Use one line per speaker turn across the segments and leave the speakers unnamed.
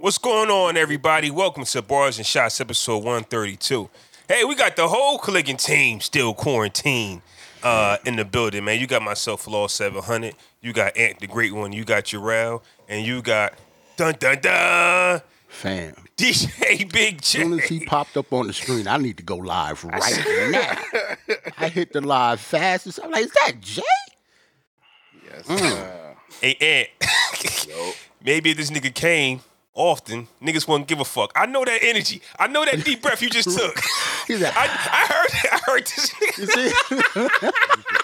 What's going on, everybody? Welcome to Bars and Shots, episode 132. Hey, we got the whole clicking team still quarantined uh, in the building, man. You got myself, Law 700. You got Ant, the great one. You got Jarrell. And you got, dun, dun, dun,
Fam.
DJ Big
As soon as he
J.
popped up on the screen, I need to go live right now. I hit the live fastest. I'm like, is that Jay?
Yes.
Hey, Ant. Maybe if this nigga came often, niggas wouldn't give a fuck. I know that energy. I know that deep breath you just took.
He's like,
I, I heard I heard this nigga.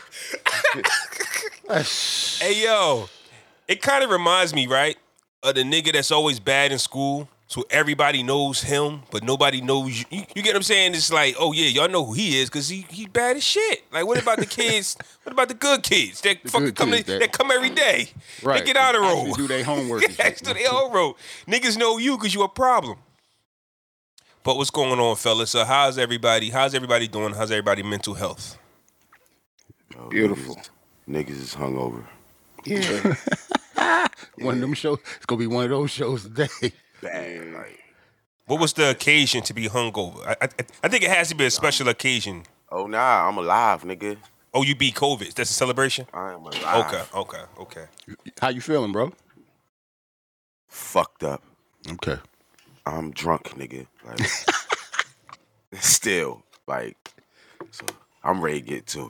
you see?
Hey yo, it kind of reminds me, right, of the nigga that's always bad in school, so everybody knows him, but nobody knows you. You, you get what I'm saying? It's like, oh yeah, y'all know who he is because he he bad as shit. Like, what about the kids? what about the good kids that fucking
good
come
kids
to- that,
that-
come every day?
Right.
They get out of
Actually
road.
do their homework and
Yeah,
shit.
to the L road. Niggas know you because you a problem. But what's going on, fellas? So how's everybody? How's everybody doing? How's everybody mental health?
Beautiful.
Oh, Niggas is hungover.
Yeah.
one of them shows. It's gonna be one of those shows today.
Bang. Like,
What was the occasion to be hungover? I, I, I think it has to be a special occasion.
Oh nah, I'm alive, nigga.
Oh, you beat COVID. That's a celebration.
I am alive.
Okay, okay, okay.
How you feeling, bro?
Fucked up.
Okay.
I'm drunk, nigga. Like still. Like so I'm ready to get to. it.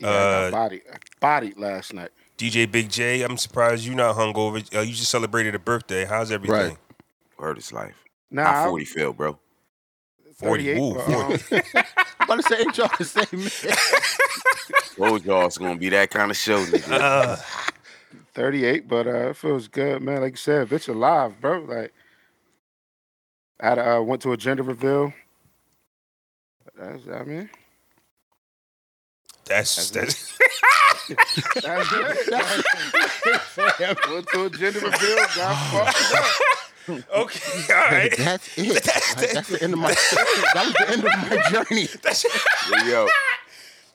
yeah, I
Uh,
got bodied, bodied last night.
DJ Big J, I'm surprised you're not hungover. Uh, you just celebrated a birthday. How's everything?
Right.
Word is life.
Nah,
I'm 40 Phil, bro.
40,
48.
ooh,
but, um,
I'm about to say, ain't y'all the same man?
Told y'all it's gonna be that kind of show, nigga.
Uh,
38, but uh, it feels good, man. Like you said, bitch, alive, bro. Like, I had, uh, went to a gender reveal. That's, I mean,
that's that's.
that's it. went to a gender reveal, got fucked up.
okay, all right.
That's it. Like, that's the end of my. that was the end of my journey.
That shit,
Yo, yo.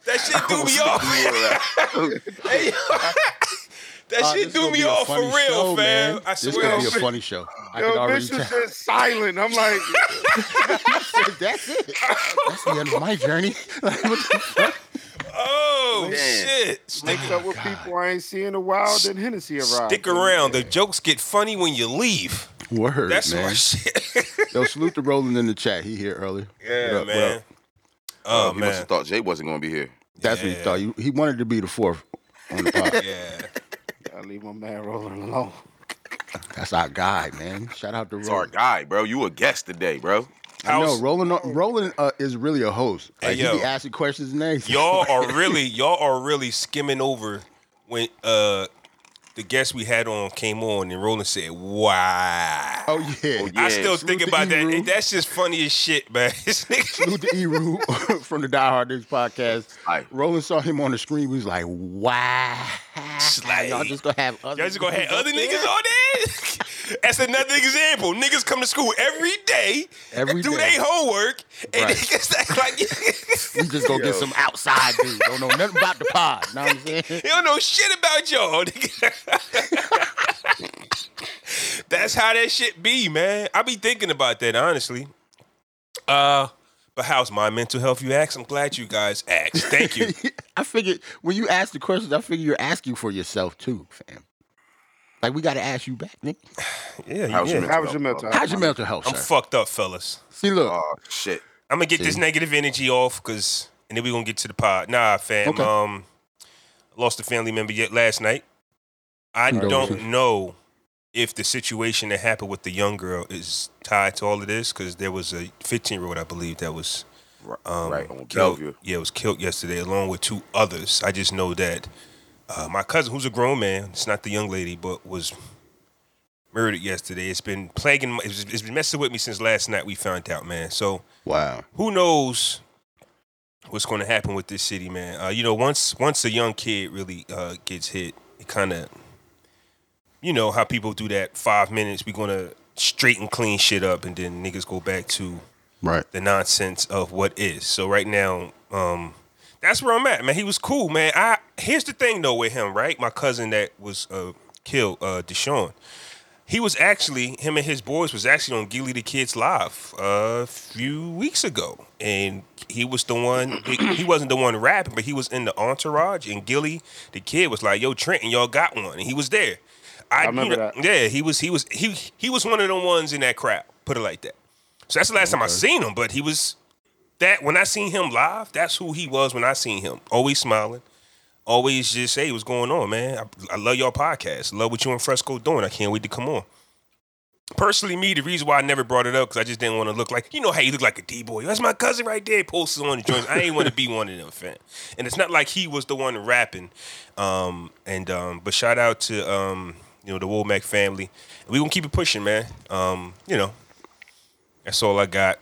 that shit threw me off. Hey, yo. that
Uh,
shit
this
threw
gonna
me
be a
off for
funny
real,
show,
fam. I
this
swear.
gonna be a
I'm-
funny show. I
Yo,
can already
bitch was
tell.
just silent. I'm like,
That's it. That's the end of my journey. Like, what the fuck?
oh
Man.
shit!
linked
Stick,
up with people I ain't seen in a while, then Hennessy arrived.
stick
and-
around. The jokes get funny when you leave.
Word,
That's
man.
my shit.
Yo, salute to Roland in the chat. He here early.
yeah,
What up, what
man.
up?
Oh
He must
man.
have thought Jay wasn't gonna be here.
That's what he thought. He, he wanted to be the fourth on the pod.
Yeah.
I leave my man rolling alone.
That's our guy, man. Shout out to
It's our
Roland.
guy, bro. You a guest today, bro.
I know
House-
Roland. Roland uh, is really a host.
Hey,
Like, he
yo.
be asking questions and everything.
y'all are really y'all are really skimming over when uh the guest we had on came on and Roland said, "Wow."
Oh yeah.
Oh, yeah.
I still
salute
think
to
about that.
Eru.
That's just funny as shit, man. This nigga-
Salute to Eru E. from the Die Hard Niggas podcast.
Aye.
Roland saw him on the screen. We was like, wow.
Slay.
Y'all just gonna have other
Y'all just gonna have
up
other
there?
niggas on there? That's another example. Niggas come to school every day,
Every
do
day.
their homework, and
Right.
niggas act like
We just gonna get some outside dude. Don't know nothing about the pod. Know what I'm saying?
they don't know shit about y'all. nigga. That's how that shit be, man. I be thinking about that honestly. Uh, but how's my mental health? You asked. I'm glad you guys asked. Thank you.
I figured when you ask the questions, I figure you're asking for yourself too, fam. Like we gotta ask you back, nigga.
yeah, you
How's your
did.
mental
How was your mental health?
How's your mental health,
Uh, I'm Uh,
sir?
fucked up, fellas.
See, look,
Oh shit.
I'm gonna get this negative energy off, cause and then we gonna get to the pod. Nah, fam.
Okay.
Um, lost a family member yet last night. I
Condolences.
don't know if the situation that happened with the young girl is tied to all of this, cause there was a 15 year old, I believe, that was um,
right on
killed.
Bellevue.
Yeah, was killed yesterday along with two others. I just know that uh, my cousin, who's a grown man, it's not the young lady, but was murdered yesterday. It's been plaguing. My, it's, it's been messing with me since last night. We found out, man. So
wow,
who knows what's going to happen with this city, man? Uh, you know, once once a young kid really uh, gets hit, it kind of, you know, how people do that. Five minutes, we're gonna straighten clean shit up, and then niggas go back to
right?
the nonsense of what is. So right now, um, that's where I'm at, man. He was cool, man. I here's the thing though with him, right? My cousin that was uh, killed, uh, Deshaun. He was actually him and his boys was actually on Gilly the Kids live a few weeks ago, and he was the one. He wasn't the one rapping, but he was in the entourage. And Gilly the Kid was like, "Yo, Trenton, y'all got one," and he was there. I,
remember that.
Yeah, he was. He was. He he was one of the ones in that crowd. Put it like that. So that's the last time I seen him. But he was that when I seen him live. That's who he was when I seen him. Always smiling always just say what's going on, man. I, I love your podcast. Love what you and Fresco doing. I can't wait to come on. Personally, me, the reason why I never brought it up because I just didn't want to look like you know how you look like a D boy. That's my cousin right there. Posted on the joints. I ain't want to be one of them, fam. And it's not like he was the one rapping. Um, and um, but shout out to um, you know the Womack family. We gonna keep it pushing, man. Um, you know, that's all I got.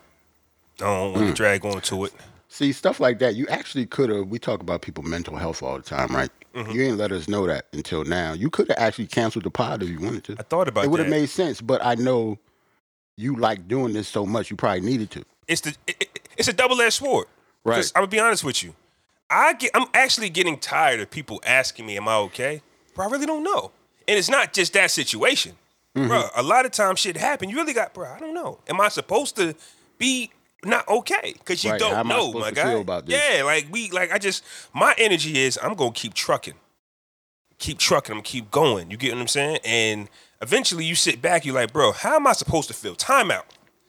I don't want to drag on to it.
See, stuff like that, you actually could have. We talk about people mental health all the time, right?
Mm-hmm.
You ain't let us know that until now. You could have actually canceled the pod if you wanted to.
I thought about
it would
that.
have made sense, but I know you like doing this so much, you probably needed to.
it's the it, it- it's a double edged sword.
Right.
Because I'm gonna be honest with you. I get I'm actually getting tired of people asking me, "Am I okay?" Bro, I really don't know. And it's not just that situation,
Mm-hmm.
bro. A lot of times shit happen. You really got, bro. I don't know. Am I supposed to be not okay? Because you
Right,
don't
how am I
know,
supposed
my
to
guy.
feel about this?
Yeah, like we like I just my energy is I'm gonna keep trucking, keep trucking. I'm gonna keep going. You get what I'm saying? And eventually you sit back. You're like, bro, how am I supposed to feel? Time out.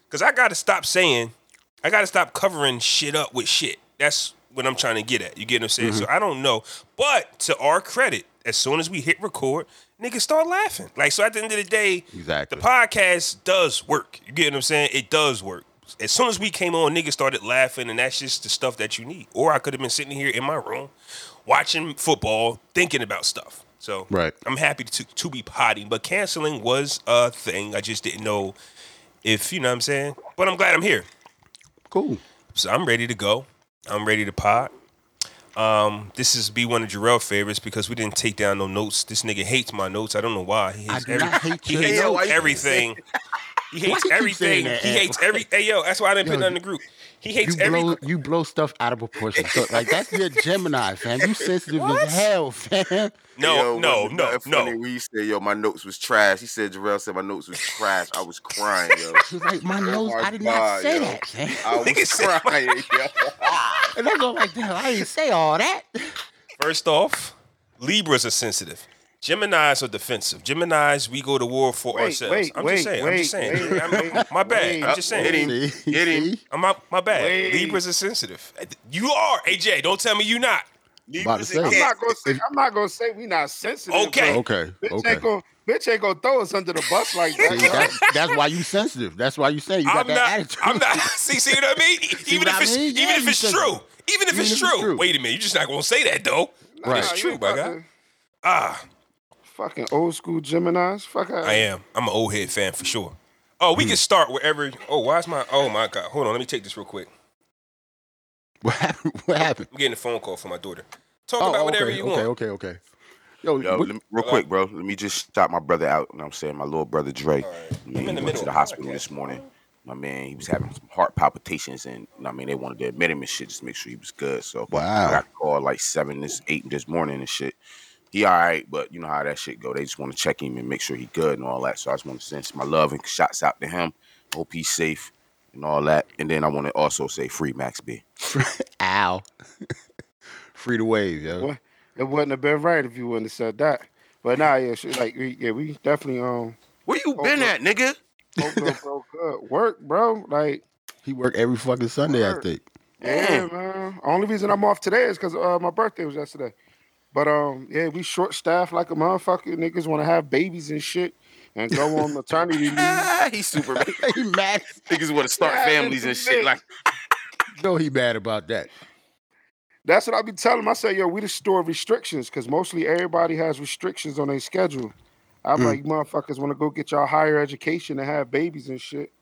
Because I gotta stop saying I gotta stop covering shit up with shit. That's what I'm trying to get at. You get what I'm saying? So I don't know. But to our credit, as soon as we hit record, niggas start laughing. Like so at the end of the day,
Exactly.
the podcast does work. You get what I'm saying? It does work. As soon as we came on, niggas started laughing, and that's just the stuff that you need. Or I could have been sitting here in my room watching football, thinking about stuff. So
Right.
I'm happy to to be potting, but canceling was a thing. I just didn't know if you know what I'm saying. But I'm glad I'm here.
Cool.
So I'm ready to go. I'm ready to pod. Um, this is be one of Jarrell's favorites because we didn't take down no notes. This nigga hates my notes. I don't know why. He hates,
do not hate
he
your
hates
notes.
everything. He hates
you keep
everything.
saying that,
he
Ed?
hates every. Hey yo, that's why I didn't
Yo,
put none in the group. He hates
You
every.
blow, you blow stuff out of proportion. So, like, that's your Gemini, fam. You sensitive as hell, fam.
No,
Yo,
no,
wasn't
no,
that funny
no.
when you said, yo, my notes was trash. He said, Jarrell said my notes was trash. I was crying, yo.
She's like, my nose,
Oh my
I did
God,
not say
yo.
that, fam.
I
Nigga
was
said
crying, yo.
And that's all like, damn, I didn't say all that.
First off, Libras are sensitive. Gemini's are defensive. Gemini's, we go to war for
Wait,
ourselves.
wait,
I'm
wait,
just saying. I'm
wait,
just saying.
wait,
I'm-
wait,
my bad. I'm
wait,
just saying.
Hit him. Hit him.
See?
I'm out, my bad.
Wait.
Libras are sensitive. You are AJ. Don't tell me you not.
About to say.
I'm not gonna say I'm not gonna say we not sensitive.
Okay.
bro.
Okay,
Bitch
okay.
ain't gonna bitch ain't gonna throw us under the bus like
See,
that. yo.
that's, that's why you sensitive. That's why you say you got
I'm
that
not.
attitude.
I'm not. See, see what I mean? even
what
if
I
it's
mean? Yeah,
even if
you
it's
said-
true. Even if it's true. Wait a minute. You're just not gonna say that though.
Right.
It's
Nah, you
true,
ain't
my
about
guy.
to-
Ah,
Fucking old school Gemini's. Fuck out.
I am. I'm an old head fan for sure. Oh,
Hmm.
we can start wherever. Oh, why is my? Oh my God. Hold on. Let me take this real quick.
What happened? What happened?
I'm getting a phone call from my daughter. Talk
Oh,
about
okay,
whatever
okay,
you want.
okay, okay. Yo,
Yo,
what-
let me, real quick, bro. Let me just shout my brother out. You know what I'm saying? My little brother Dre. Man,
I'm in the
he went
middle
to
of
the
a
hospital
podcast,
this morning. My man, he was having some heart palpitations, and you know what I mean, they wanted to admit him and shit, just make sure he was good. So
Wow.
I got called like seven this eight this morning and shit. He all right, but you know how that shit go. They just want to check him and make sure he good and all that. So I just want to send my love and shots out to him. Hope he's safe and all that. And then I want to also say free Max B.
ow. Free the wave, yo.
What? It wouldn't have been right if you wouldn't have said that. But nah, yeah, shit, like we, yeah, we definitely um
Where you been at, nigga?
hope little bro good work, bro. Like
He worked every fucking Sunday, I
Word.
think.
yeah, man. Only reason I'm off today is because uh, my birthday was yesterday. But um, yeah, we short staffed like a motherfucker. Niggas want to have babies and shit and go on maternity leave.
Ah, he's super.
he mad.
Niggas want to start
Mm. Yeah,
families and
it's
shit.
big.
Like
No, he mad about that.
That's what I be telling. 'em. I say, yo, we the store of restrictions because mostly everybody has restrictions on their schedule.
Hmm.
I'm like, motherfuckers want to go get y'all higher education and have babies and shit.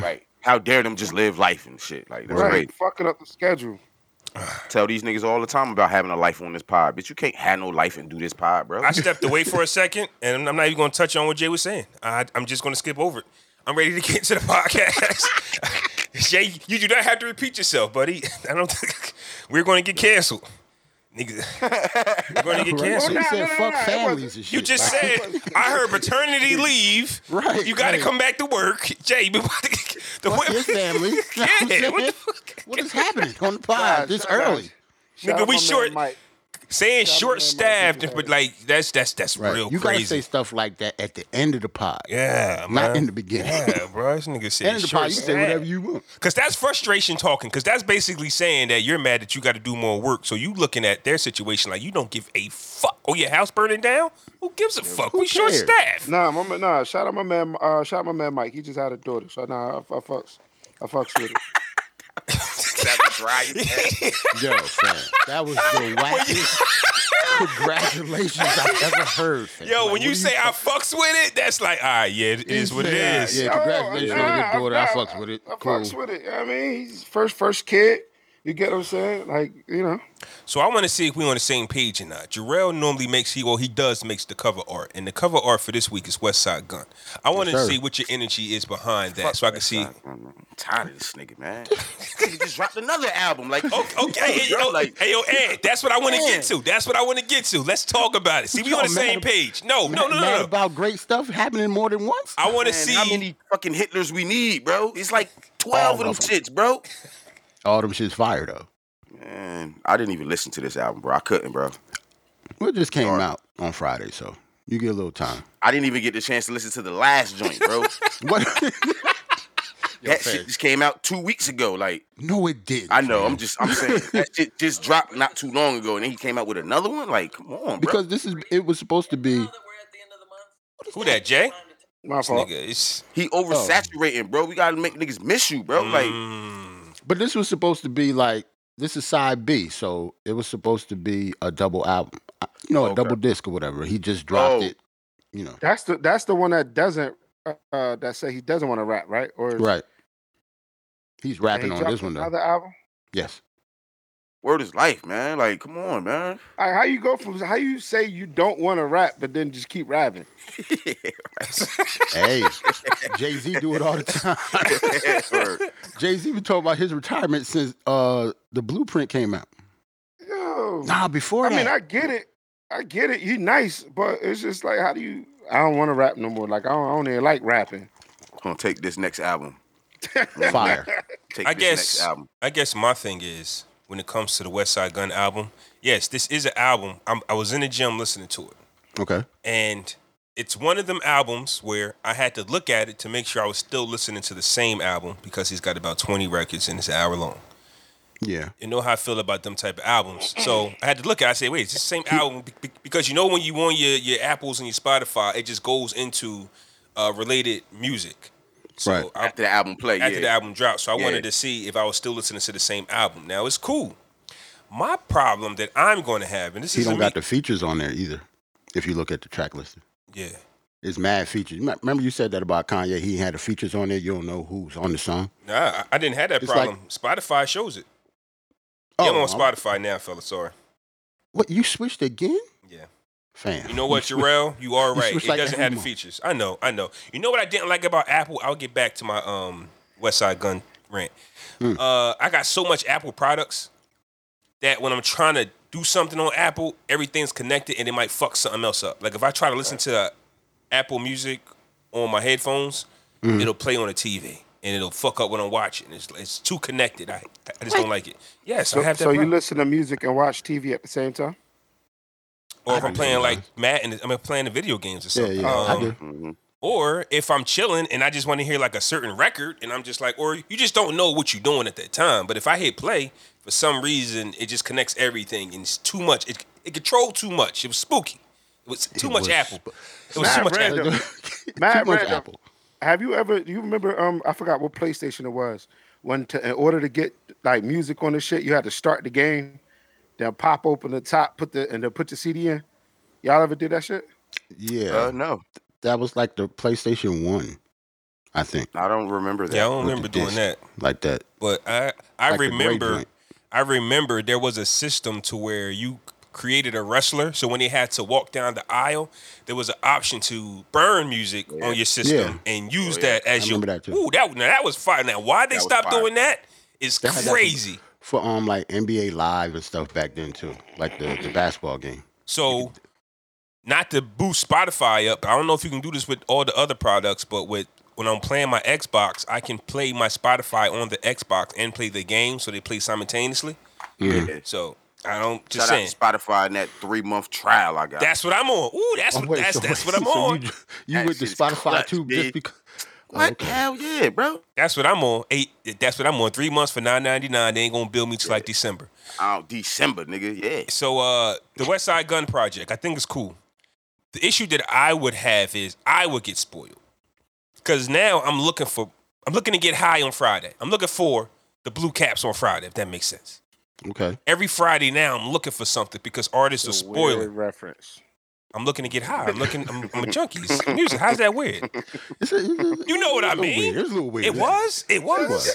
Right. How dare them just live life and shit. Like that's
Right,
great.
fucking up the schedule.
Tell these niggas all the time about having a life on this pod. Bitch, you can't have no life and do this pod, bro.
I stepped away for a second, and I'm- I'm not even going to touch on what Jay was saying. I, I'm just going to skip over it. I'm ready to get to the podcast. Jay, you do not have to repeat yourself, buddy. I don't think we're going to get canceled. Nigga, going to get canceled.
Right? She
Well, nah,
said
nah, nah,
fuck
nah, it
families and shit.
You just
Like,
said I heard maternity leave.
Right,
You got to
right.
come back to work, Jay. You about to get the
fuck
women-
your family.
Yeah, what the fuck?
what is happening on the pod
Guys,
this
shout out-
early?
shout
Nigga,
out
we
my man
short.
Mike.
Saying
Shout out
short staffed,
to
but like that's that's that's
Right.
real
you gotta
crazy.
say stuff like that at the end of the pod,
yeah,
not
man.
in the beginning.
Yeah, bro. This nigga
end
said
of the pod,
short
you say
staffed.
whatever you want.
Cause that's frustration talking. Cause that's basically saying that you're mad that you got to do more work. So you looking at their situation like you don't give a fuck. Oh, your house burning down? Who gives a fuck?
who
we short
cares?
staffed.
Nah, my man, nah. Shout out my man. Uh, shout out my man Mike. He just had a daughter, so nah, I, I fucks. I fucks with it.
That was right.
Yo, fam, that was the wackest congratulations I've ever heard. fam.
Yo,
Like,
when
what
you
do
say I fucks with it, that's like ah yeah, it is what it
Yeah,
is.
Yeah, congratulations
Nah,
on your
I'm
daughter. I
not-
fucks with it.
I
Cool.
fucks with it. you know what I mean, he's first first kid. You get what I'm saying? Like you know.
So I want to see if we're on the same page or not. Jarrell normally makes he well he does makes the cover art, and the cover art for this week is West Side Gun. I want to
sir.
see what your energy is behind that, so I can see.
I'm tired of this nigga, man. This nigga just dropped another album. Like,
Okay, okay, hey, yo,
like,
hey, yo, Ed, that's what I want to
Man.
get to. That's what I want to get to. Let's talk about it. See, we
Y'all
on the
mad
same
ab-
page. No, no,
Mad-
no,
mad
no, no.
about great stuff happening more than once.
I want to
man, how
see.
many fucking Hitlers we need, bro? It's like twelve
All
of them
of them.
shits, bro.
All them shit's fire though.
Man, I didn't even listen to this album, bro. I couldn't, bro.
Well, it just came out on Friday, so you get a little time.
I didn't even get the chance to listen to the last joint, bro.
What?
that shit just came out two weeks ago. Like,
no, it didn't.
I know.
fam.
I'm just, I'm saying that shit just dropped not too long ago, and then he came out with another one. Like, come on, bro.
because this is it was supposed to be.
Who that, Jay?
My
This
fault.
nigga, it's
he
oh.
oversaturating, bro. We gotta make niggas miss you, bro. Like,
Mm,
But this was supposed to be like this is side B, so it was supposed to be a double album, Uh, you know, a
Okay.
double disc or whatever. He just dropped
Oh.
it, you know.
That's the that's the one that doesn't uh, uh that say he doesn't want to rap, right? Or
Right. He's
and he
rapping on
dropped
this one though.
Another album.
Yes.
word is life, man. Like, come on, man.
All right, how you go from how you say you don't want to rap, but then just keep rapping?
Hey, Jay Z do it all the time.
Word.
Jay Z been talking about his retirement since uh the Blueprint came out.
Yo,
Nah, before
I
that.
mean, I get it, I get it. You nice, but it's just like, how do you? I don't want to rap no more. Like I don't, I don't even like rapping.
gonna take this next album.
Fire.
Take
I
this
guess.
next album.
I guess my thing is when it comes to the West Side Gun album. Yes, this is an album. I'm, I was in the gym listening to it.
Okay.
and it's one of them albums where I had to look at it to make sure I was still listening to the same album because he's got about 20 records and it's an hour long.
Yeah.
You know how I feel about them type of albums. So I had to look at it. I said, wait, it's the same album Be- be- because you know when you on your, your Apples and your Spotify, it just goes into uh, related music. So
Right.
I,
After the album play,
after
yeah.
the album dropped. So I
Yeah.
wanted to see if I was still listening to the same album. Now it's cool. My problem that I'm going to have, and this
He
is
don't got the features on there either. If you look at the track list,
yeah,
it's mad features. You m- Remember you said that about Kanye? He had the features on there. You don't know who's on the song.
nah, I, I didn't have that
It's
problem. Spotify shows it. yeah, I'm on
Oh, I'm-
Spotify now, fella. Sorry.
What you switched again?
Yeah.
Fam.
You know what,
switched-
Jarrell? You are
You
right.
switch
It
like
doesn't have the
Elmo.
features. I know. I know. You know what I didn't like about Apple? I'll get back to my um West Side Gun rant.
Hmm.
Uh, I got so much Apple products that when I'm trying to do something on Apple, everything's connected and it might fuck something else up. Like if I try to listen to uh, Apple Music on my headphones,
Hmm.
it'll play on the TV. And it'll fuck up what I'm watching. It's, it's too connected. I, I just don't like it. Yes, I
So,
have that.
so you
problem.
listen to music and watch TV at the same time?
or if I'm
do
playing like
sometimes.
Madden, I'm mean, playing the video games or
Yeah,
something.
yeah. I
Um,
do.
Mhm.
Or if I'm chilling and I just want to hear like a certain record, and I'm just like, or you just don't know what you're doing at that time. But if I hit play for some reason, it just connects everything, and it's too much. It it controlled too much. It was spooky. It was too
It
much
was
Apple.
sp-
It was too
Nah,
much
Brandon.
Apple.
Too
Mad
much
random.
Apple.
Have you ever? Do you remember? Um, I forgot what PlayStation it was. When to, in order to get like music on the shit, you had to start the game, then pop open the top, put the and then put the CD in. Y'all ever did that shit?
Yeah.
Uh, no,
that was like the PlayStation One, I think.
I don't remember that.
Yeah, I don't
With the
remember doing
disc.
that.
Like that.
But I I
Like the Grey
remember
Joint.
I remember there was a system to where you created a wrestler. So when they had to walk down the aisle, there was an option to burn music on your system and use
yeah.
that as
I
your
remember that too.
Ooh, that now that was fire. Now why they
That was
stopped
fire.
doing that is
That had that-
crazy.
For um like NBA Live and stuff back then too, like the, the basketball game.
So, not to boost Spotify up, I don't know if you can do this with all the other products, but with when I'm playing my Xbox, I can play my Spotify on the Xbox and play the game, so they play simultaneously.
Yeah.
So I don't just
Shout
saying.
out to Spotify and that three month trial I got.
That's what I'm on. Ooh, that's
Oh,
what
wait,
that's
so-
that's what I'm
so
on.
You, you
That
with the
shit's
Spotify
clutch,
too
B.
just because?
what?
okay.
Hell yeah, bro.
That's what I'm on. Eight. That's what I'm on. Three months for nine ninety nine. They ain't gonna bill me till like December.
Out December, nigga. Yeah.
So uh, the West Side Gun Project, I think it's cool. The issue that I would have is I would get spoiled because now I'm looking for I'm looking to get high on Friday. I'm looking for the blue caps on Friday, if that makes sense.
Okay.
Every Friday now, I'm looking for something because artists are spoiling.
Weird reference.
I'm looking to get high. I'm looking. I'm, I'm a junkie. It's music. How's that weird?
It's a- it's a-
You know what I
it's a little
mean.
Weird. It's a little weird.
It
isn't
was. It
It was.
was.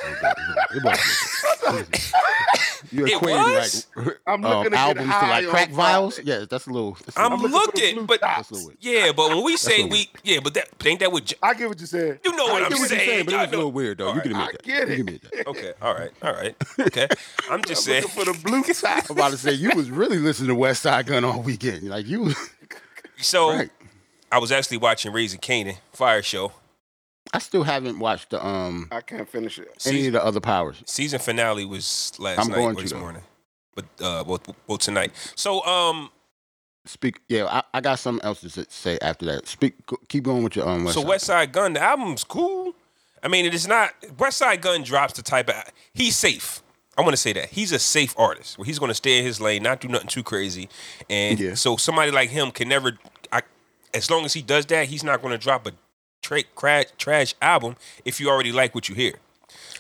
It was. You
It
equating
was?
like
I'm looking to
um,
get
albums to
high
like
on
crack vials.
Friday.
Yeah, that's a little. That's a
I'm
little,
looking for the
looking,
blue
but
dots.
that's a little weird.
yeah, but when we say
what
we, yeah, but that but ain't that what? Ju-
I get what you're saying.
You know what
I
I'm
get what you're
saying.
saying, but it
Y'all
was a little
know-
weird though. You can admit
I
that.
get
You
it.
can admit that.
Okay, all right, all right, okay. I'm just saying.
Looking for the blue top.
I'm about to say you was really listening to West Side Gun all weekend. Like you, was-
So
right?
I was actually watching Raising Canaan Fire Show
I still haven't watched the um
I can't finish it.
any of
season,
the other powers.
season finale was last
I'm
night
going
or
to,
this
though.
morning, but uh, well, well tonight. So um,
Speak. Yeah, I, I got something else to s- say after that. Speak. go- Keep going with your um. West
so
Side.
West Side Gun, the album's cool. I mean, it is not West Side Gun drops the type of he's safe. I want to say that he's a safe artist where he's going to stay in his lane, not do nothing too crazy, and
Yeah.
so somebody like him can never. I, as long as he does that, he's not going to drop a tra- cra- trash album if you already like what you hear.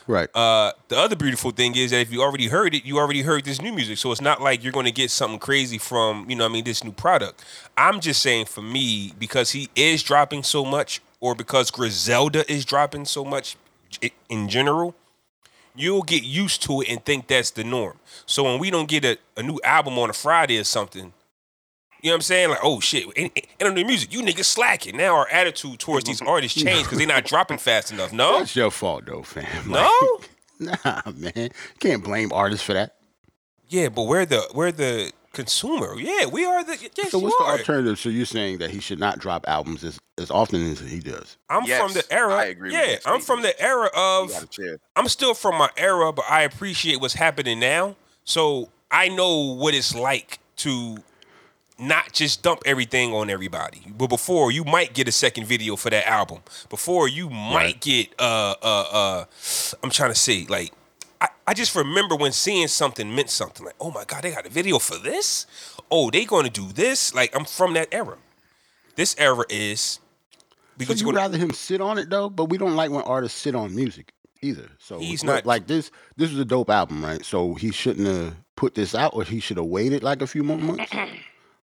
Right.
Uh, the other beautiful thing is that if you already heard it, you already heard this new music. So it's not like you're going to get something crazy from, you know, what I mean, this new product. I'm just saying for me, because he is dropping so much, or because Griselda is dropping so much i- in general, you'll get used to it and think that's the norm. So when we don't get a, a new album on a Friday or something, you know what I'm saying? Like, oh shit, ain't, ain't on the music, you niggas slacking. Now our attitude towards these artists changed because they're not dropping fast enough. No,
That's your fault though, fam.
no.
Nah, man. Can't blame artists for that.
Yeah, but we're the we're the consumer. Yeah, we are the yes.
So what's
you
the
are.
alternative? So you're saying that he should not drop albums as, as often as he does.
I'm
Yes,
from the era.
I agree with
Yeah,
that
I'm from the era
You
of.
got a chair.
I'm still from my era, but I appreciate what's happening now. So I know what it's like to not just dump everything on everybody. But before you might get a second video for that album. Before you might get uh uh uh I'm trying to see like I, I just remember when seeing something meant something like, oh my god, they got a video for this? Oh, they gonna do this? Like I'm from that era. This era is
So
because
you'd
you're gonna,
rather him sit on it though, but we don't like when artists sit on music either. So
He's
it's
not-
like this. This is a dope album, right? So he shouldn't have put this out, or he should have waited like a few more months.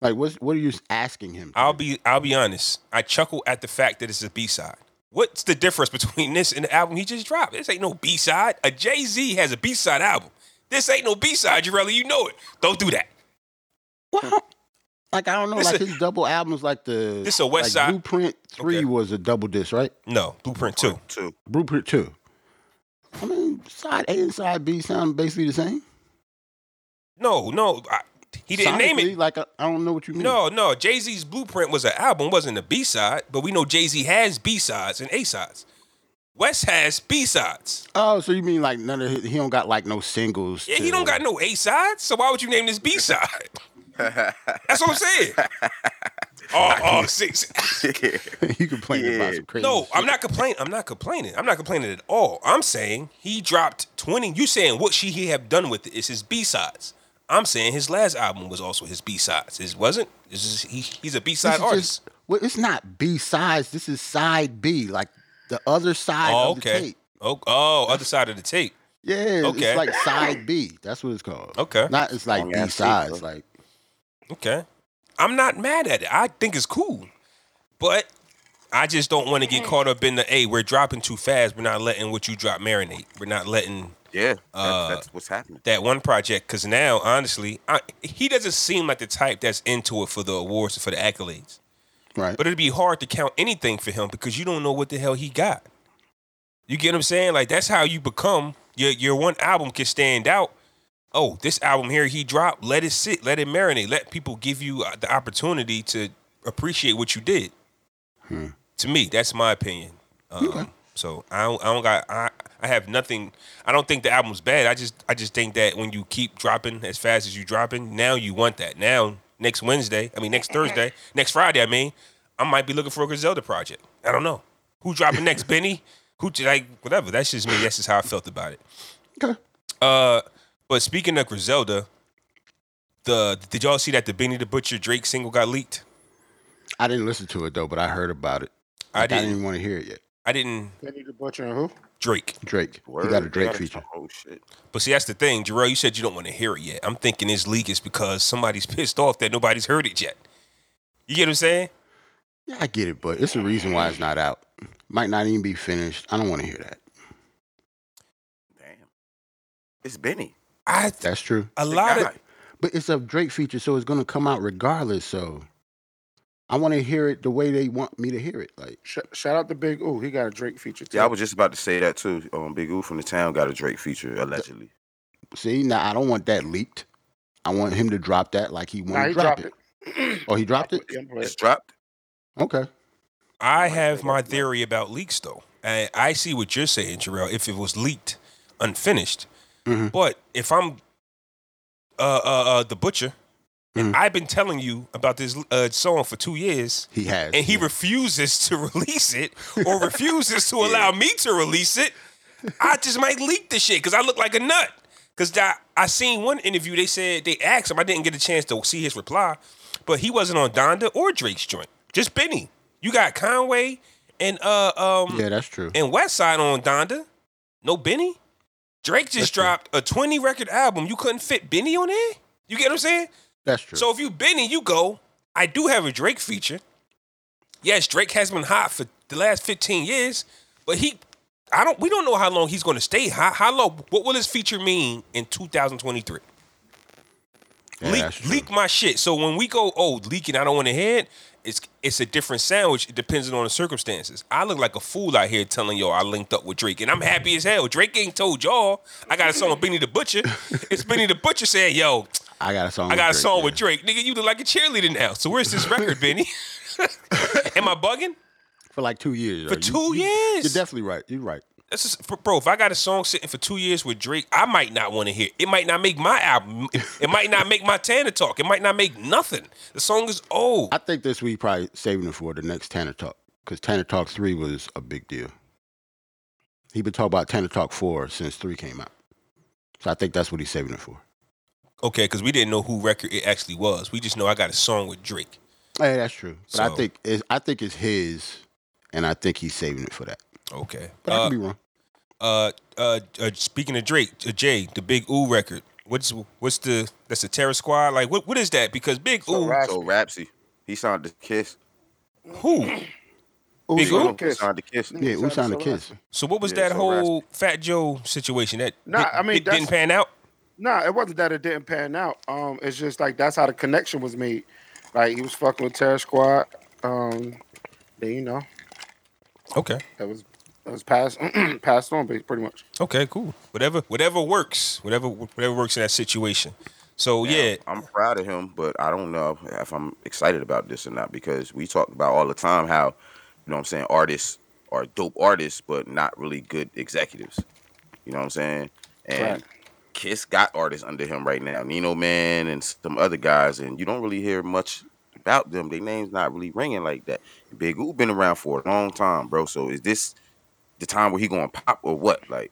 like what's what are you asking him? to
I'll
do?
be I'll be honest. I chuckle at the fact that it's a B side. What's the difference between this and the album he just dropped? This ain't no B side. A Jay Z has a B side album. This ain't no B side, Jarella. You know it. Don't do that.
Well, like I don't know.
This
Like
a-
his double albums, like the
This a West
like,
Side-
Blueprint Three
Okay.
was a double disc, right?
No, Blueprint Two.
Two.
Blueprint Two. I mean, side A and side B sound basically the same.
No, no, I, he didn't name
Sonically,
it.
Like I, I don't know what you mean.
No, no. Jay Z's Blueprint was an album, wasn't a B side. But we know Jay Z has B sides and A sides. West has B sides.
Oh, so you mean like none of his, he don't got like no singles?
Yeah,
to-
he don't got no A sides. So why would you name this B side? That's what I'm saying. oh, oh, six.
you complaining about
Yeah.
some crazy.
No,
shit.
I'm not complaining. I'm not complaining. I'm not complaining at all. I'm saying he dropped 20. You saying what she he have done with it is his B sides. I'm saying his last album was also his B sides. It wasn't. It's just, he, he's a B
This
side
is
artist.
Just, well, it's not B sides. This is side B, like the other side
oh,
of the
okay.
tape.
Oh, oh, other side of the tape.
Yeah,
Okay.
it's like side B. That's what it's called.
Okay.
Not it's like
Long
B
ass tape,
sides.
bro.
Like
Okay. I'm not mad at it. I think it's cool, but I just don't want to get caught up in the hey, we're dropping too fast. We're not letting what you drop marinate. We're not letting
Yeah, that's,
Uh,
that's what's happening.
that one project because now, honestly, I, he doesn't seem like the type that's into it for the awards and for the accolades.
right.
But it'd be hard to count anything for him because you don't know what the hell he got. You get what I'm saying? Like that's how you become your your one album can stand out oh, this album here he dropped, let it sit, let it marinate, let people give you uh, the opportunity to appreciate what you did. To me, that's my opinion. Um, So I don't, I don't got I I have nothing. I don't think the album's bad. I just I just think that when you keep dropping as fast as you dropping, now you want that. Now next Wednesday, I mean next Thursday, next Friday, I mean, I might be looking for a Griselda project. I don't know who dropping next, Benny. Who like whatever. That's just me. That's just how I felt about it.
Okay.
Uh, but speaking of Griselda, the did y'all see that the Benny the Butcher Drake single got leaked?
I didn't listen to it though, but I heard about it.
I
Like, I
didn't.
didn't want to hear it yet.
I didn't
Benny the Butcher and who?
Drake.
Drake.
Word,
He got a
they
Drake
got
feature.
Oh shit.
But see, that's the thing, Jarrell. You said you don't want to hear it yet. I'm thinking this leak is because somebody's pissed off that nobody's heard it yet. You get what I'm saying?
Yeah, I get it, but it's the reason why it's not out. Might not even be finished. I don't want to hear that.
Damn. It's Benny.
I th-
That's true.
a lot of
Guy.
But it's a Drake feature, so it's gonna come out regardless. So I want to hear it the way they want me to hear it. Like
Sh- shout out to Big Ooh. He got a Drake feature too.
Yeah, I was just about to say that too. Um, Big Ooh from the town got a Drake feature allegedly.
See, now I don't want that leaked. I want him to drop that like he
nah,
wanted to
he
drop
dropped
it.
it.
Oh, he dropped it?
Yeah, I'm playing.
It's dropped.
Okay.
I have my theory about leaks though. I, I see what you're saying, Jarrell. If it was leaked, unfinished,
Mhm.
but if I'm uh, uh, uh, the butcher, and
Mhm.
I've been telling you about this uh, song for two years,
He has.
and he refuses to release it or refuses to allow me to release it, I just might leak the shit because I look like a nut. Because I, I seen one interview, they said they asked him. I didn't get a chance to see his reply, but he wasn't on Donda or Drake's joint. Just Benny. You got Conway and uh um
Yeah, that's true.
and Westside on Donda. No Benny. Drake just dropped a 20 record album. You couldn't fit Benny on there. You get what I'm saying?
That's true.
So if you Benny, you go. I do have a Drake feature. Yes, Drake has been hot for the last 15 years, but he I don't we don't know how long he's going to stay hot. How long what will his feature mean in 2023?
yeah, that's
leak
true.
leak my shit. So when we go, oh, leaking, I don't want to hear it. It's it's a different sandwich. It depends on the circumstances. I look like a fool out here telling y'all I linked up with Drake, and I'm happy as hell. Drake ain't told y'all I got a song with Benny the Butcher. It's Benny the Butcher saying, "Yo,
I got a song.
I got a
Drake,
song
yeah.
with Drake, nigga. You look like a cheerleader now. So where's this record, Benny? Am I bugging?
for like two years. For
two years.
You're definitely right. You're right.
That's just, bro. If I got a song sitting for two years with Drake, I might not want to hear. It. It might not make my album. It, it might not make my Tana talk. It might not make nothing. The song is old.
I think this week probably saving it for the next Tanner Talk because Tanner Talk three was a big deal. He been talking about Tanner Talk four since three came out, so I think that's what he's saving it for.
Okay, because we didn't know who record it actually was. We just know I got a song with Drake.
Yeah, that's true. But
So-
I think it's, I think it's his, and I think he's saving it for that.
Okay.
But I
Uh,
could be wrong.
uh, uh, uh, speaking of Drake, uh, Jay, the Big Ooh record. What's what's the that's the Terror Squad? Like what what is that? Because Big
So
Ooh,
Rapsy.
So Rapsy, he signed the kiss.
who?
Ooh,
Big
son
Ooh?
of a kiss.
Signed the kiss.
Yeah,
Sound
Usan the
so
Kiss.
So what was
Yeah,
that
so
whole Fat Joe situation? That
Nah,
di-
I mean,
di- didn't
that's-
pan out.
Nah, it wasn't that it didn't pan out. Um, it's just like that's how the connection was made. Like he was fucking with Terror Squad. Um, then you know
Okay.
that was that was passed passed on, but pretty much.
Okay. Cool. Whatever. Whatever works. Whatever. Whatever works in that situation. So yeah.
I'm proud of him, but I don't know if I'm excited about this or not because we talk about all the time how, you know what I'm saying, artists are dope artists, but not really good executives. You know what I'm saying? And
Right.
Kiss got artists under him right now, Nino Man and some other guys, and you don't really hear much about them. Their names not really ringing like that. Big Ooh been around for a long time, bro. So is this the time where he gonna pop or what? Like,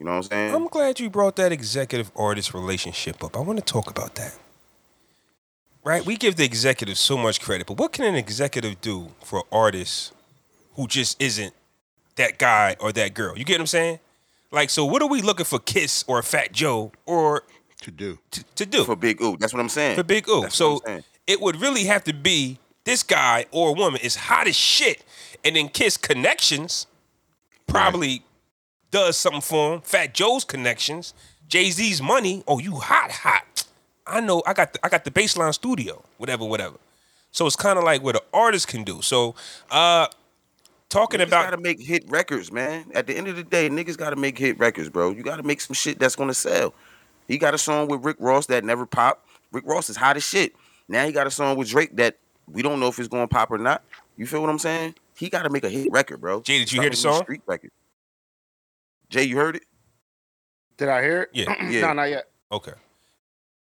you know what I'm saying?
I'm glad you brought that executive artist relationship up. I want to talk about that. Right? We give the executive so much credit, but what can an executive do for an artist who just isn't that guy or that girl? You get what I'm saying? Like, so what are we looking for Kiss or Fat Joe or
To do.
t- to do?
for Big Ooh, that's what I'm saying.
for Big O.
That's what
So
I'm saying.
it would really have to be this guy or a woman is hot as shit, and then Kiss connections probably does something for him. Fat Joe's connections, Jay Z's money. Oh, you hot, hot. I know. I got. The, I got the baseline studio. Whatever, whatever. So it's kind of like what an artist can do. So, uh, talking
Niggas
about
gotta make hit records, man. At the end of the day, niggas gotta make hit records, bro. You gotta make some shit that's gonna sell. He got a song with Rick Ross that never popped. Rick Ross is hot as shit. Now he got a song with Drake that we don't know if it's going to pop or not. You feel what I'm saying? He got to make a hit record, bro.
Jay, did you
Stop
hear the
making
song?
Street record. Jay, you heard it?
Did I hear it?
Yeah.
Yeah.
no, not yet.
Okay.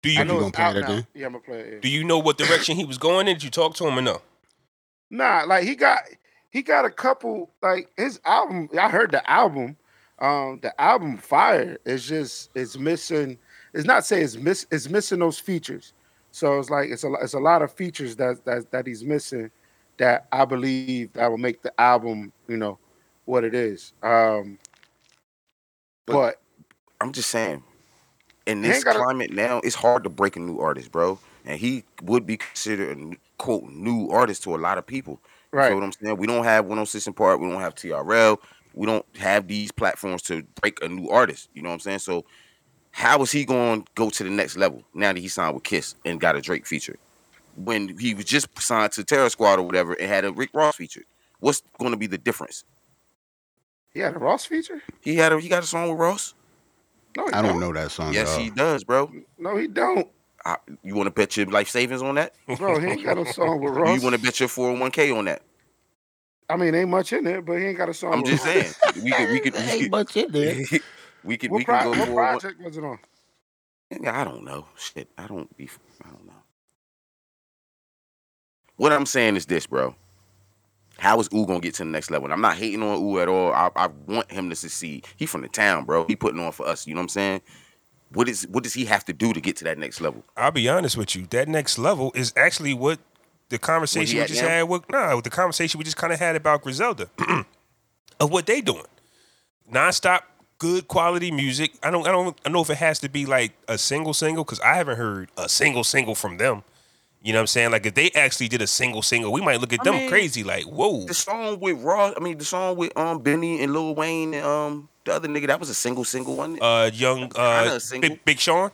Do
I
you
You
know
gonna
it's
play
out
that
now.
then?
Yeah, I'm gonna play it.
do
yeah.
you know what direction he was going in? Did you talk to him or no?
Nah, like he got he got a couple like his album. I heard the album. Um, the album fire It's just it's missing. It's not say it's miss. It's missing those features. So it's like it's a lo- it's a lot of features that that that he's missing. That I believe that will make the album. You know what it is. Um, but
I'm just saying. In
He ain't
this
gotta-
climate now, it's hard to break a new artist, bro. And he would be considered a n- quote new artist to a lot of people. You
right,
feel what I'm saying? We don't have 106 in part. We don't have TRL. We don't have these platforms to break a new artist. You know what I'm saying? So how is he going to go to the next level now that he signed with Kiss and got a Drake feature? When he was just signed to Terror Squad or whatever and had a Rick Ross feature. What's going to be the difference?
he had a Ross feature.
He had a, he got a song with Ross?
No, he
I don't know that song.
Yes,
at all.
he does, bro.
No, he don't.
I, you want to bet your life savings on that?
Bro, he ain't got a song with Ross.
You want to bet your 401k on that?
I mean, ain't much in it, but he ain't got a song.
I'm
with
just
Ross.
saying. We could, we could, we
Ain't
could,
much in there.
we could,
What,
we could
pro-
go
what
for one-
project was it on?
I don't know. Shit, I don't be. I don't know. What I'm saying is this, bro. How is Ooh gonna get to the next level? And I'm not hating on Ooh at all. I, I want him to succeed. He from the town, bro. He putting on for us. You know what I'm saying? What is what does he have to do to get to that next level?
I'll be honest with you. That next level is actually what the conversation
Where
we
he
just
at now?
had with nah, with the conversation we just kind of had about Griselda of what they doing. Nonstop good quality music. I don't I don't I know if it has to be like a single single cuz I haven't heard a single single from them. You know what I'm saying? Like if they actually did a single single, we might look at
I
them
mean-
crazy like, "Whoa."
The song with Raw, I mean the song with um Benny and Lil Wayne and um the other nigga, that was a single single one.
Uh young
Kinda
uh
a single.
Big, Big Sean.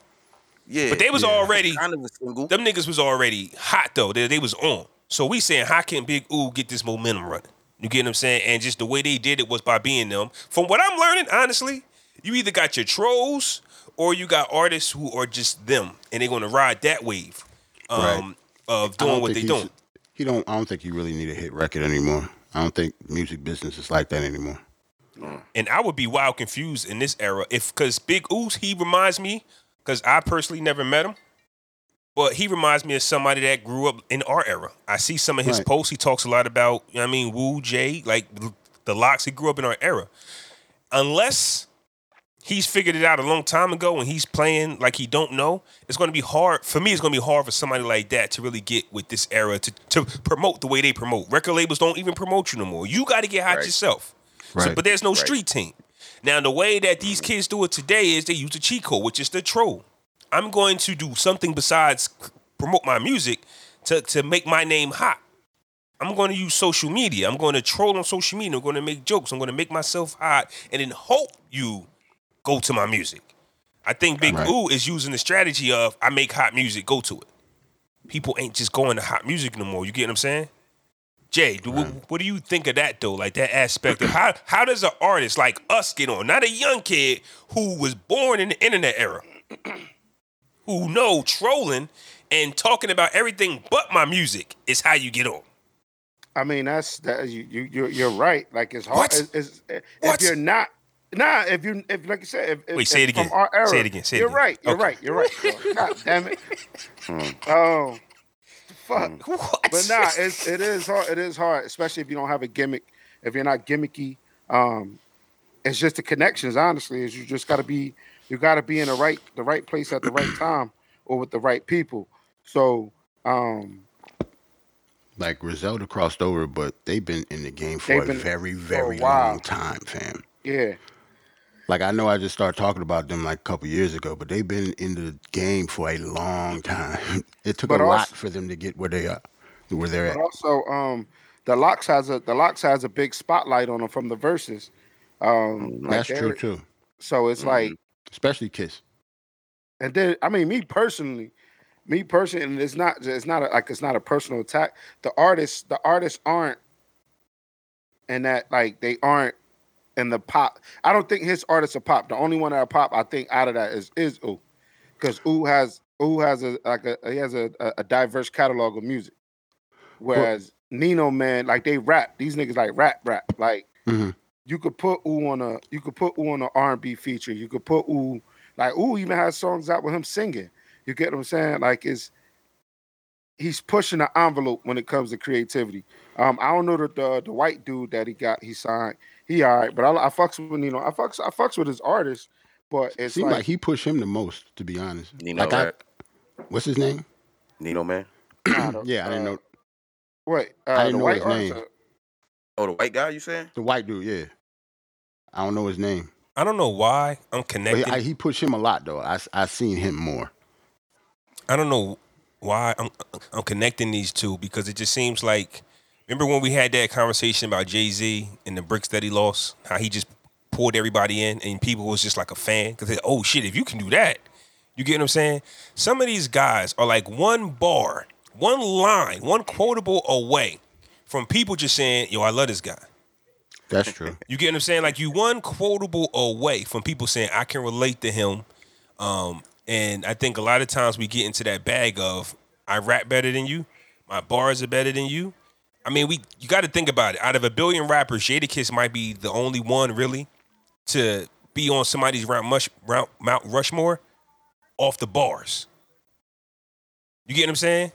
yeah.
But they was
Yeah.
already
kind of a single.
Mm-hmm.
them niggas was already hot though. They, they was on. So we saying how can Big Ooh get this momentum running? You get what I'm saying? And just the way they did it was by being them. From what I'm learning, honestly, you either got your trolls or you got artists who are just them and they're gonna ride that wave um, of
I
doing
don't
what
think
they
he
doing.
should- He don't. I don't think you really need a hit record anymore. I don't think music business is like that anymore.
And I would be wild confused in this era if because Big Ooze, he reminds me, because I personally never met him, but he reminds me of somebody that grew up in our era. I see some of his
Right.
posts. He talks a lot about, you know what I mean, Wu Jay, like the locks. He grew up in our era. Unless he's figured it out a long time ago and he's playing like he don't know, it's gonna be hard. For me, it's gonna be hard for somebody like that to really get with this era to, to promote the way they promote. Record labels don't even promote you no more. You gotta get hot
Right.
yourself. So,
Right.
but there's no street team. Now, the way that these kids do it today is they use the cheat code, which is the troll. I'm going to do something besides c- promote my music to, to make my name hot. I'm going to use social media. I'm going to troll on social media. I'm going to make jokes. I'm going to make myself hot and then hope you go to my music. I think Big
Right.
Ooh is using the strategy of I make hot music, go to it. People ain't just going to hot music no more. You get what I'm saying? Jay, do, what, what do you think of that though? Like that aspect of how how does an artist like us get on? Not a young kid who was born in the internet era, who know trolling and talking about everything but my music is how you get on.
I mean, that's that you you you're, you're right. Like it's hard.
What?
It's, it's,
What?
If you're not. Nah, if you if like you said, if, if,
Wait, say
if
it again.
From our era,
Say it again, say it
you're
again.
right. You're
Okay.
right. You're right. God damn it.
Hmm.
Oh, fuck.
What?
But nah, it's, it is hard. It is hard, especially if you don't have a gimmick. If you're not gimmicky, um, it's just the connections. Honestly, is you just got to be you got to be in the right the right place at the right time or with the right people. So um,
Like Griselda crossed over, but they've been in the game for
They've
a
been
very,
a
very
while.
long time, fam.
yeah,
Like I know I just started talking about them like a couple years ago, but they've been in the game for a long time. It took
But
a
also-
lot for them to get where they are, where they're at.
but also um, the locks has a the locks has a big spotlight on them from the verses. Um, like
Mm, That's true
they're-
too,
So it's like
especially Kiss.
And then, I mean, me personally, me personally, and it's not, it's not a, like it's not a personal attack. The artists, the artists aren't, and that like they aren't in the pop. I don't think his artists are pop. The only one that are pop, I think, out of that is is Ooh. because Ooh has Ooh has a like a he has a, a, a diverse catalog of music, whereas Nino man like they rap these niggas like rap rap like
Mhm.
you could put Ooh on a you could put Ooh on an R and B feature you could put Ooh like Ooh even has songs out with him singing you get what I'm saying like it's he's pushing the envelope when it comes to creativity um I don't know the the, the white dude that he got he signed he all right but I, I fucks with Nino I fucks I fucks with his artists but
It
it's
seemed like,
like
he pushed him the most, to be honest.
Nino,
like
right?
I, what's his name?
Nino man.
Nah, the-
Yeah, I didn't
uh,
know
What? Uh,
I didn't
the
know
white uh,
his
artists
name.
are-
Oh, the white guy you saying?
the white dude. Yeah, I don't know his name.
I don't know why I'm
But he,
connecting.
I,
I,
he pushed him a lot though. I s- I seen him more.
don't know why I'm I'm connecting these two because it just seems like remember when we had that conversation about Jay Z and the bricks that he lost, how he just poured everybody in and people was just like a fan because oh shit, if you can do that, you get what I'm saying. Some of these guys are like one bar, one line, one quotable away from people just saying, "Yo, I love this guy."
That's true.
You get what I'm saying? Like you one quotable away from people saying I can relate to him. Um, and I think a lot of times we get into that bag of I rap better than you, my bars are better than you. I mean, we you got to think about it. Out of a billion rappers, Jadakiss might be the only one really to be on somebody's Mount, Mush, Mount, Mount Rushmore off the bars. You get what I'm saying?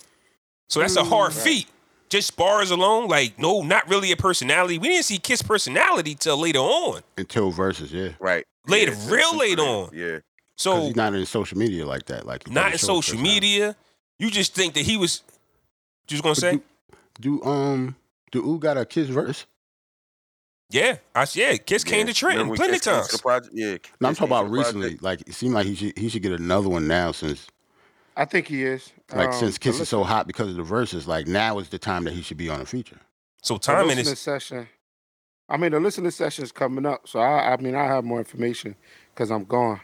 So that's a hard feat. Just bars alone, like no, not really a personality. We didn't see Kiss personality till later on.
Until verses, yeah.
Right.
Later,
it's
real
super-
late on.
Yeah.
Because
So
he's not in social media like that. Like he
not
probably
in
showed
social
first
media. You just think that he was. You was gonna
But
say,
you- time. Do um do Ooh got a kiss verse?
yeah, I s- yeah. Kiss
yeah.
came to Trenton
Remember when
plenty of
Kiss came to the
times.
project? Yeah.
No, I'm talking
Kiss came to
about
the project.
recently. Like it seemed like he should he should get another one now since
I think he is.
like
Um,
since
the
Kiss is
lis-
so hot because of the verses. Like now is the time that he should be on a feature.
So
the
timing
listener
is
session. I mean, the listener session is coming up, so I, I mean, I have more information because I'm gone.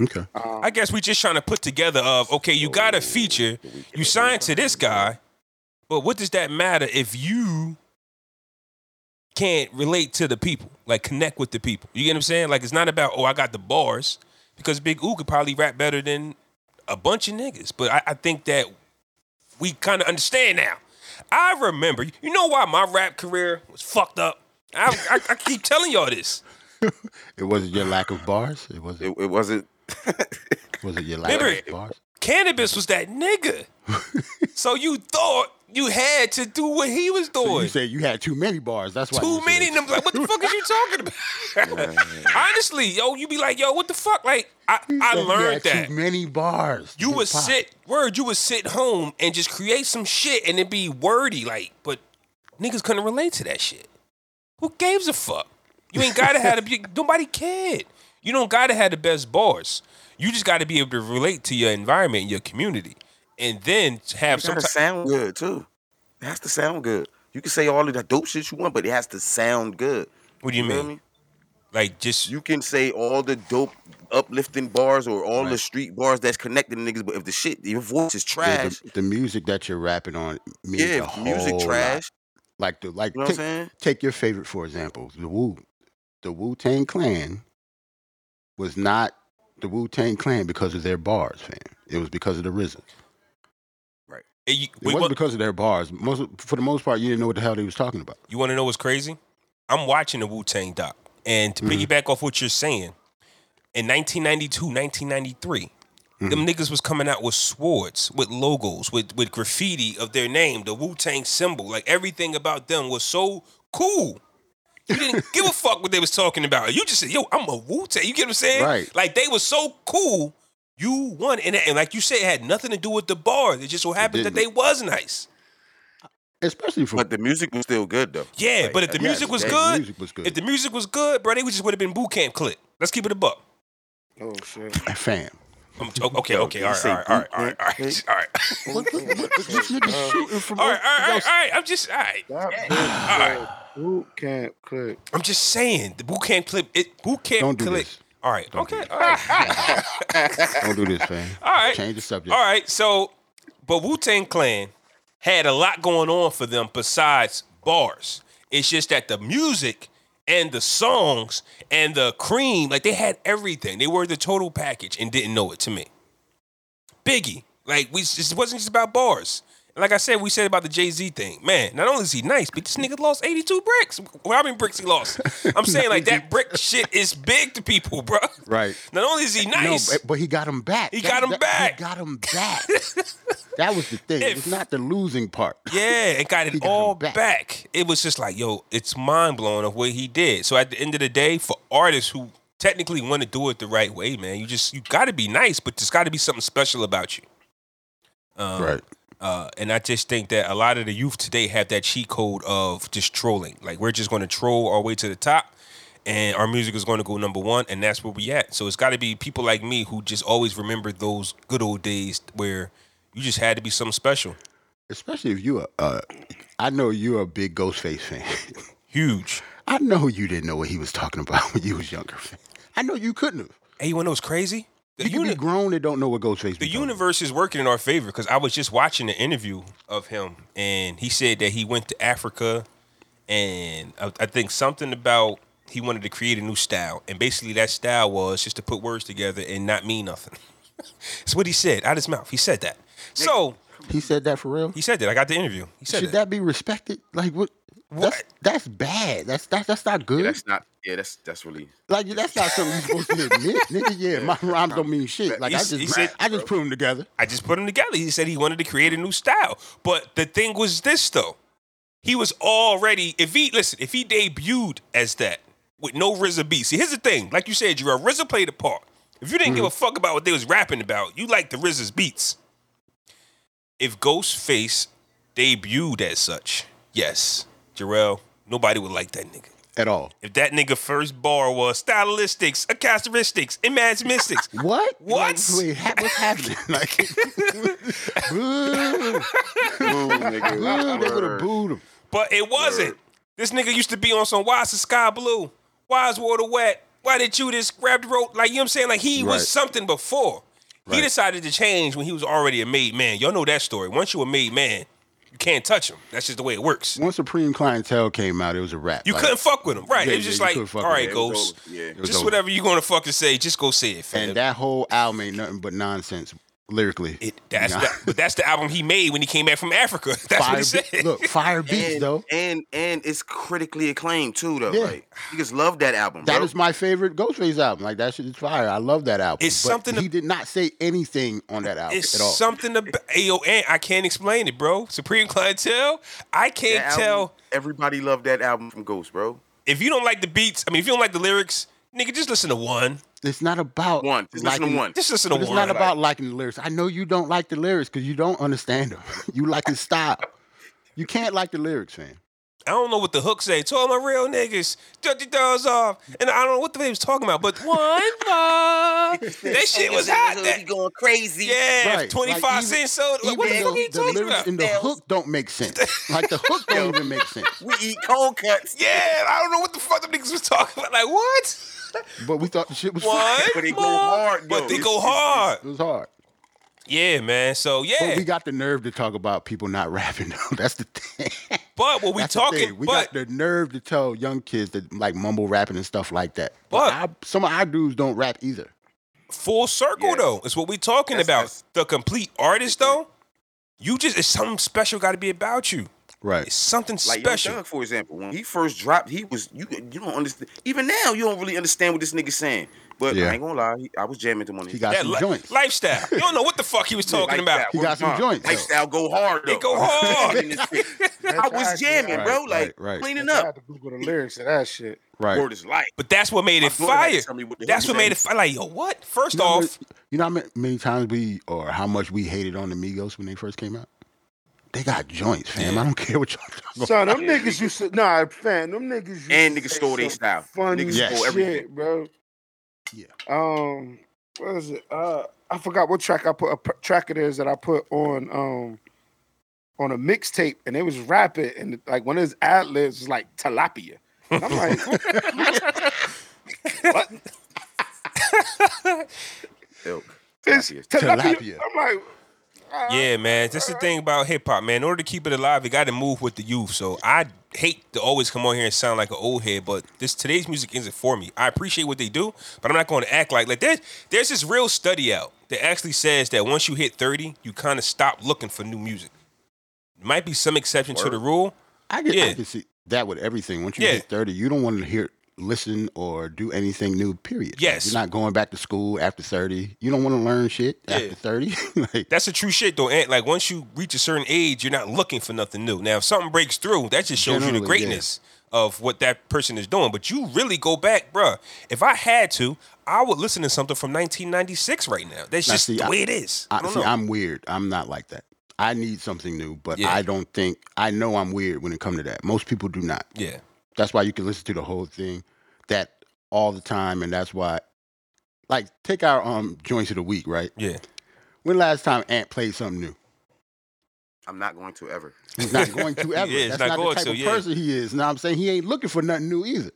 Okay.
Um,
I guess we just trying to put together of okay, you got a feature, you signed to this guy, but what does that matter if you can't relate to the people, like connect with the people? You get what I'm saying? Like it's not about oh I got the bars because Big Oo could probably rap better than a bunch of niggas, but I, I think that we kind of understand now. I remember, you know why my rap career was fucked up. I, I, I keep telling y'all this.
It wasn't your lack of bars. It wasn't
It, it wasn't.
was it your lack
Remember-
of bars.
cannabis was that nigga. so you thought you had to do what he was
So
doing.
you said you had too many bars. That's why you
Too
said-
many of them. Like, what the fuck is you talking about? Honestly, yo, you be like, yo, what the fuck? Like, I,
You
I
said you
learned
had
that.
Too many bars.
You
to
would
pop.
sit, word, you would sit home and just create some shit and it be wordy. Like, but niggas couldn't relate to that shit. Who gives a fuck? You ain't gotta have the big- nobody cared. You don't gotta have the best bars. You just gotta be able to relate to your environment and your community. And then have
It
some
gotta
type
sound good too. It has to sound good. You can say all of that dope shit you want, but it has to sound good.
What do you
feel
mean?
me?
Like just
You can say all the dope uplifting bars or all the street bars that's connecting niggas, but if the shit, your voice is
Yeah,
trash,
the, the music that you're rapping on means
yeah,
a
if
whole
the music
Lot.
trash.
Like the like
You know what
take,
I'm saying?
take your favorite for example, the Wu the Wu Tang Clan was not the Wu Tang Clan because of their bars, fam. It was because of the RZA. It
eh, you, wait,
wasn't
what-
because of their bars. Most for the most part, you didn't know what the hell they was talking about.
you wanna know what's crazy? I'm watching the Wu Tang doc. And to
Mhm.
piggyback off what you're saying, in 1992, 1993, them niggas was coming out with swords, with logos, with with graffiti of their name, the Wu Tang symbol. Like everything about them was so cool. You didn't give a fuck what they was talking about. You just said, "Yo, I'm a Wu Tang." You get what I'm saying?
Right.
Like they were so cool. You won, and, and like you said, it had nothing to do with the bar. It just so happened that they
didn't.
was nice.
Especially for
But the music was still good though.
Yeah,
Like,
but if the
yeah,
music was
that
good,
music was good.
if the music was good, bro, they just would have been boot camp clip. Let's keep it a buck.
oh shit!
fam.
Um, okay, okay,
you
all right,
say
all right, all right,
boot
all right,
camp
all right, all right,
What, what, what is this
Uh,
nigga shooting from?
all right, all right, all right. I'm just, all right.
That
All right.
bitch said, boot camp clip.
I'm just saying the boot camp clip. It boot camp
Don't do
clip.
this.
All right.
Don't do
okay.
this.
All right.
Don't do this, fam.
all right.
Change the subject.
All right. So, but Wu Tang Clan had a lot going on for them besides bars. It's just that the music and the songs and the cream, like they had everything. They were the total package and didn't know it to me. Biggie. Like we it wasn't just about bars. And Like I said, we said about the Jay Z thing. Man, not only is he nice, but this nigga lost 82 bricks. Well, I mean bricks he lost. I'm saying like that brick shit is big to people, bro.
Right.
Not only is he nice,
No, but, but he got him back.
He got him back.
He got him back. that was the thing.
If-
it's not the losing part.
Yeah, it got it
got
all
him back.
back. It was just like, yo, it's mind blowing of what he did. So at the end of the day, for artists who technically want to do it the right way, man, you just you got to be nice, but there's got to be something special about you. Um,
Right.
Uh, and I just think that a lot of the youth today have that cheat code of just trolling. Like we're just going to troll our way to the top, and our music is going to go number one, and that's where we at. So it's got to be people like me who just always remember those good old days where you just had to be something special,
Especially if you are, uh, I know you're a big Ghostface fan.
huge.
I know you didn't know what he was talking about when you was younger. I know you couldn't have.
Hey, you wanna know what's crazy? The,
You can be
uni-
grown and don't know what Ghostface.
the
be talking about.
universe is working in our favor because I was just watching the interview of him, and he said that he went to Africa, and I, I think something about he wanted to create a new style, and basically that style was just to put words together and not mean nothing. That's what he said out his mouth. He said that. So
He said that for real.
he said that. I got the interview. He said
Should
that.
that be respected? Like what? That's,
What?
that's bad. That's that's that's not good.
Yeah, that's not. Yeah, that's that's really.
like that's not something you're supposed to admit, nigga. Yeah, my rhymes don't mean shit. Like I
He- he
just
said-
I just put them together.
I just put them together. He said he wanted to create a new style. But the thing was this though. He was already, if he listen, if he debuted as that with no RZA beat. See, here's the thing. Like you said, Jerome, RZA played a part. If you didn't give a fuck about what they was rapping about, you liked the RZA's beats. If Ghostface debuted as such, yes, Jarrell, nobody would like that nigga.
at all.
If that nigga first bar was stylistics, characteristics, imaginistics,
What?
What?
Like, wait, ha- what's happening? Like, boo, boo, they would have booed him.
But it wasn't. This nigga used to be on some why's the sky blue? Why's water wet? Why did you just grab the rope? Like you know what I'm saying? Like he
Right.
was something before. He
Right.
decided to change when he was already a made man. Y'all know that story. Once you a made man, you can't touch him. That's just the way it works.
Once Supreme Clientele came out, it was a rap.
You
Like,
couldn't fuck with him. Right.
Yeah,
it was
yeah,
just
you couldn't
like,
fuck
all
with
right,
him.
It was
Ghost.
over. Yeah.
It was
Just
over.
whatever you're gonna fucking say, just go say it, fam.
And that whole album ain't nothing but nonsense lyrically.
It- that's
You know?
the, but that's the album he made when he came back from Africa. That's
fire
what he said.
Beat- Look, fire beats
And,
though.
and and it's critically acclaimed too though.
Yeah.
Like niggas love that album.
That
bro.
is my favorite Ghostface album. Like that shit is fire. I love that album.
It's
But
something
he did not say anything on that album
It's
at all.
something about AON. I can't explain it, bro. Supreme clientele. I can't
That album,
tell
Everybody loved that album from Ghost, bro.
if you don't like the beats. I mean, if you don't like the lyrics, nigga, just listen to one.
it's not about
One. Just listen to
liking-
one.
Just listen to
But it's
one.
not about liking the lyrics. I know you don't like the lyrics because you don't understand them. you like his style. You can't like the lyrics, man.
I don't know what the hook say. To all my real niggas, shut your doors off. And I don't know what the they was talking about, but one love. that shit was hot.
He
That,
going crazy.
yeah,
Right,
twenty
like,
five
even-
cents. So like, what the
Even
fuck are you
though the
talking
lyrics
about?
and the
Bells.
hook don't make sense. Like the hook don't even make sense.
We eat cold cuts.
Yeah, I don't know what the fuck them niggas was talking about. Like what?
But we thought the shit was
One,
fire.
But they go
more.
hard,
But
though.
they
It's-
go
it's- it's-
hard.
It was hard.
Yeah, man. So yeah,
But we got the nerve to talk about people not rapping though. That's the thing.
But what we
That's the
talking,
thing. We
but
got the nerve to tell young kids that like mumble rapping and stuff like that.
But-
our- some of our dudes don't rap either.
full circle
Yeah.
though is what we talking
That's-
about.
that's-
the complete artist though, you just it's something special got to be about you. It's
Right.
something
Like Young
special.
Thug, for example, when he first dropped, he was you. You don't understand. Even now, you don't really understand what this nigga saying. But
Yeah.
I ain't gonna lie, he, I was jamming to one. of
He
his-
got
That
some
li-
joints.
lifestyle. you don't know what the fuck he was talking
Lifestyle,
about.
He got some
one time.
joints, though.
Lifestyle go hard.
It
though.
go hard.
Jamming this shit. I was jamming,
Right,
bro. Like
right, right.
cleaning
I
up.
had to Google the lyrics of that shit.
right.
Word is life.
But that's what made
My
it
daughter had to
fire.
tell me what the hell
that's
he
what made it
said.
fire. Like yo, what? First
You know how
off,
many- you know how many- many times we or how much we hated on the Migos when they first came out? They got joints, fam. I don't care what y'all talking about.
Son, them niggas used to nah, fan. Them niggas used
And
to
niggas
say
stole they
some
style.
Funny
Niggas
Yes.
stole everything.
shit, bro.
Yeah.
Um, what is it? Uh, I forgot what track I put. A p- track it is that I put on um on a mixtape, and it was rapping, and like one of his ad libs was like tilapia. And I'm like, what?
Yo,
This
Tilapia.
tilapia.
Tilapia.
I'm like,
Yeah, man. That's the thing about hip hop, man. In order to keep it alive, you got to move with the youth. So I hate to always come on here and sound like an old head, but this today's music isn't for me. I appreciate what they do, but I'm not going to act like like there's there's this real study out that actually says that once you hit 30, you kind of stop looking for new music. Might be some exception to the rule.
I can,
Yeah.
I can see that with everything. Once you
Yeah.
hit 30, you don't want to hear, listen, or do anything new, period. Like,
Yes.
You're not going back to school after 30. You don't want to learn shit
Yeah.
after 30. like,
That's the true shit though, and like once you reach a certain age, you're not looking for nothing new. Now, if something breaks through, that just shows you the
Generally, yeah.
greatness of what that person is doing. But you really go back, bruh. If I had to, I would listen to something from 1996 right now. That's
Now,
just
see,
the
I-
way it is. I,
I,
don't
see,
know.
I'm weird. I'm not like that. I need something new, but
Yeah.
I don't think, I know I'm weird when it comes to that. Most people do not.
yeah,
That's why you can listen to the whole thing that all the time. And that's why, like, take our um joints of the week, right?
yeah.
When last time Ant played something new?
I'm not going to ever.
He's not going to ever.
Yeah, he's
That's
not
not,
going
the type
to,
of
yeah.
person he is. Now I'm saying he ain't looking for nothing new either.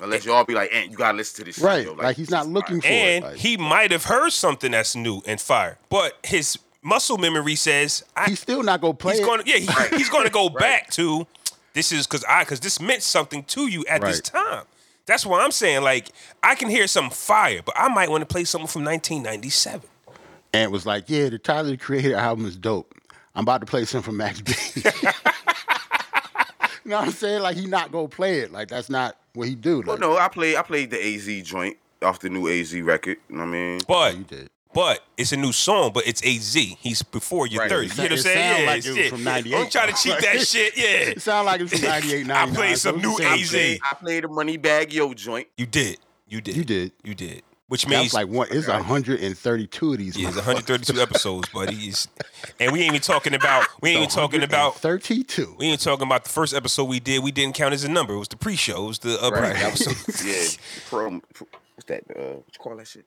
Unless y'all be like, Ant, you gotta listen to this shit,
Right,
yo."
like, he's not
it's
looking
fire.
for it,
And
like-
he might have heard something that's new and fire, but his muscle memory says I
He's still not gonna play.
he's
it.
going to yeah he, he's going to go
Right.
back to this is because I because this meant something to you at this
Right.
time. That's why I'm saying like I can hear some fire, but I might want to play something from 1997.
Ant was like, "Yeah, the Tyler the Creator album is dope. I'm about to play something from Max B." you know what I'm saying? Like he not gonna play it. Like that's not what he do.
Well,
Like,
no, I play I played the AZ joint off the new AZ record. You know what I mean?
But
you did.
but it's a new song, but it's AZ. He's before your
Right.
30. You know what I'm
It
saying?
sound
Yeah,
like it was
shit.
from 98.
Don't try to cheat that shit. Yeah,
It sound like it's from '98,
I
'99.
played some new AZ.
I played the money bag yo joint.
you did. You did.
You did.
You did. Which
That's
means
like one. It's 132 of these.
Yeah, it's 132 episodes, buddy. It's- and we ain't even talking about we ain't even talking about
32.
we ain't talking about the first episode we did. We didn't count as a number. It was the pre-show. It was the uh,
Right.
pre-episode.
Yeah. From what's that? Uh, what you call that shit?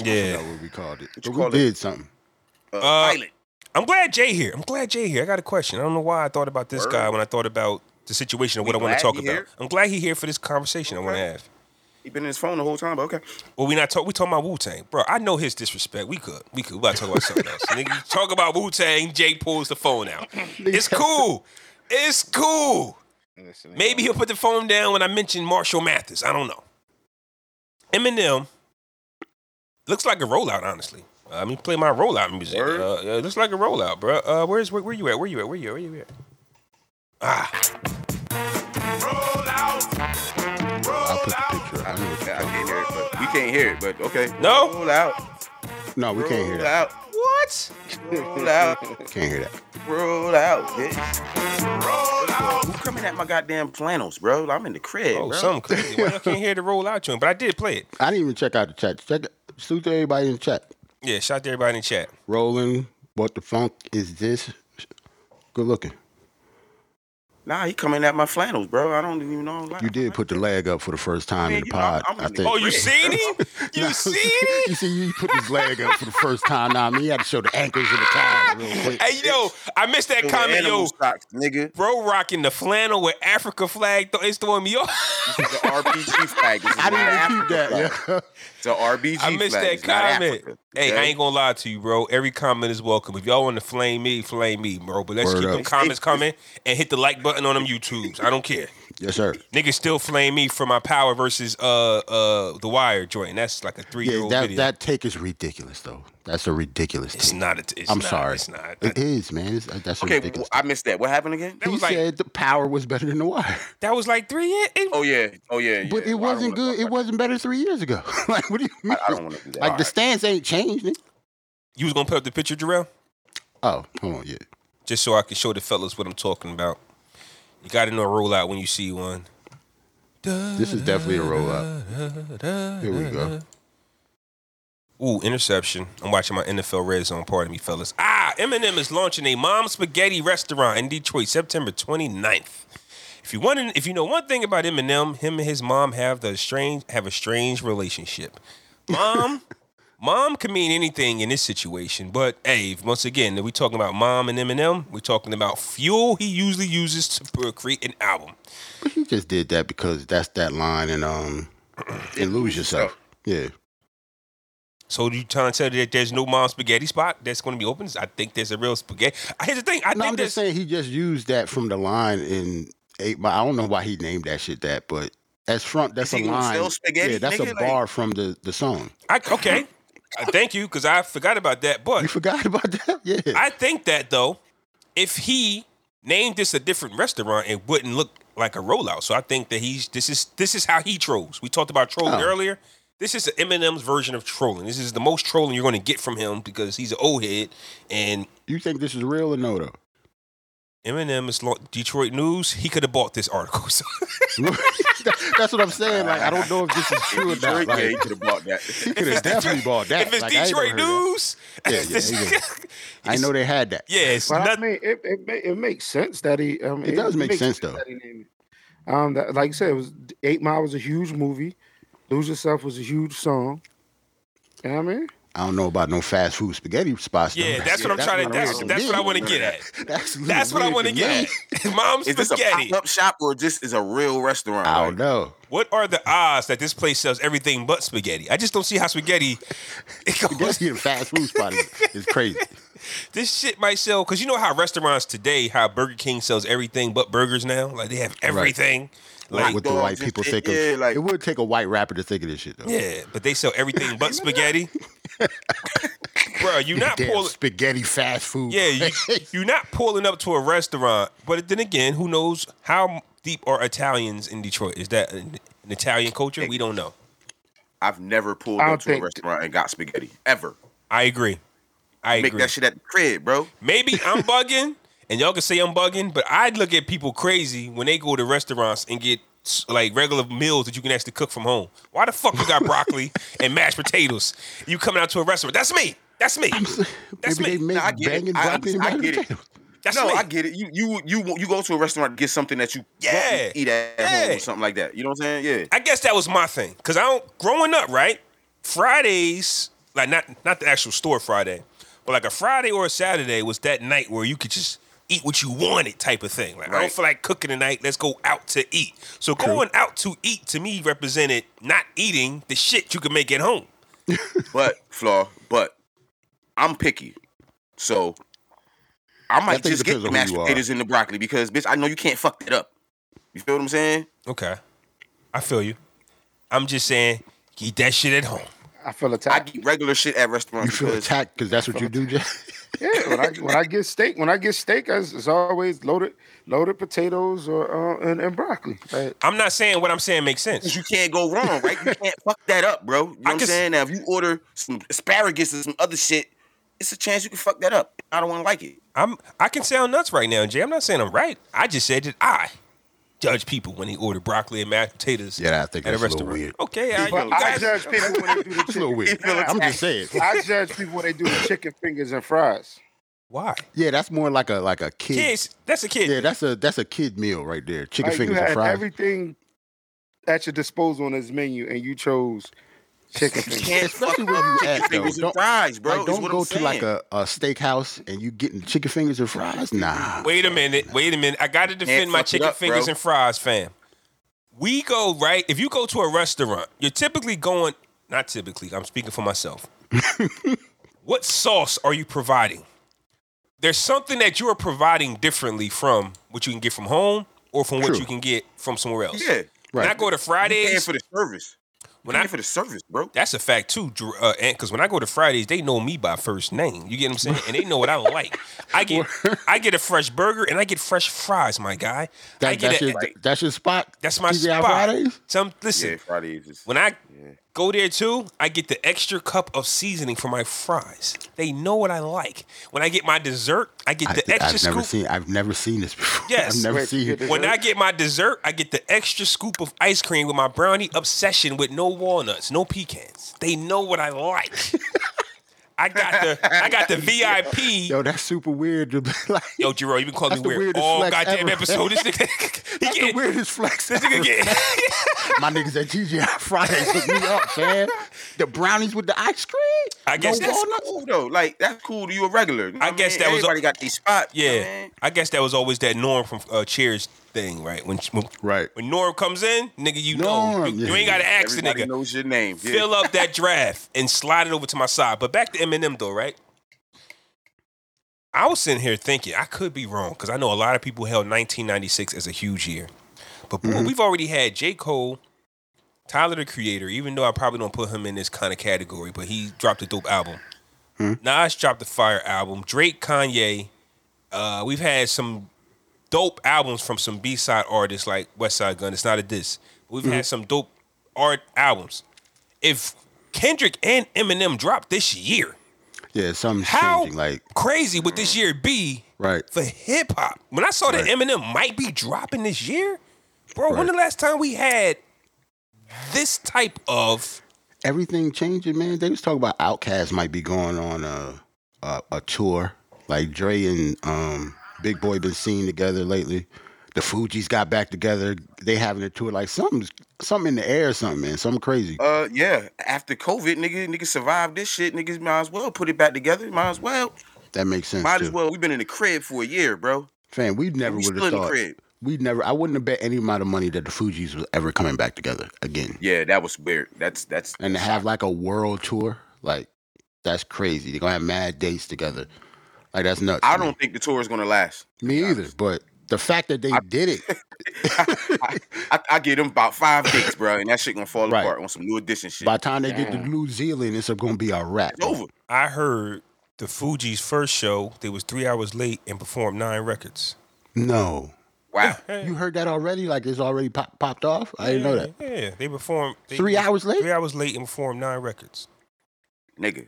I
yeah.
don't know what we called it.
What
But
you
we
call it?
did something.
Uh,
Uh,
pilot.
I'm glad Jay here. I'm glad Jay here. I got a question. I don't know why I thought about this
Word.
guy when I thought about the situation and
We
what I want
glad
to talk
he
about.
here?
I'm glad he here for this conversation I want to
Okay.
have.
He been in his phone the whole time, but okay.
Well, we not talk. We talking about Wu Tang, bro. I know his disrespect. We could, we could. We about to talk about something else. Nigga, you talk about Wu Tang. Jay pulls the phone out. It's cool. It's cool. Maybe he'll put the phone down when I mention Marshall Mathers. I don't know. Eminem looks like a rollout, honestly. Uh, I mean, play my rollout music. Uh,
Word.
yeah, it looks like a rollout, bro. Uh, where's where, where you at? Where you at? Where you at? Where you at? Ah,
I'll put the picture. up. I know what
Yeah,
you're talking
I can't hear it, but we can't hear it, but okay.
No?
Roll out.
about. No, we can't hear
roll
that.
out.
what?
Roll out.
Can't hear that.
Roll out, bitch. Roll out. Who coming at my goddamn flannels, bro? I'm in the crib,
Oh,
bro.
something crazy. Why I can't hear the rollout joint, but I did play it.
I didn't even check out the chat. Check salute to everybody in the chat.
Yeah, shout out to everybody in the chat.
Rolling, what the funk is this? Good looking.
Nah, he coming at my flannels, bro. I don't even know.
You did put the leg up for the first time in
Man,
the
you-
pod.
I'm- I'm
I
in the-
think.
Oh, you seen him? You seen him?
You see, you put his leg up for the first time. Now, I mean, you had to show the ankles and the calves real quick.
Hey, yo, I missed that comment, yo.
Stocks, nigga.
Bro, rocking the flannel with Africa flag. Th- it's throwing me off.
The RPG flag. This is
I
not
didn't even keep
Africa
that.
flag.
Yeah.
It's a RBG
I missed
flag.
that
It's not
comment.
Africa,
Hey, I
okay?
ain't gonna lie to you, bro. Every comment is welcome. If y'all want to flame me, flame me, bro. But let's
Word
keep
up.
them comments coming and hit the like button on them YouTubes. I don't care.
Yes, sir.
Niggas still flame me for my power versus uh uh the wire joint. That's like a three year
Yeah,
old
that
video.
that take is ridiculous, though. That's a ridiculous
it's
take.
not. A t- it's
I'm
not,
sorry.
It's not.
It is, man. It's, uh, that's a
Okay,
ridiculous.
well, I missed that. What happened again?
That
he
was like-
said the power was better than the wire.
That was like three years. It-
Oh yeah, oh yeah.
But
yeah.
it
Well, I don't
wasn't
wanna
good. It
talk
wasn't better three years ago. like, what do you mean?
about- I, I don't want to do that.
like,
All
the
right.
stance ain't changed. nigga.
You was gonna put up the picture, Jarrell?
Oh, hold on. Yeah.
just so I can show the fellas what I'm talking about. You got to know a rollout when you see one.
This is definitely a roll up. Here we go.
Ooh, interception. I'm watching my NFL Red Zone. Pardon me, fellas. Ah, Eminem is launching a mom spaghetti restaurant in Detroit September 29th. If you want, to- if you know one thing about Eminem, him and his mom have the strange have a strange relationship. Mom, mom can mean anything in this situation, but hey, once again, are we talking about mom and Eminem? We're talking about fuel he usually uses to uh, create an album.
But he just did that because that's that line and um and lose yourself. Yeah.
So you trying to tell me that there's no mom spaghetti spot that's going to be open? I think there's a real spaghetti. Here's the thing. I
No,
think
I'm
there's
just saying he just used that from the line in eight. But I don't know why he named that shit that. But as front, that's
Is
a
he gonna
line.
sell spaghetti,
yeah, that's a
nigga? Like-
bar from the the song.
I, okay. Uh, Thank you, because I forgot about that.
You
But
forgot about that? Yeah.
I think that though, if he named this a different restaurant, it wouldn't look like a rollout. So I think that he's this is this is how he trolls. We talked about trolling
Oh.
earlier. This is Eminem's version of trolling. This is the most trolling you're going to get from him because he's an old head and
you think this is real or no though?
Eminem is lo- Detroit News. He could have bought this article. So
That- that's what I'm saying. Like I don't know if this is true or not.
Drake, yeah, he
Like,
could have bought that.
he could have definitely bought that.
if it's
Like, I ain't never
Detroit
heard that.
News,
Yeah, yeah, he did. I know they had that.
yeah, it's
But
not-
I mean, it it, ma- it makes sense that he. Um,
It does make
makes
sense, though.
that he named it. Um, that, like I said, it was Eight Mile was a huge movie. Lose Yourself was a huge song. You know what I mean?
I don't know about no fast food spaghetti spots. though.
Yeah, that's what I'm trying to.
not
That's,
real
that's what I want to get at.
That's, a
That's what
little
I want to
weird me.
get at. Mom's
Is this a
spaghetti.
pop-up shop or just is a real restaurant?
I
Like,
don't know.
What are the odds that this place sells everything but spaghetti? I just don't see how spaghetti. It
That's
goes,
getting fast food spot is, is crazy.
this shit might sell because you know how restaurants today, how Burger King sells everything but burgers now. Like they have everything. Like
What the
dogs
white
and
people
shit,
think of.
yeah, like-
it would take a white rapper to think of this shit though.
yeah, but they sell everything but spaghetti. Bro, you not
Damn,
pulling.
spaghetti fast food.
Yeah, you, you're not pulling up to a restaurant. But then again, who knows how deep are Italians in Detroit? Is that an, an Italian culture? We don't know.
I've never pulled
I don't
up to a
think-
restaurant and got spaghetti ever.
I agree. I
Make
agree.
that shit at the crib, bro.
Maybe I'm bugging, and y'all can say I'm bugging, but I'd look at people crazy when they go to restaurants and get s- like regular meals that you can actually cook from home. Why the fuck you got broccoli and mashed potatoes? You coming out to a restaurant? That's me. That's me. That's
Maybe they
me.
make
No, I get it.
banging
I-
broccoli and
I
mashed
get it.
potatoes.
That's
no,
me.
I get it. You you you you go to a restaurant to get something that you
Yeah.
want to eat at
Yeah.
home or something like that. You know what I'm saying? Yeah.
I guess that was my thing because I don't growing up right Fridays like not not the actual store Friday but like a Friday or a Saturday was that night where you could just eat what you wanted type of thing like I don't
Right.
feel like cooking tonight let's go out to eat so going out to eat to me represented not eating the shit you could make at home
But flaw, but I'm picky, so I might
That thing depends
just get
on
the
who
mashed
you are.
potatoes and the broccoli because bitch, I know you can't fuck that up. You feel what I'm saying?
okay I feel you I'm just saying eat that shit at home
I feel
I
attacked.
get regular shit at
You
restaurants
feel
because
attacked because that's what you do, Jeff.
yeah, when I when I get steak, when I get steak, it's, it's always loaded loaded potatoes or uh, and, and broccoli. Like,
I'm not saying what I'm saying makes sense
you can't go wrong, right? You can't fuck that up, bro. You know what I'm
can s-
saying? Now, if you order some asparagus or some other shit, it's a chance you can fuck that up. I don't want to like it.
I'm I can sound nuts right now, Jay. I'm not saying I'm right. I just said that I judge people when they order broccoli and mashed potatoes.
Yeah, I think
at a
that's a little
restaurant.
weird.
Okay, I,
but
you
I
guys-
judge people when they do the
It's a little
chicken.
weird.
feel
I'm just saying.
I judge people when they do the chicken fingers and fries.
why?
Yeah, that's more like a like a kid.
Kids, that's a kid.
Yeah, that's a that's a kid meal right there. Chicken
Like, you
fingers
had
and fries.
everything at your disposal on this menu, and you chose chicken
You
fingers.
can't fuck
Especially where you
chicken
at, though.
fingers and
Don't-
fries, bro.
like,
is
don't
what
go
I'm
to like
saying.
a, a steakhouse and you getting chicken fingers and fries. Nah.
Wait a minute. Wait a minute. I got to defend my
fuck it
chicken
up, bro.
fingers and fries, fam. We go right. If you go to a restaurant, you're typically going. Not typically. I'm speaking for myself. what sauce are you providing? There's something that you are providing differently from what you can get from home or from what
True.
you can get from somewhere else.
Yeah.
When I
Right.
go to
You paying
Fridays,
for the service.
when
paying
I
for the service, bro.
that's a fact too, Dr- uh, Ant. Because when I go to Fridays, they know me by first name. You get what I'm saying? And they know what I don't like. I get I get a fresh burger and I get fresh fries, my guy. I
That,
get
that's,
a-
your, that's your spot.
that's my
TGI
spot.
Fridays?
Some listen
Yeah, Fridays. Is,
when I go there too, I get the extra cup of seasoning for my fries. They know what I like. When I get my dessert, I get
I,
the extra
have
scoop.
never seen. I've never seen this before.
Yes.
I've never
Wait,
seen.
you did-
When I get my dessert, I get the extra scoop of ice cream with my brownie obsession with no walnuts, no pecans. They know what I like. I got the I got the VIP.
Yo, that's super weird. like,
Yo, Jerome, you've been calling
That's
me
the
weird
weirdest
all
flex
goddamn
ever.
episode. This nigga, he
that's the
get,
weirdest flex.
this nigga
ever.
get.
My niggas at TGI Fridays hooked me up, fam. The brownies with the ice cream.
I guess
no
that's-
walnuts.
cool though. Like that's cool. to You a regular. You know
I
what
guess
mean?
that was a-
everybody got these spots. you know what I
Yeah,
mean?
I guess that was always that norm from uh, Cheers thing, right? When when,
Right.
when Norm comes in, nigga, you know
Norm,
you, you
yeah.
ain't got to ask the
Everybody
nigga.
knows your name. Yeah.
Fill up that draft and slide it over to my side. But back to Eminem though, right? I was sitting here thinking I could be wrong because I know a lot of people held 1996 as a huge year, but boy, we've already had J. Cole, Tyler the Creator. Even though I probably don't put him in this kind of category, but he dropped a dope album. Nas dropped the Fire album. Drake, Kanye. Uh, we've had some dope albums from some B side artists like West Side Gun. It's not a diss. We've had some dope art albums. If Kendrick and Eminem dropped this year,
Yeah, something's
how
changing. Like,
crazy would
Mm.
this year be
right.
for hip hop? When I saw that Eminem might be dropping this year, bro, when
Right.
the last time we had this type of
Everything changing, man. They was talking about Outkast might be going on a a, a tour. Like Dre and um, Big Boy been seen together lately. The Fugees got back together. They having a tour. Like something's something in the air or something, man. Something crazy.
Uh, yeah. After COVID, nigga, nigga survived this shit. Niggas might as well put it back together. Might as well.
That makes sense.
Might
too.
as well. We've been in the crib for a year, bro.
Fam, we never
We
would have
still in the
thought.
crib.
We never. I wouldn't have bet any amount of money that the Fugees was ever coming back together again.
Yeah, that was weird. That's that's.
And to have like a world tour, like that's crazy. They're gonna have mad dates together. Like that's nuts.
I
man.
don't think the tour is gonna last.
Me either. But the fact that they did it,
I, I get them about five dates, bro, and that shit gonna fall
Right.
apart on some new edition shit.
by the time they get to New Zealand, it's gonna be a wrap.
it's over.
I heard the Fuji's first show, they was three hours late and performed nine records.
No,
Wow.
you heard that already? Like it's already pop- popped off? I didn't know that.
Yeah, they performed they-
Three hours late?
Three hours late and performed nine records.
nigga.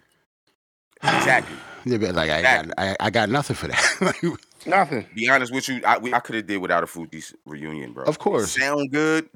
Exactly.
Yeah, but like I got, I, I got nothing for that. Like,
Nothing.
Be honest with you, I, we, I could have did without a Fuji's reunion, bro.
Of course.
It sound good,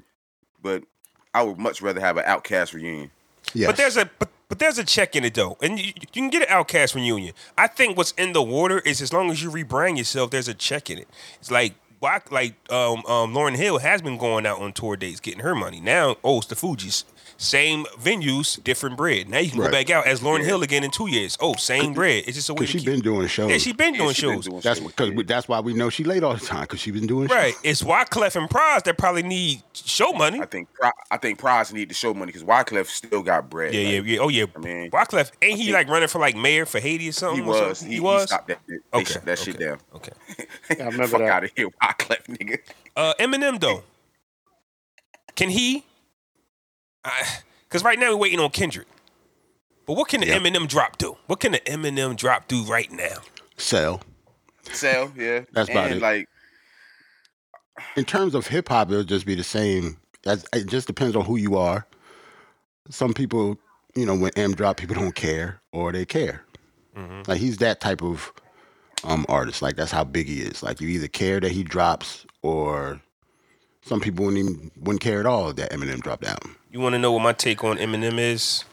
but I would much rather have an Outcast reunion.
yes.
But there's a but, but there's a check in it though, and you, you can get an Outcast reunion. I think what's in the water is as long as you rebrand yourself, there's a check in it. It's like why like um, um Lauren Hill has been going out on tour dates, getting her money. Now oh it's the Fugees, same venues, different bread. Now you can go
Right.
back out as Lauren Hill again in two years. Oh same bread. It's just a way
Cause
to
she
keep-
been doing shows.
yeah she been
Yeah,
doing
she been
shows.
doing
that's
shit.
because that's why we know she late all the time because she been doing shows.
Right, it's Wyclef and Prize that probably need show money.
I think Pri- I think Prize need to show money because Wyclef still got bread.
Yeah,
Like,
yeah, yeah. Oh, yeah.
I mean,
Wyclef, ain't he
think-
like running for like mayor for Haiti or something?
He
or
was.
something?
He, he was. stopped that. shit. They
Okay,
shut that shit
okay.
down.
Okay.
I remember
Fuck
that.
out of here, Wyclef, nigga.
Uh, Eminem though, can he? Because right now we're waiting on Kendrick. But what can the
Yeah.
Eminem drop do? What can the Eminem drop do right now?
Sell.
Sell, yeah.
That's about
And,
it.
Like,
in terms of hip hop, it'll just be the same. That's, it just depends on who you are. Some people, you know, when M drop, people don't care or they care.
Mm-hmm.
Like he's that type of um artist. Like that's how big he is. Like you either care that he drops or some people wouldn't even wouldn't care at all that Eminem dropped out.
You want to know what my take on Eminem is,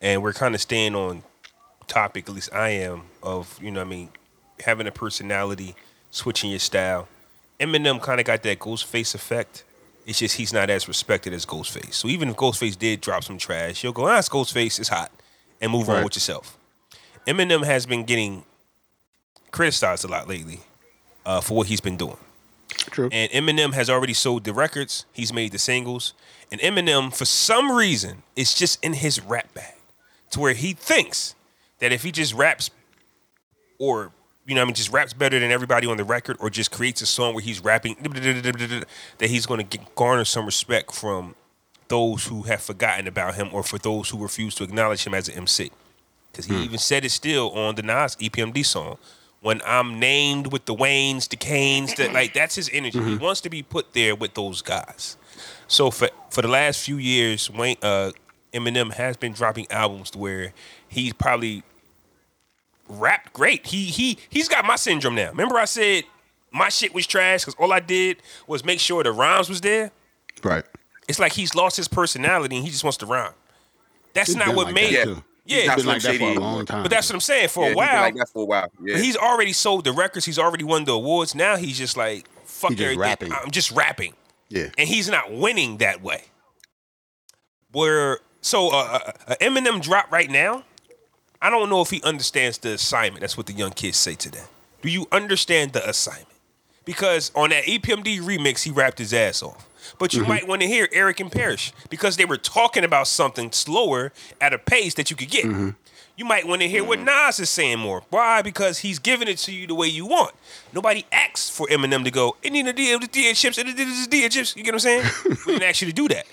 and we're kind of staying on topic. At least I am of you know what I mean having a personality, switching your style. Eminem kind of got that Ghostface effect. It's just he's not as respected as Ghostface. So even if Ghostface did drop some trash, you'll go, ah, it's Ghostface, it's hot, and move on
Right.
with yourself. Eminem has been getting criticized a lot lately uh, for what he's been doing.
True.
And Eminem has already sold the records. He's made the singles. And Eminem, for some reason, it's just in his rap bag to where he thinks that if he just raps or, you know, what I mean, just raps better than everybody on the record or just creates a song where he's rapping, that he's going to garner some respect from those who have forgotten about him or for those who refuse to acknowledge him as an MC. Because
Hmm.
he even said it still on the Nas E EPMD song. When I'm named with the Waynes, the Canes, that like that's his energy. He
Mm-hmm.
wants to be put there with those guys. So for for the last few years, Wayne uh, Eminem has been dropping albums to where he's probably rapped great. He he he's got my syndrome now. Remember I said my shit was trash because all I did was make sure the rhymes was there.
Right.
It's like he's lost his personality and he just wants to rhyme. That's
He's
not
been
what
like
made
that,
it.
too.
Yeah,
He's been
That's
like that for a
shady.
long time.
but that's what I'm saying. For a
yeah, he's been
while,
like that for a while. Yeah.
he's already sold the records. He's already won the awards. Now he's just like fuck
He just
everything.
rapping.
I'm just rapping,
yeah.
and he's not winning that way. Where so uh, uh, uh, Eminem drop right now? I don't know if he understands the assignment. That's what the young kids say today. Do you understand the assignment? because on that E EPMD remix, he rapped his ass off. But
Mm-hmm.
you might want to hear Eric and Parrish because they were talking about something slower at a pace that you could get.
Mm-hmm.
You might want to hear what Nas is saying more. Why? Because he's giving it to you the way you want. Nobody asks for Eminem to go, it need a deal with the DA chips, it need a DA chips. You get what I'm saying? we didn't ask you to do that.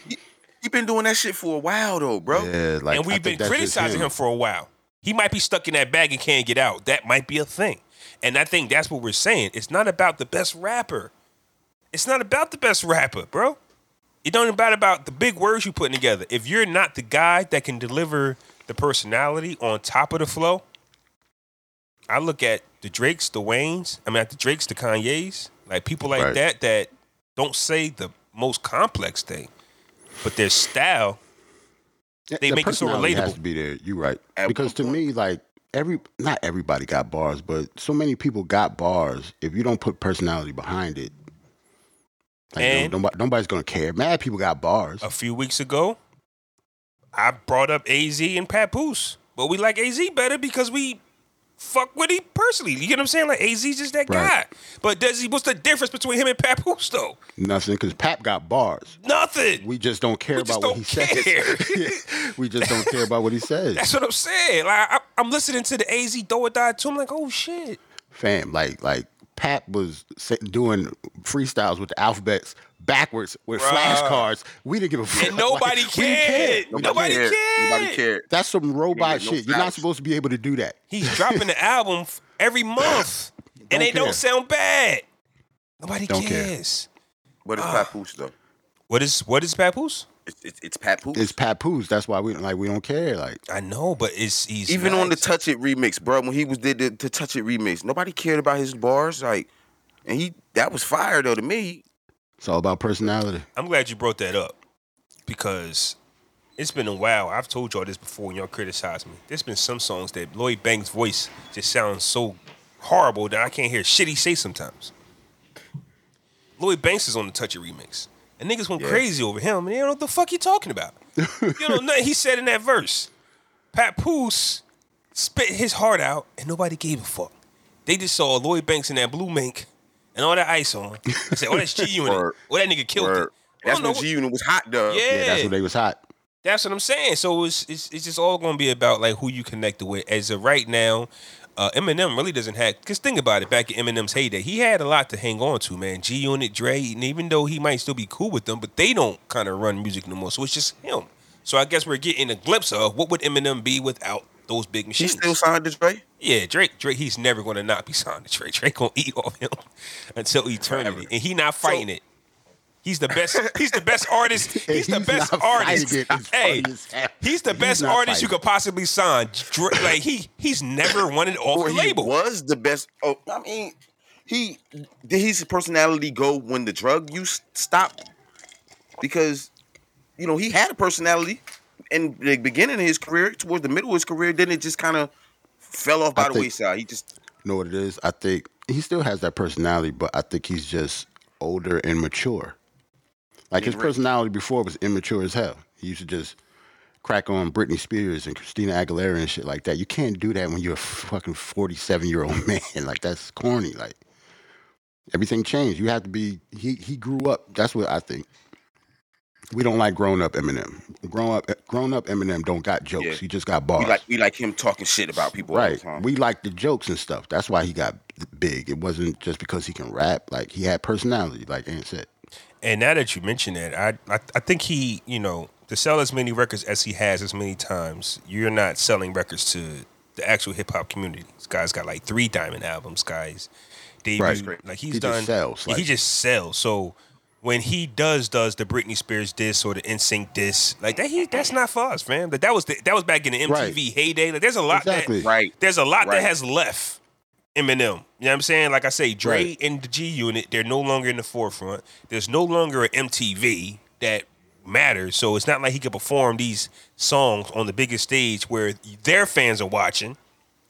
He been doing that shit for a while though, bro.
Yeah, like
and
I
we've
think
been
that's just
criticizing him. for a while. He might be stuck in that bag and can't get out. That might be a thing. And I think that's what we're saying. It's not about the best rapper. It's not about the best rapper, bro. It don't about about the big words you putting together. If you're not the guy that can deliver the personality on top of the flow, I look at the Drakes, the Waynes, I mean at the Drakes, the Kanyes, like people like
Right.
that that don't say the most complex thing, but their style
Yeah,
they
the
make it so
personality Has
relatable.
to be there. You're right.
At
because
one
to me, like every not everybody got bars, but so many people got bars. If you don't put personality behind it, like
And-
no- nobody, nobody's gonna care. Mad people got bars.
a few weeks ago, I brought up AZ and Papoose, but we like AZ better because we fuck with him personally. You get what I'm saying? Like AZ's just that
Right.
guy. But does he? What's the difference between him and Papoose though?
Nothing because Pap got bars.
Nothing.
We just don't care
We just
about what he
don't care.
says. Yeah, we just don't care about what he
That's
says.
what I'm saying. Like I, I'm listening to the AZ throw or die too. I'm like, oh shit.
Fam, like like Pap was sa- doing freestyles with the alphabets backwards with
Bruh.
flashcards. We didn't give a fuck.
And nobody
Like, we didn't care.
cared. Nobody, cared.
cared. Nobody cared.
That's some robot
no
shit. You're not
facts.
supposed to be able to do that.
He's dropping the album f- every month, and they
care.
don't sound bad. Nobody
Don't care.
cares.
But it's Papoose though.
What is what is Papoose?
It's it's, it's Papoose.
It's papoose. That's why we don't like we don't care. Like
I know, but it's he's
Even on the
nice.
Touch It remix, bro. When he was did the, the Touch It remix, nobody cared about his bars, like, and he that was fire though to me.
it's all about personality.
I'm glad you brought that up because it's been a while. I've told y'all this before, and y'all criticized me. There's been some songs that Lloyd Banks' voice just sounds so horrible that I can't hear shit he say sometimes. Lloyd Banks is on the Touchy remix, and niggas went
Yeah.
crazy over him, and they don't know what the fuck he talking about. you know nothing he said in that verse. Pat Poose spit his heart out, and nobody gave a fuck. They just saw Lloyd Banks in that blue mink and all that ice on. They said, "Oh, that's G Unit.
Word.
Oh, that nigga killed
Word.
it." I
That's
don't know
when
what-
G Unit was hot though.
yeah,
Yeah, that's what they was hot.
I'm saying. So it's, it's it's just all gonna be about like who you connected with. As of right now, uh, Eminem really doesn't have. Cause think about it. Back in Eminem's heyday, he had a lot to hang on to, man. G Unit, Dre, and even though he might still be cool with them, but they don't kind of run music no more. So it's just him. So I guess we're getting a glimpse of what would Eminem be without those big
She
machines.
still signed to Dre.
Yeah, Drake, Drake, he's never gonna not be signed to Drake. Drake gonna eat off him until eternity,
Forever.
and he not fighting it. He's the best. He's the best artist. He's,
And
the
he's
best
not
artist.
fighting it. It's
Hey,
funny as hell.
he's the
He's
best
not
artist you
fighting.
could possibly sign. Drake, like he, he's never wanted off
Or
the
he
label.
was the best. Oh, I mean, he did his personality go when the drug use stopped? Because you know he had a personality in the beginning of his career, towards the middle of his career, then it just kind of fell off by
I
the
think-
wayside. He just
You know what it is? I think he still has that personality, but I think he's just older and mature. Like his
Yeah, right.
personality before was immature as hell. He used to just crack on Britney Spears and Christina Aguilera and shit like that. You can't do that when you're a fucking 47 year old man. Like that's corny. Like everything changed. You have to be. He he grew up. That's what I think. We don't like grown up Eminem. Grown up, grown up Eminem don't got jokes.
Yeah.
He just got bars.
we like we like him talking shit about people all the
Right.
time.
We like the jokes and stuff. That's why he got big. It wasn't just because he can rap. Like he had personality, like Ant said.
And now that you mention that, I, I I think he, you know, to sell as many records as he has as many times, you're not selling records to the actual hip hop community. This guy's got like three diamond albums, guys. Debut,
Right. That's great.
like he's
He just
done.
sells,
yeah, he
like-
just sells. So when he does does the Britney Spears diss or the NSYNC diss, like that, he that's not for us, man. Like that was the, that was back in the MTV
Right.
heyday. Like there's a lot
Exactly.
Uh, that
Right.
there's a lot that
Right.
has left Eminem. You know what I'm saying? Like I say, Dre
Right.
and the G Unit, they're no longer in the forefront. There's no longer an MTV that matters. So it's not like he can perform these songs on the biggest stage where their fans are watching.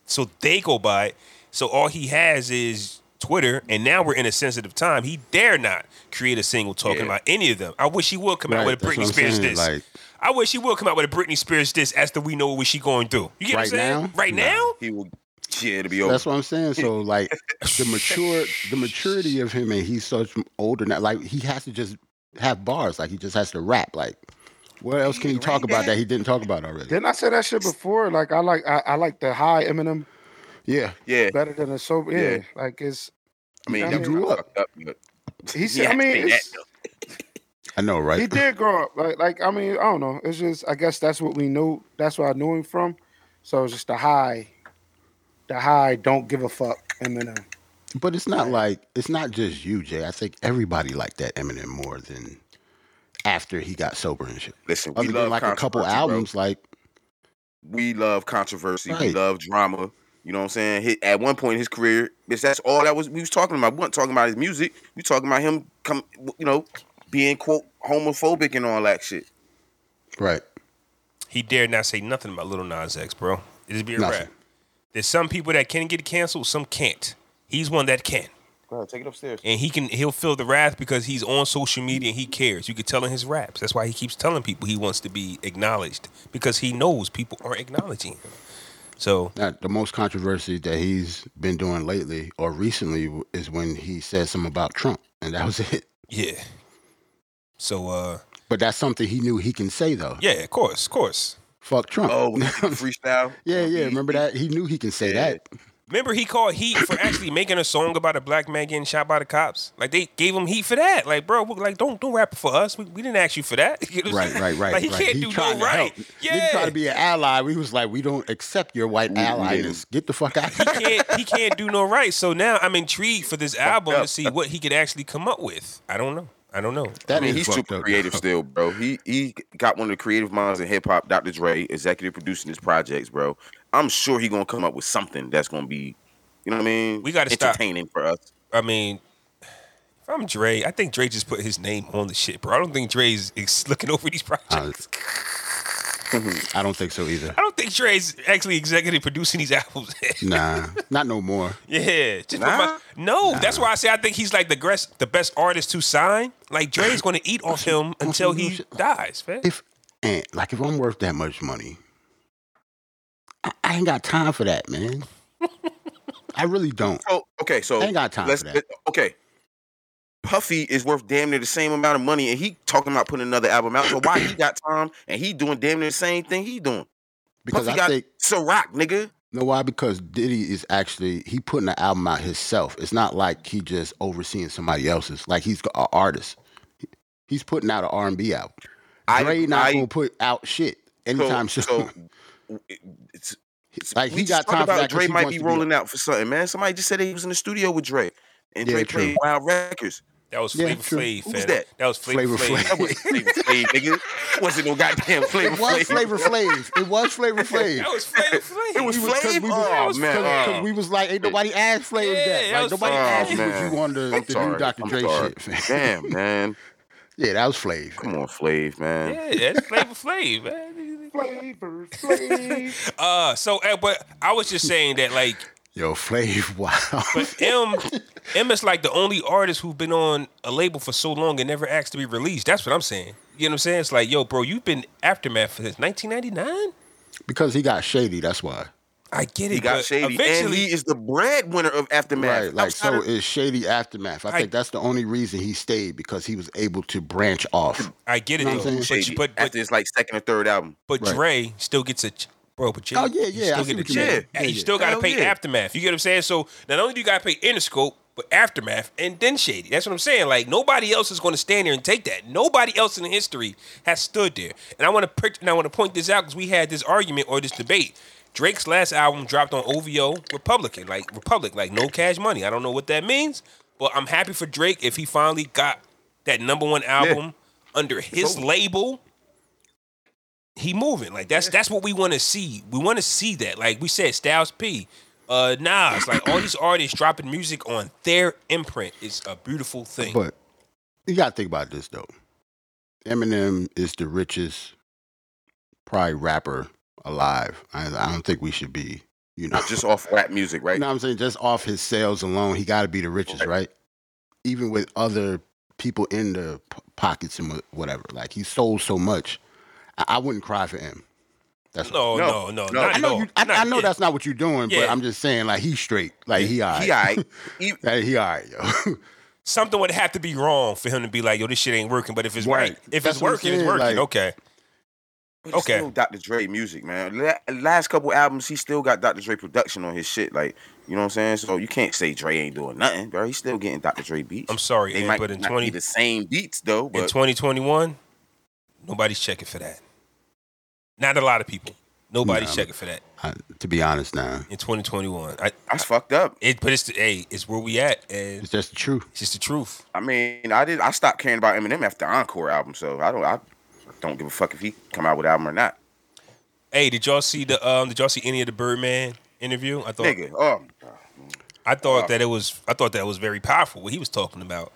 So they go by it. So all he has is Twitter, and now we're in a sensitive time. He dare not create a single talking
Yeah.
about any of them. I wish he would come out
Right,
with a
that's
Britney
what I'm
Spears
saying,
diss.
like-
I wish he would come out with a Britney Spears diss as to we know what she going through. You get what I'm
Right
saying?
now?
Right
No.
now?
he will Yeah, it'll be
So
over.
That's what I'm saying. So like the mature, the maturity of him, and he's such older now. Like he has to just have bars. Like he just has to rap. Like what else can he talk about that he didn't talk about already?
Didn't I say that shit before? Like I like I, I like the high Eminem
Yeah,
yeah,
better than a sober. Yeah,
Yeah.
like it's
I mean,
I
that's
mean-
kinda fucked up, but
he said.
Yeah,
I
I
mean,
think
it's,
I know, right?
he did grow up. Like like I mean, I don't know. It's just I guess that's what we know. That's where I knew him from. So it's just the high, the high. Don't give a fuck Eminem.
But it's not like it's not just you, Jay. I think everybody liked that Eminem more than after he got sober and shit.
listen, we
Other
love
than like a couple
controversy, bro.
albums, like
we love controversy. We
Right.
love drama. You know what I'm saying? He, at one point in his career, bitch, that's all that was we was talking about. We weren't talking about his music. We talking about him come you know, being quote homophobic and all that shit.
right,
He dared not say nothing about Little Nas X, bro. It just be a
Nothing.
rap. There's some people that can get canceled, some can't. He's one that can,
Go ahead, take it upstairs.
and he can. He'll feel the wrath because he's on social media and he cares. You could tell in his raps. That's why he keeps telling people he wants to be acknowledged because he knows people aren't acknowledging him. So
Now, the most controversy that he's been doing lately or recently is when he said something about Trump, and that was it.
yeah. So uh,
But that's something he knew he can say though.
yeah, of course, of course.
Fuck Trump.
Oh, when he freestyle.
yeah, yeah. Remember that? He knew he can say
Yeah.
that.
Remember, he called heat for actually making a song about a black man getting shot by the cops. Like they gave him heat for that. Like, bro, we- like don't don't rap for us. We, we didn't ask you for that. You know what I'm
Right,
saying?
right, right.
Like he
right.
can't do
tried
no
to
right.
help. He tried
Yeah,
to be an ally. We was like, we don't accept your white allies. Get the fuck out.
he can't he can't do no right. So now I'm intrigued for this album to
up.
see what he could actually come up with. I don't know. I don't know.
That
I mean,
is
he's
fucked
super
up,
creative
though.
still, bro. He he got one of the creative minds in hip hop. Dr. Dre, executive producing his projects, bro. I'm sure he gonna come up with something that's gonna be, you know what I mean?
We gotta stop.
entertaining for us.
I mean, if I'm Dre, I think Dre just put his name on the shit, bro. I don't think Dre's is looking over these
Uh,
projects.
I don't think so either.
I don't think Dre's actually executive producing these albums.
Nah, not no more.
Yeah, just put my- no. That's why I say I think he's like the best, the best artist to sign. Like Dre's going to eat off him until he dies, man.
If and like if I'm worth that much money, I, I ain't got time for that, man. I really don't.
So okay, so
I ain't got time
let's-
for that.
Okay, Puffy is worth damn near the same amount of money, and he talking about putting another album out. So why he got time and he doing damn near the same thing he doing?
Because
Puffy
I
got
think
Ciroc, nigga.
know why? Because Diddy is actually he putting the album out himself. It's not like he just overseeing somebody else's. Like he's an artist. He's putting out an R and B album.
I-
Dre not
I-
gonna put out shit anytime
so,
soon.
so, it's, it's,
Like,
we
he got
just talked
time for
about
that 'cause
Dre
he
might
wants
be
to be-
rolling out for something, man. Somebody just said that he was in the studio with Dre, and
Yeah,
Dre
true.
played Wild Records.
That was
Yeah,
Flavor
true.
Flav.
Who's
fam.
that?
That was Flavor
Flavor
Flav.
That was Flavor Flav, nigga. Wasn't no goddamn Flavor
it was
Flav.
Flavor Flav. It was Flavor Flav.
That was Flavor Flav.
It was
We was- 'cause
Flav.
we was-
Oh
was
man,
Cause,
oh.
'cause we was like, ain't nobody asked Flav
Yeah,
that.
that
Like
was
nobody
Flav.
asked you
Oh,
what you
man.
wanted
I'm
to, to do
sorry.
Dr.
I'm
Dre
sorry.
shit. fam.
Damn, man.
yeah, that was Flav.
Come on, Flav, man.
Yeah, that's Flavor Flav, man.
Flavor, flavor.
Uh, so, uh, but I was just saying that, like,
Yo, Flav, wow.
but M, M is like the only artist who've been on a label for so long and never asked to be released. That's what I'm saying. You know what I'm saying? It's like, yo, bro, you've been aftermath since 1999.
because he got shady, that's why.
I get it.
He got
but
shady, and
Eventually,
he is the breadwinner of aftermath.
Right. Like
Outside
so
of-
it's shady aftermath. I,
I-
think that's the only reason he stayed because he was able to branch off.
I get it
You know what
though.
I'm
But,
shady.
you- but but
after his like second or third album,
but
Right.
Dre still gets a ch- bro. But you,
Oh, yeah,
you
yeah, I
still
see
get a
what you
check.
mean.
And
Yeah,
you
yeah.
still gotta
Hell
pay
yeah.
aftermath. You get what I'm saying? So not only do you gotta pay Interscope, but aftermath and then shady. That's what I'm saying. Like nobody else is gonna stand there and take that. Nobody else in history has stood there. And I want to and I want to point this out because we had this argument or this debate. Drake's last album dropped on OVO Republican, like Republic, like no cash money. I don't know what that means, but I'm happy for Drake if he finally got that number one album under his
over.
label he moving. Like that's that's what we want to see. We want to see that. Like we said, Styles P, uh, Nas, like all these artists dropping music on their imprint is a beautiful thing.
But you gotta think about this though. Eminem is the richest probably rapper alive. I, I don't think we should be, you know.
just off rap music, right?
You know what I'm saying? Just off his sales alone, he got to be the richest, right.
Right.
Even with other people in the p- pockets and wha- whatever. Like, he sold so much. I, I wouldn't cry for him. That's
No, no, no,
No, no.
not
I
at
know
all.
you. I,
Not-
I know
yeah.
that's not what you're doing, but
Yeah.
I'm just saying, like he's straight. Like he, all right.
He all right. He-
Like, he all right, yo.
something would have to be wrong for him to be like, yo, this shit ain't working. But if it's
Right.
right, if
That's
it's
what I'm
working, it's
saying,
working.
like-
okay.
But it's
Okay.
still Dr. Dre music, man. La- last couple albums, he still got Dr. Dre production on his shit. Like, you know what I'm saying? So you can't say Dre ain't doing nothing, bro. He's still getting Dr. Dre beats.
I'm sorry,
they
Ed,
might
but in
not be
20
the same beats though.
in
But
2021, nobody's checking for that. Not a lot of people. Nobody's
Nah.
checking for that
I, to be honest, now
in 2021. I,
that's fucked up.
it, but it's the, hey, it's where we at, and
it's just the truth.
it's just the truth.
I mean, I did. I stopped caring about Eminem after Encore album, so I don't. I don't give a fuck if he come out with album or not,
Hey, did y'all see the um? Did y'all see any of the Birdman interview? I thought
nigga. Oh, my God.
I thought
Wow.
that it was I thought that was very powerful what he was talking about.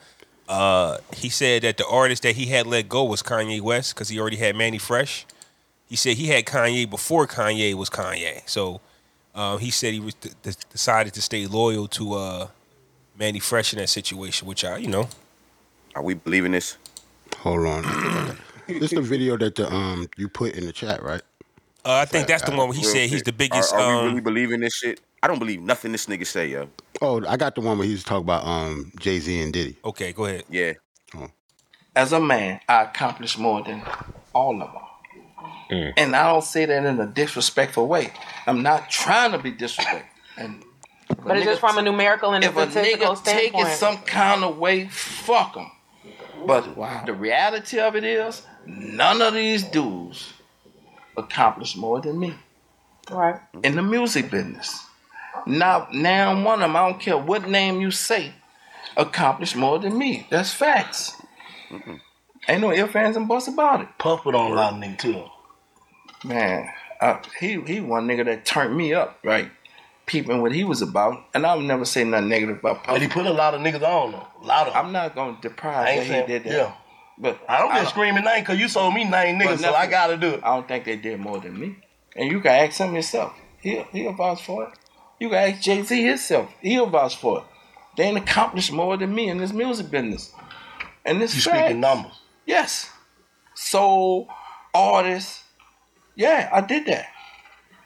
Uh, he said that the artist that he had let go was Kanye West because he already had Manny Fresh. He said he had Kanye before Kanye was Kanye. So um, he said he was d- d- decided to stay loyal to uh, Manny Fresh in that situation, which I, you know,
are we believing this?
Hold on. this the video that the um you put in the chat, right?
uh, I think that's the one where he
Real
said he's
shit.
the biggest.
Are, are we really
Um,
believing this shit? I don't believe nothing this nigga say, yo.
Oh, I got the one where he was talking about um Jay Z and Diddy.
okay, go ahead.
Yeah,
As a man, I accomplished more than all of them. And I don't say that in a disrespectful way. I'm not trying to be disrespectful. And
But it's just from a numerical and a
if a
statistical
nigga take
standpoint.
it some kind of way, fuck him. But the reality of it is, none of these dudes accomplished more than me
right.
in the music business. Now, now one of them, I don't care what name you say, accomplished more than me. That's facts. Ain't no ifs, ands, and buts about it.
Puff put on a lot of niggas too.
Man, uh, he he one nigga that turned me up, right? Peeping what he was about, and I'll never say nothing negative about
But he
Puff.
put a lot of niggas on though. A lot of them.
I'm not gonna
I
deprive
ain't
that
saying
he did that.
Yeah.
But
I don't
I
been
don't-
screaming name because you sold me nine niggas, so I
nothing.
gotta do it.
I don't think they did more than me. And you can ask him yourself. He'll, he'll vouch for it. You can ask Jay Z himself. He'll vouch for it. They ain't accomplished more than me in this music business. And this
You
fact,
speaking numbers.
Yes. Soul, artist. Yeah, I did that.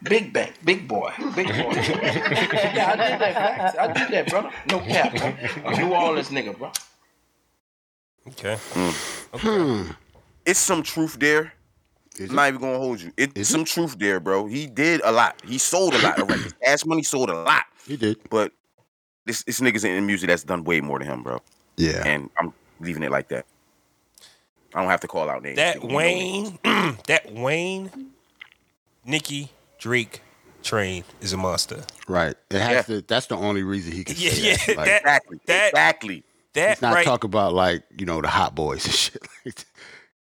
Big bang, big boy, big boy. yeah, I did that. facts. I did that, brother. No cap. bro. New Orleans nigga, bro.
Okay,
it's some truth there.
Is
I'm not even gonna hold you. It- It's some truth there, bro. He did a lot. He sold a lot of records. Ass Money sold a lot,
He did.
but this this niggas in the music that's done way more than him, bro.
Yeah.
And I'm leaving it like that. I don't have to call out names.
that
You know
Wayne, that Wayne, Nicki Drake train is a monster.
right. It has
Yeah.
to. That's the only reason he can.
Yeah,
say
yeah,
That. Like,
that-
Exactly.
That-
exactly.
That
he's not
right
talk about like you know the hot boys and shit. Like, that.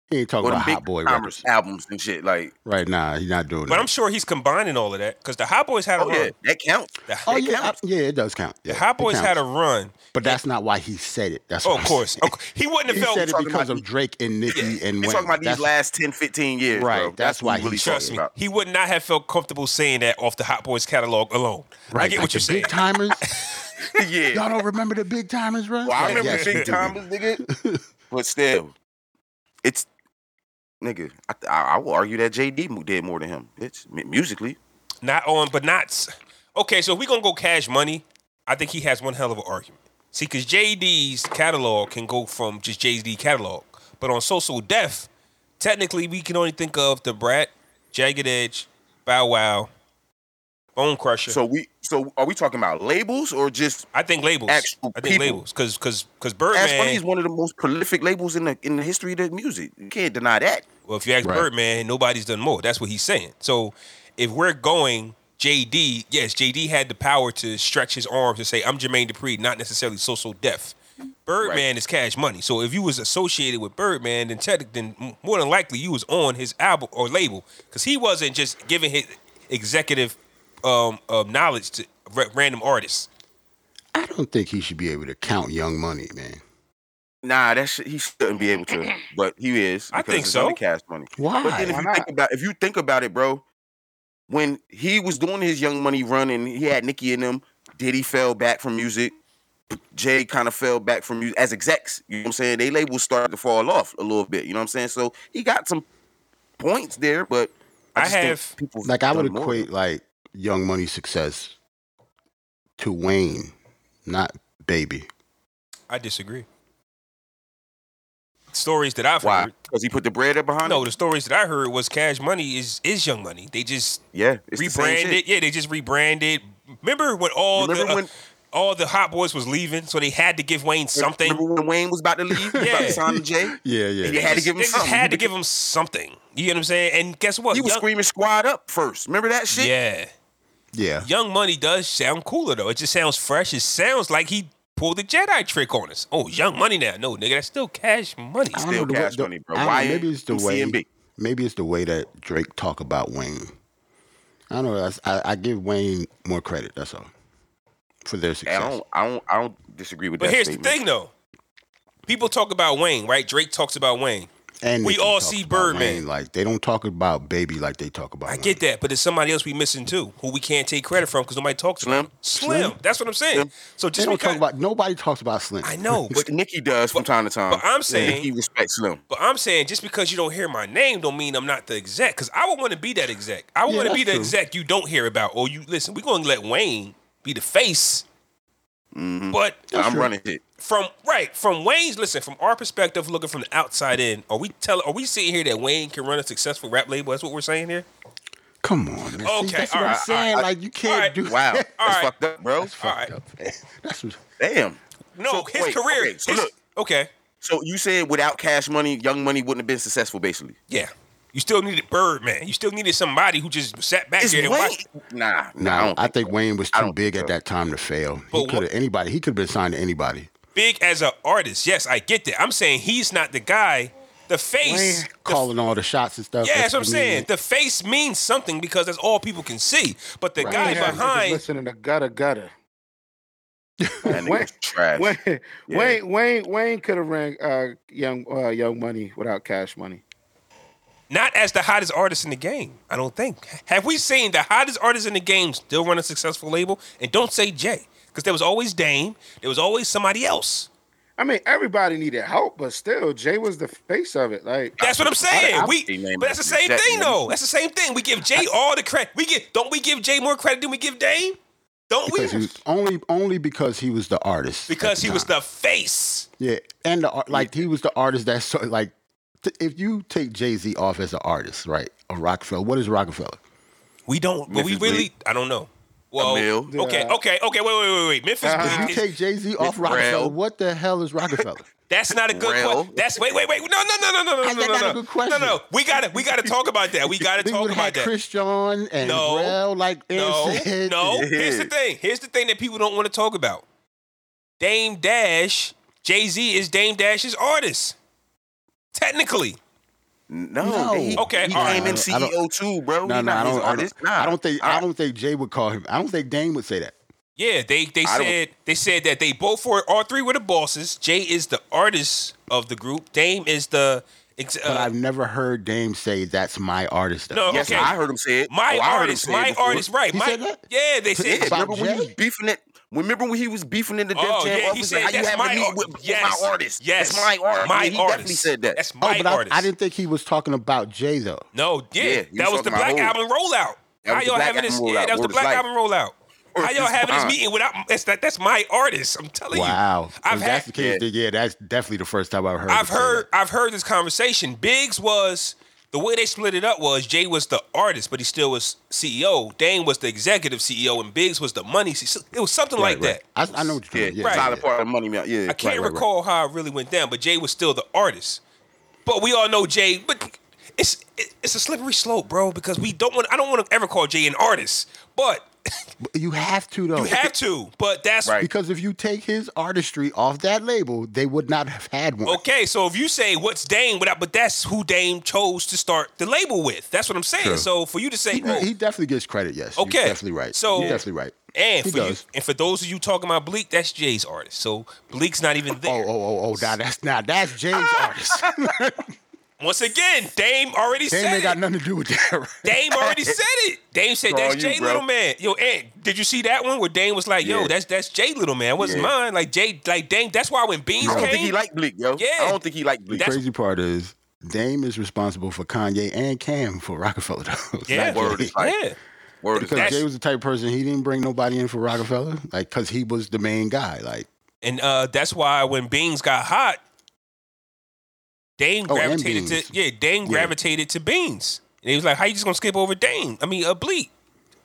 he ain't talking
Or the
about
big
Oh, hot boy
commerce
records
albums and shit. Like,
right now. Nah, he's not doing
But
that.
I'm sure he's combining all of that because the Hot Boys had a
oh
run.
yeah, that counts.
The,
Oh
Hot-
yeah, I- yeah, it does count. Yeah,
the Hot
it
Boys had a
counts.
run.
but that's not why he said it. That's
Oh,
what
of
I'm
course.
saying.
Of course. He wouldn't
He
have felt.
said it
talking
because
about-
of Drake and Nicki and
He's
Wayne.
talking about these
That's-
last 10, 15 years,
Right,
Bro.
that's why
what
he
really
said
Trust
talking
me,
about.
he would not have felt comfortable saying that off the Hot Boys catalog alone. I
Right,
get
like
what you're
the
saying.
Big timers.
yeah.
Y'all don't remember the big timers, right?
Well, I remember
yes,
the
we
big
do.
timers, nigga. But still, it's nigga. I, I, I will argue that JD mo- did more than him. It's musically.
Not on, but not. s- Okay, so if we gonna go Cash Money, I think he has one hell of an argument. See, because JD's catalog can go from just JD catalog, but on Social Death, technically we can only think of the Brat, Jagged Edge, Bow Wow, Bone Crusher.
So we, so are we talking about labels or just?
I think labels.
actual
I think
people.
labels because because because
Ass Money is
Birdman.
one of the most prolific labels in the in the history of the music. You can't deny that.
Well, if you ask
Right.
Birdman, nobody's done more. That's what he's saying. So if we're going JD, yes, JD had the power to stretch his arms and say, "I'm Jermaine Dupri," not necessarily social death. Birdman
Right.
is Cash Money. So if you was associated with Birdman, then tech, then m- more than likely you was on his album or label because he wasn't just giving his executive um, um, knowledge to ra- random artists.
I don't think he should be able to count Young Money, man.
Nah, that shit, he shouldn't be able to, but he is.
I
because
think
it's
so.
under Cash Money.
Why?
But then if
Why
you
not?
think about if you think about it, bro, when he was doing his Young Money run and he had Nicki in him, Diddy fell back from music. Jay kind of fell back from music as execs. You know what I'm saying? They labels started to fall off a little bit. You know what I'm saying? So he got some points there, but
I
just think
have-
people
Like I
done
would
more.
equate like Young Money success to Wayne, not Baby.
I disagree. Stories that I've
Why?
heard.
Because he put the bread up behind.
No,
it?
the stories that I heard was Cash Money is is Young Money. They just
yeah, it's the same
rebranded.
shit.
Yeah, they just rebranded. Remember when all the
Remember
uh,
when-
all the hot boys was leaving, so they had to give Wayne something.
Remember when Wayne was about to leave? He was about
Yeah.
to sign to Jay.
Yeah, yeah.
You had to give him
they just
something.
had to give him something. You know what I'm saying? And guess what?
He was
Young-
screaming squad up first. Remember that shit?
Yeah.
Yeah.
Young Money does sound cooler though. It just sounds fresh. It sounds like he pulled the Jedi trick on us. Oh, Young Money now. No, nigga, that's still Cash Money.
I don't
Still
know the way-
cash
the-
money, bro.
I don't know,
Why
maybe it's the
ain't
way.
CMB?
Maybe it's the way that Drake talk about Wayne. I don't know. that's- I, I give Wayne more credit. That's all for their
I
success.
don't, I don't, I don't disagree with
But
that.
here's
statement.
the thing though. People talk about Wayne, right? Drake talks about Wayne.
and
We
Nicki
all
talks
see
about
Birdman.
Wayne, Like they don't talk about Baby like they talk about.
I get that, but it's somebody else we missing too, who we can't take credit from because nobody talks
Slim.
about. him. Slim. Slim. That's what I'm saying.
Slim.
So
They
just
don't
because
talk about. Nobody talks about Slim.
I know, but
But Nikki does from time to time.
but I'm saying-
Nikki respects Slim.
But I'm saying just because you don't hear my name don't mean I'm not the exec. Cause I would want to be that exec. I would
Yeah,
want to be the
that's true.
exec you don't hear about. Or you listen, we're gonna let Wayne be the face.
Mm-hmm.
But
I'm running it.
from right, from Wayne's listen, from our perspective, looking from the outside in, are we tell are we sitting here that Wayne can run a successful rap label? That's what we're saying here?
Come on. Man. See,
Okay,
that's
all
what
right,
I'm saying.
all right,
like you can't
right,
do.
Wow, that's
right.
fucked up, bro.
All right.
That's what,
Damn.
No,
So,
his
wait,
career.
okay, so
his-
look.
okay.
So you said without Cash Money, Young Money wouldn't have been successful, basically.
Yeah. You still needed Birdman. You still needed somebody who just sat back
Is
there and
Wayne-
watched.
Nah,
no,
nah. I don't
I think Wayne was
I
too
don't
big
think
at
so.
that time to fail.
But
He could have anybody. He could have been signed to anybody.
big as an artist. Yes, I get that. I'm saying he's not the guy. The face. the-
Calling all the shots and stuff.
yeah, that's what I'm
I mean,
saying.
like,
The face means something because that's all people can see. But the guy
Yeah,
behind,
listening to gutter gutter.
think that
Wayne-
nigga's trash.
Wayne,
Yeah.
Wayne, Wayne, Wayne could have ran uh, young, uh, young money without cash money.
not as the hottest artist in the game. I don't think. Have we seen the hottest artist in the game still run a successful label? And don't say Jay, because there was always Dame. There was always somebody else.
I mean, everybody needed help, but still, Jay was the face of it. Like,
That's what I'm saying.
I- I-
we,
Hey, man,
but that's the
you
same
said-
thing though. That's the same thing. We give Jay all the credit. We get don't we give Jay more credit than we give Dame? Don't we?
because he was only only because he was the artist. at
Because he was
time.
the face.
yeah, and the ar- like he was the artist that so like t- if you take Jay Z off as an artist, right? A Rockefeller. What is Rockefeller?
We don't. But we
Memphis
really.
Bleak.
I don't know. Well,
Emil.
okay,
Yeah.
okay, okay. Wait, wait, wait, wait. Memphis
Uh-huh.
Bleak is-
You take Jay Z off
Rel.
Rockefeller. What the hell is Rockefeller?
that's not a good
Rel.
question. That's wait, wait, wait. No, no, no, no, no, no,
How's
no,
that
no,
not a
no.
good question?
No, no. We gotta, we gotta talk about that. We gotta
They
talk
would have
about that.
Chris John and
No.
Rel, like Ed
no,
said.
no. Here's the thing. Here's the thing that people don't want to talk about. Dame Dash, Jay Z is Dame Dash's artist. Technically,
No,
No.
He,
Okay,
he
all
came
right.
in
I don't-
CEO too, bro.
No, no,
He not
I don't,
his
I don't.
artist. Nah.
I don't think. I don't think Jay would call him. I don't think Dame would say that.
yeah. They they
I don't-
said they said that they both were all three were the bosses. Jay is the artist of the group. Dame is the. ex-
But
uh,
I've never heard Dame say that's my artist. though."
No,
Yes,
okay.
I heard him say it.
My
Oh, I heard him
artist,
say it
my
before.
artist, right?
He
my,
said that?
Yeah, they
Today
said
about
Remember when he was
Jay?
beefing it? Remember when he was beefing in the Def
Oh
Jam
yeah, he
office?
said
How you
that's
have
my
a meeting
ar-
with, with
yes,
my artist?
Yes,
that's my artist.
My
Yeah, he
artist.
definitely said that.
That's
Oh,
my
but
artist.
I, I didn't think he was talking about Jay though.
No, yeah,
Yeah, he was
that was
talking
the
about
Black
Rollout.
Album rollout.
That
How
was the
y'all
Black
having this?
Album
Yeah,
rollout.
that was the
Word is
Black
life.
Album rollout. How
Word
y'all
is
having this
bond.
meeting without? That's that. That's my artist. I'm telling you.
Wow. If
I've had-
that's the case,
Yeah.
then yeah, that's definitely the first time I've heard. him
I've
say that.
heard I've heard this conversation. Biggs was the way they split it up was Jay was the artist, but he still was CEO. Dane was the executive CEO, and Biggs was the money. CEO. It was something
Right,
like
right.
that.
I, I know what you're
Yeah,
doing. Yeah,
Right.
Tyler
yeah.
Part of Money Mount. Yeah,
I can't
right, right, right.
recall how it really went down, but Jay was still the artist. But we all know Jay. But it's it- it's a slippery slope, bro. Because we don't want. I don't want to ever call Jay an artist, but
But You have to though.
you have to. But that's
Right.
because if you take his artistry off that label, they would not have had one.
okay. So if you say what's Dame, without, but that's who Dame chose to start the label with. That's what I'm saying.
True.
So for you to say,
He,
oh,
he definitely gets credit. Yes.
Okay.
You're definitely right.
So-
you're definitely right.
and
he
for you,
does.
and for those of you talking about Bleak, that's Jay's artist. So Bleak's not even
Oh,
there.
oh, oh, oh! Now that's now that's Jay's artist.
Once again, Dame already
Dame
said
ain't
it.
got nothing to do with that. Right?
Dame already said it. Dame said
It's all
that's
you,
Jay
bro."
Little Man. Yo, Ant, did you see that one where Dame was like, "Yo,
Yeah.
that's that's Jay Little Man. It wasn't
Yeah.
mine." Like Jay, like Dame. That's why when Beans
I don't
came,
think he liked Bleak, yo.
Yeah.
I don't think he liked Bleak.
That's-
Crazy part is Dame is responsible for Kanye and Cam for Rockefeller. Though. It's
Yeah,
not
word
Jay.
is like-
yeah.
Word is
Because
That's-
Jay was the type of person he didn't bring nobody in for Rockefeller, like because he was the main guy. Like
And uh, that's why when Beans got hot, Dame
Oh, and
gravitated
Beans.
to yeah, Dame
Yeah.
gravitated to Beans. And he was like, How you just gonna skip over Dame? I mean uh, Bleak.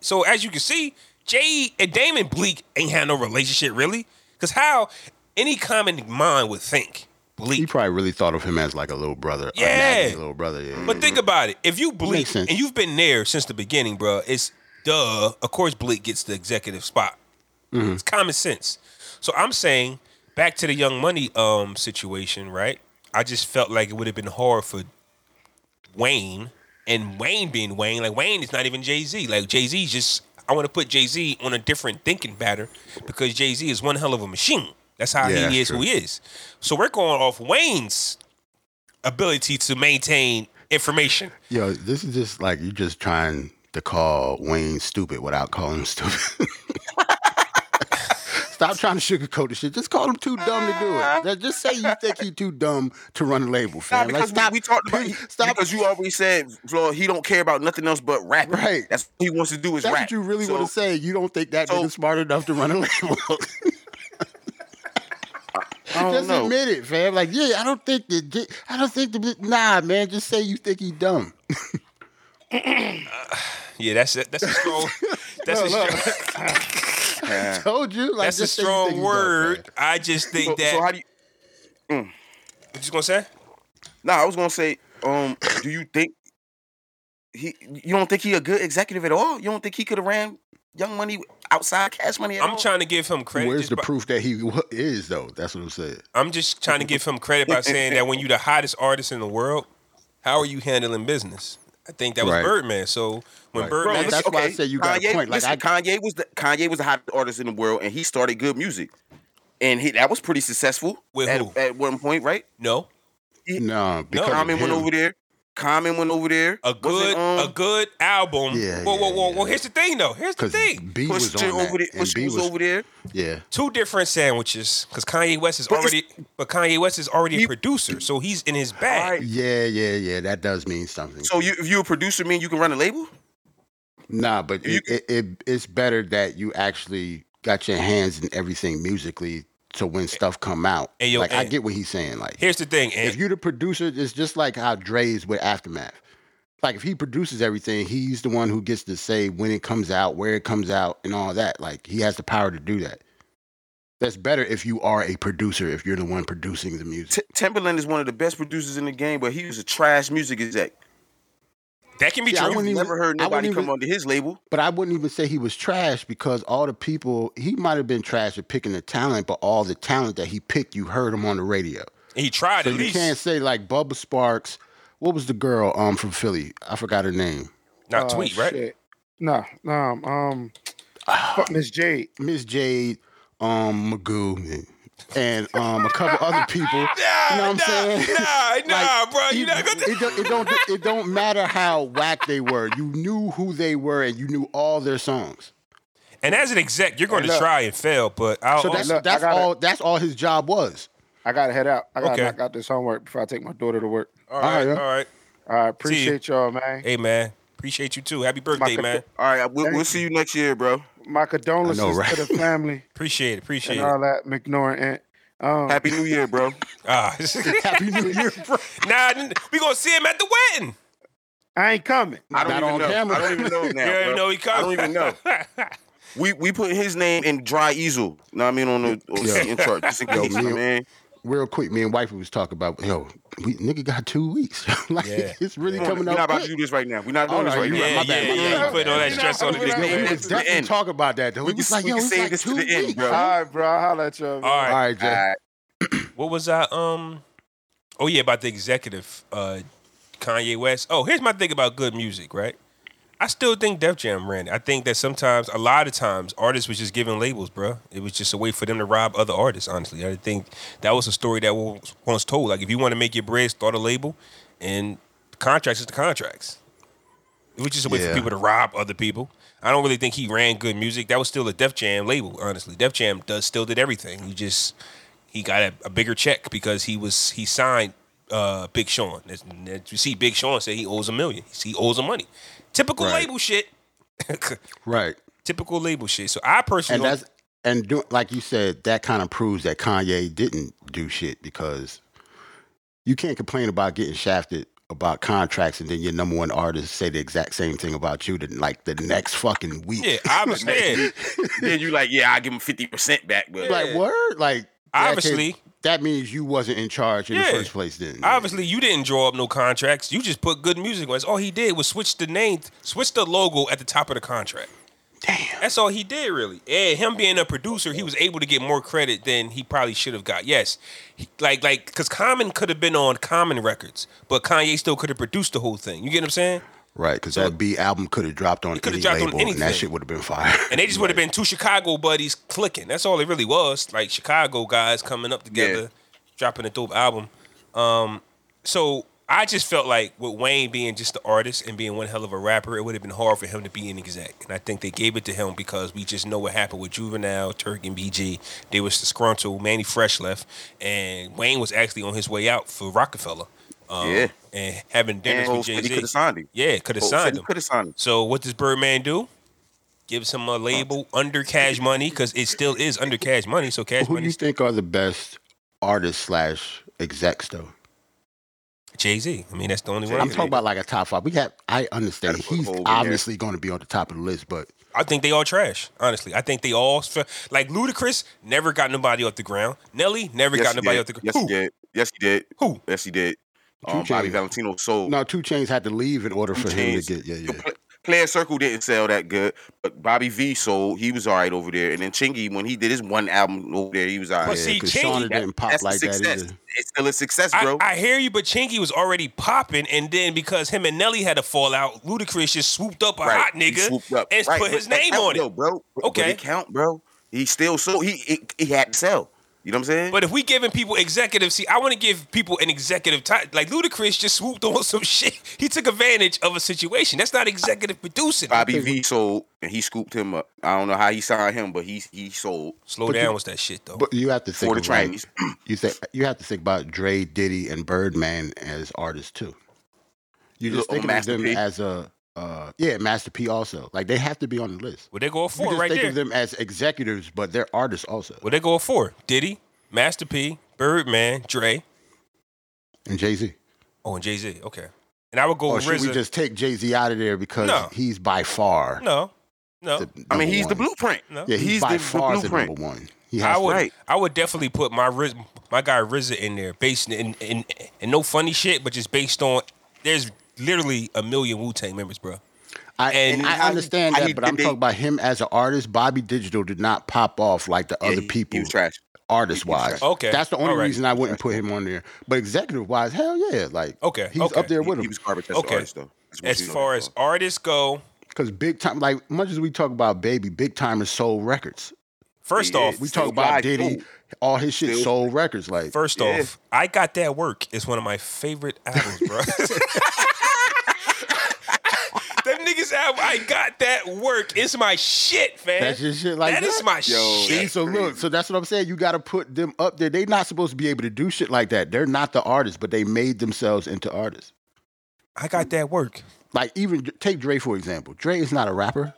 So as you can see, Jay and Dame and Bleak ain't had no relationship really. Cause how any common mind would think
he
Bleak.
probably really thought of him as like a little brother. or not
Yeah.
as a little brother. Yeah.
But think about it. If you
Mm-hmm. Makes
Bleak
sense.
and you've been there since the beginning, bro, it's duh. Of course Bleak gets the executive spot.
Mm-hmm.
It's common sense. So I'm saying back to the Young Money um situation, right? I just felt like it would have been hard for Wayne and Wayne being Wayne. Like Wayne is not even Jay Z. Like Jay Z just I want to put Jay Z on a different thinking pattern because Jay Z is one hell of a machine. That's how
Yeah, that's
he is who
true.
he is. So we're going off Wayne's ability to maintain information.
Yo, this is just like you just trying to call Wayne stupid without calling him stupid. Stop trying to sugarcoat the shit. Just call him too dumb to do it. Just- Just say you think he too dumb to run a label,
Nah,
fam.
because
like, stop.
we, we talked about
please, stop.
because you always said, Flo, he don't care about nothing else but rap.
Right.
That's what he wants to do is
That's
rap.
what you really
So,
want to say. You don't think that
so-
nigga's smart enough to run a label.
I don't
just
know.
admit it, fam. Like, yeah, I don't think that. I don't think the. Nah, man. Just say you think he dumb.
Yeah, that's it. That's a strong. That's a strong,
Told you. Like,
that's a
just say you
strong
think he dumb,
word.
fam.
I just think
So,
that.
so how do you?
what you gonna say?
Nah, I was gonna say, um, do you think he? You don't think he a good executive at all? You don't think he could have ran Young Money outside Cash Money at all?
I'm trying to give him credit.
Where's
just
the
by-
proof that he wa- is though? That's what I'm saying.
I'm just trying to give him credit by saying that when you're the hottest artist in the world, how are you handling business? I think that was
Right.
Birdman. So when
Right.
Birdman,
Bro, that's why I said you got a
Kanye,
point. Like,
listen,
I-
Kanye was the Kanye was the hottest artist in the world, and he started good music, and he, that was pretty successful
With
at,
who?
at one point, right?
no,
No, because of
Common went
him.
over there. Common went over there.
a
Was
good
it, um,
a good album.
Yeah,
whoa, whoa,
yeah,
whoa,
yeah.
whoa! Here's the thing, though. Here's the
Because
thing.
B was
Pusha
on that,
over there.
and
Push
B
was,
was
over there.
yeah.
Two different sandwiches, because Kanye West is
But it's-
already, but Kanye West is already
He-
a producer, so he's in his bag.
Alright.
Yeah, yeah, yeah. That does mean something.
So you, if you a producer, mean you can run a label?
nah, but
you-
it, it, it it's better that you actually got your hands in everything musically. So when stuff come out,
And yo,
like I
and-
get what he's saying. Like
Here's the thing, and
if you're the producer, it's just like how Dre's with Aftermath. Like if he produces everything, he's the one who gets to say when it comes out, where it comes out, and all that. Like he has the power to do that. That's better if you are a producer, if you're the one producing the music.
T- Timberland is one of the best producers in the game, but he was a trash music exec.
that can be
See, I
true.
wouldn't even-
Never heard
I wouldn't
nobody come
even-
under his label.
But I wouldn't even say he was trash because all the people he might have been trash at picking the talent, but all the talent that he picked, you heard him on the radio.
he tried
So
at
you
least.
can't say like Bubba Sparks. What was the girl um from Philly? I forgot her name.
Not
Oh,
tweet, right? Ah.
shit. No, no, um, um, fuck Miss Jade.
Miss Jade, um Magoo, and um a couple other people. you know what I'm saying?
Nah, nah,
Like,
bro, you
you-
not gonna.
it, don't- it don't it don't matter how whack they were. You knew who they were and you knew all their songs.
And as an exec, you're going
Hey,
to
look.
try and fail, but I'll.
So that's
look, I
that's
gotta-
all that's all his job was.
I gotta head out. I gotta
Okay. Oh,
knock out this homework before I take my daughter to work.
all right,
yeah.
all right.
All right, appreciate y'all, man.
Hey, man, appreciate you too. Happy birthday,
Michael-
man.
All right, we'll,
Thank
we'll see you next year, bro.
My condolences
I know, right?
to the family
Appreciate it, appreciate
and
it.
all that McNorrin. Aunt.
Oh.
Um,
Happy New Year, bro.
Ah,
Happy New Year, bro.
nah, n- we gonna see him at the wedding.
I ain't coming.
I don't
Not
even
on
know.
camera.
I don't even know
You
now.
already
bro.
know he
I
coming.
don't even know. We we put his name in dry easel. You know what I mean on the on
Yo.
the seating chart just in
Yo,
case,
me-
man.
Real quick, me and wifey was talking about yo, we nigga got two weeks. like
Yeah.
it's really
We're
coming
not
up.
about
quick.
to do this right now. We're not doing
Oh,
this
no,
right
you
now.
yeah, yeah,
My bad, my
yeah.
bad.
You putting all that
You
stress
know,
on the
we
nigga.
not-
Yo, we
Yeah,
was
to the
definitely
end.
talking about that though.
We
We was
can-
like,
we
yo,
can
it's
save
like
this to
two
the end,
weeks.
bro.
All right, bro. I'll holler at y'all. man.
All
All
right,
right, Jay.
what was I? Um, oh yeah, about the executive, uh, Kanye West. Oh, here's my thing about good music, right? I still think Def Jam ran it. I think that sometimes, a lot of times, artists was just giving labels, bruh. It was just a way for them to rob other artists. Honestly, I think that was a story that was once told. Like, if you want to make your bread, start a label, and contracts is the contracts. It was just a way
Yeah.
for people to rob other people. I don't really think he ran good music. That was still a Def Jam label, honestly. Def Jam does still did everything. He just he got a, a bigger check because he was he signed uh, Big Sean. That's- that- you see, Big Sean said he owes a million. He owes him money. Typical
Right.
label shit.
Right.
Typical label shit. So I personally
And
don't-
that's and do, like you said, that kind of proves that Kanye didn't do shit because you can't complain about getting shafted about contracts and then your number one artist say the exact same thing about you the, like the next fucking week.
yeah, obviously, yeah.
then you like, yeah, I give him fifty percent back, but
like word, like that can't-
Obviously.
that means you wasn't in charge in
Yeah.
the first place. Then
Obviously, you didn't draw up no contracts. You just put good music on. All he did was switch the name, switch the logo at the top of the contract. Damn. That's all he did, really. And him being a producer, he was able to get more credit than he probably should have got. Yes, He- like like because Common could have been on Common Records, but Kanye still could have produced the whole thing. You get what I'm saying?
right? Because that B album could have dropped on
coulda
any
dropped on
label and
anything.
that shit would have been fire.
And they just would have been two Chicago buddies clicking. That's all it really was. Like Chicago guys coming up together, dropping a dope album. Um, so I just felt like with Wayne being just the artist and being one hell of a rapper, it would have been hard for him to be an exec. And I think they gave it to him because we just know what happened with Juvenile, Turk, and BG. They was disgruntled. Manny Fresh left, and Wayne was actually on his way out for Rockefeller. Um,
Yeah.
And having dinners
and
with
Hov
Jay
said he could
Z.
have signed him.
Yeah, could have
Hov
signed
said he
him.
could have signed him.
So what does Birdman do? Gives him a label under Cash Money because it still is under Cash Money. So Cash
Who do
Money,
you think are the best artists slash execs though?
Jay Z. I mean, that's the only
I'm
one.
talking about like a top five. We have. I understand
Gotta put
he's
Hov in there.
obviously going to be on the top of the list, but
I think they all trash. Honestly, I think they all fe- like Ludacris never got nobody off the ground. Nelly never
Yes,
got
he
nobody
did.
off the ground.
Yes, he did. Yes, he did.
Who?
Yes, he did.
Two
Um, Bobby
Chainz.
Valentino sold.
no, Two Chains had to leave in order
Two
for him
Chainz.
to get. Yeah, yeah.
Player Circle didn't sell that good, but Bobby V sold. He was all right over there. And then Chingy, when he did his one album over there, he was all right.
But
Yeah,
see,
'cause
Chainz,
Shauna didn't pop
That's
like
a
that
success.
either.
It's still a success,
I,
bro.
I hear you, but Chingy was already popping, and then because him and Nelly had a fallout, Ludacris just swooped up a hot
He
nigga
swooped up.
and
Right,
put
but
his
that
name
count
on
though,
it.
bro. But
Okay.
it count, bro. He still sold. He he, he had to sell. You know what I'm saying?
But if we giving people executive, see, I want to give people an executive title. Like Ludacris just swooped on some shit. He took advantage of a situation. That's not executive producing.
Bobby V sold, and he scooped him up. I don't know how he signed him, but he he sold.
Slow
But
down
you-
with that shit though.
But you have to think
the
of, like,
Chinese.
you say you have to think about Dre, Diddy, and Birdman as artists too. You just
Little
thinking of
Master
them
P.
as a uh, yeah, Master P also. Like they have to be on the list.
well, they go
You
four
just
right
think
there.
of them as executives, but they're artists also.
well, they go four. Diddy, Master P, Birdman, Dre,
And Jay Z.
oh, and Jay Z. Okay, and I would go
Oh,
Or
with
Oh, should we
RZA.
just take Jay Z out of there because
No.
he's by far?
no, no,
the
I mean,
number
he's the
one.
blueprint.
no.
Yeah, he's,
He's
by
the- the
far the
blueprint.
number one. He has
I
to
would,
be.
Right.
I would definitely put my Riz, my guy RZA in there, based in, in, and no funny shit, but just based on there's literally a million Wu Tang members, bro.
I,
And
and
how
he-
I understand
how
that,
he
but
did
I'm
they-
talking about him as an artist. Bobby Digital did not pop off like the
Yeah,
other
he-
people,
He was trash.
artist
he
wise.
was-
Okay,
that's the only
all right.
reason I wouldn't put him on there. But executive wise, hell yeah, like
Okay,
he's
okay.
up there
He,
with
he
him
was garbage as
Okay.
an artist, though. That's what
As
you know.
far as artists go,
because big time. Like much as we talk about Baby, big timers sold records.
first
Yeah,
off,
We
Still
talk about
live,
Diddy,
too.
all his shit
Still-
sold records. Like
First
Yeah.
off, I Got That Work is one of my favorite albums, bro. that nigga's album, I Got That Work, is my shit, man.
That's your shit like
That is
that?
my
Yo,
See,
shit.
that's
so look,
crazy.
so that's what I'm saying. You got to put them up there. They're not supposed to be able to do shit like that. They're not the artists, but they made themselves into artists.
I Got That Work.
like even take Dre for example. Dre is not a rapper,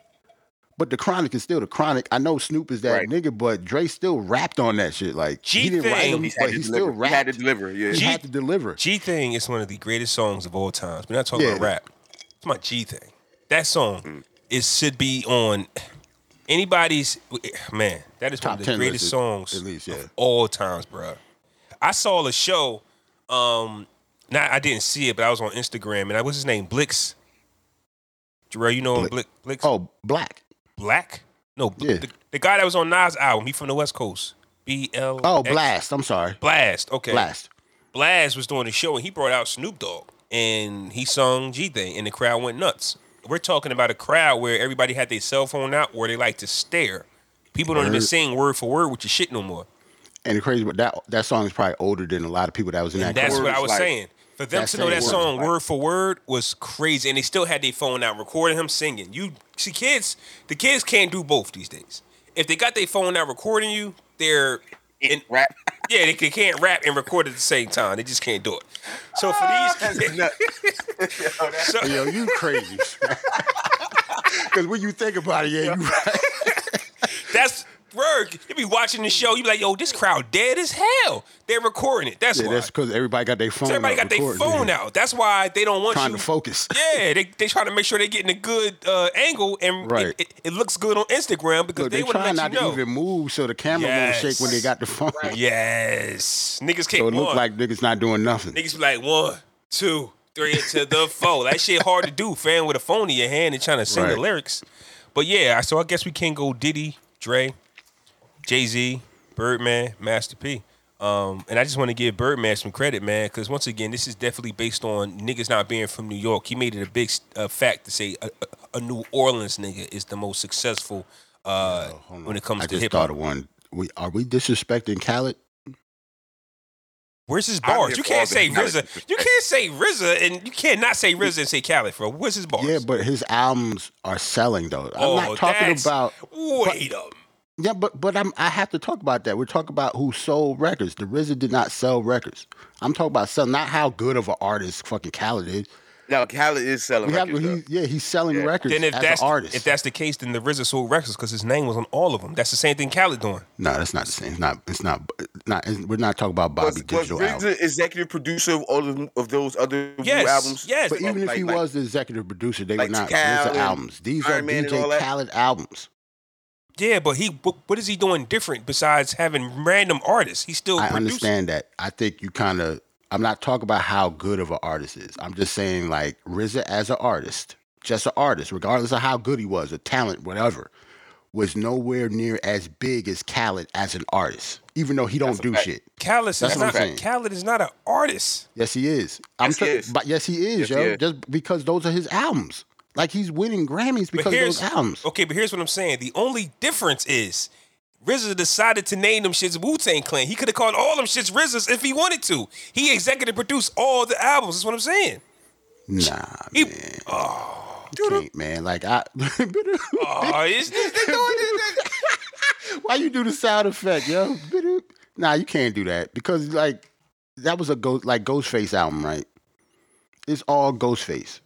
but the Chronic is still the Chronic. I know Snoop is that
Right.
nigga, but Dre still rapped on that shit. Like
G
he didn't write
Thing.
them,
He
but
had
he
to
still
deliver. He had to
rapped.
deliver. Yeah.
He
G-
had to deliver.
G Thing is one of the greatest songs of all times. We're not talking about
Yeah. Mm.
rap. It's my G Thing. That song is should be on anybody's man. That is
Top
one of the
10
greatest
listed,
songs
at least, yeah.
of all times, bro. I saw a show. Um, not I didn't see it, but I was on Instagram and I was his name Blix. Jarrell, you know him, Blix. Blix
Oh, Black.
Black. No, Bl-
Yeah.
the, the guy that was on Nas' album. He from the West Coast. B L.
Oh,
X-
Blast. I'm sorry,
Blast. Okay.
Blast.
Blaz was doing the show and he brought out Snoop Dogg and he sung G Thing and the crowd went nuts. We're talking about a crowd where everybody had their cell phone out where they like to stare. People don't even
Word.
sing word for word with your shit no more.
And the crazy, but that that song is probably older than a lot of people that was in that.
That's
crowd.
what I was
like-
saying. For them
That
to know that
same
song
word.
word for word was crazy and they still had their phone out recording him singing. You see kids, the kids can't do both these days. If they got their phone out recording you, they're and
rap.
Yeah, they, they can't rap and record at the same time. They just can't do it. So for these kids, so,
Yo, you crazy. Because when you think about it, yeah, you right.
that's Berg. You be watching the show. You be like, yo, this crowd dead as hell. They're recording it. That's
Yeah,
why.
that's because everybody got their phone.
Everybody
out
got their
recording,
phone
yeah.
out. That's why they don't want
Trying
you
to focus.
Yeah, they they trying to make sure they're getting a good uh, angle and
Right.
it, it, it looks good on Instagram because
Look,
they,
they
want
try
to let
not
you
to
know.
even move so the camera
Yes.
won't shake when they got the phone.
Yes, niggas can't.
So
one.
it looked like niggas not doing nothing.
niggas be like one, two, three to the four. That shit hard to do, fam, with a phone in your hand and trying to sing the
Right.
lyrics. But yeah, so I guess we can go Diddy, Dre, Jay Z, Birdman, Master P. Um, and I just want to give Birdman some credit, man, because once again, this is definitely based on niggas not being from New York. He made it a big uh, fact to say a, a, a New Orleans nigga is the most successful uh,
Oh, Hold on.
when it comes
I
to
just
hip
thought
hop.
of one. We are we disrespecting Khaled?
Where's his
I'm
bars?
here
You
for
can't
all the
say
knowledge.
RZA. You can't say RZA, and you can't not say RZA and say Khaled, bro. Where's his bars?
Yeah, but his albums are selling though. I'm
Oh,
not talking
that's-
about
Wait up.
yeah, but but I'm I have to talk about that. We're talking about who sold records. The RZA did not sell records. I'm talking about sell, not how good of an artist fucking Khaled is.
No, Khaled is selling
We have,
records. though.
he, yeah, he's selling
Yeah.
records
Then if
as
that's
an artist.
if that's the case, then the RZA sold records because his name was on all of them. That's the same thing Khaled doing.
no, that's not the same. It's not. It's not. Not. It's, we're not talking about Bobby
Was, was
Digital
Riggs
album.
the executive producer of all of, of those other Wu
Yes,
albums?
yes.
But
Like-
even if he was the executive producer, they
like
were not
Cal
RZA
and
albums. These
Iron
are
Man and all
DJ
that.
Khaled albums.
Yeah, but he but what is he doing different besides having random artists? He's still
I
producing.
understand that. I think you kind of. I'm not talking about how good of an artist is. I'm just saying like RZA as an artist, just an artist, regardless of how good he was, a talent, whatever, was nowhere near as big as Khaled as an artist. Even though he don't do shit.
Khaled is
That's what I'm
not
saying.
Khaled is not an artist.
Yes, he is. I'm
Yes, he
tr-
is.
But yes, he is,
Yes,
yo.
he is.
Just because those are his albums. Like he's winning Grammys because of those
oh,
albums.
Okay, but here's what I'm saying. The only difference is RZA decided to name them shits Wu Tang Clan. He could have called all them shits RZAs if he wanted to. He executive produced all the albums. That's what I'm saying.
Nah,
He,
man,
Oh,
you can't, man. Like I,
oh, is this they doing this?
Why you do the sound effect, yo? Bidoop. Nah, you can't do that because like that was a ghost like Ghostface album, right? It's all Ghostface.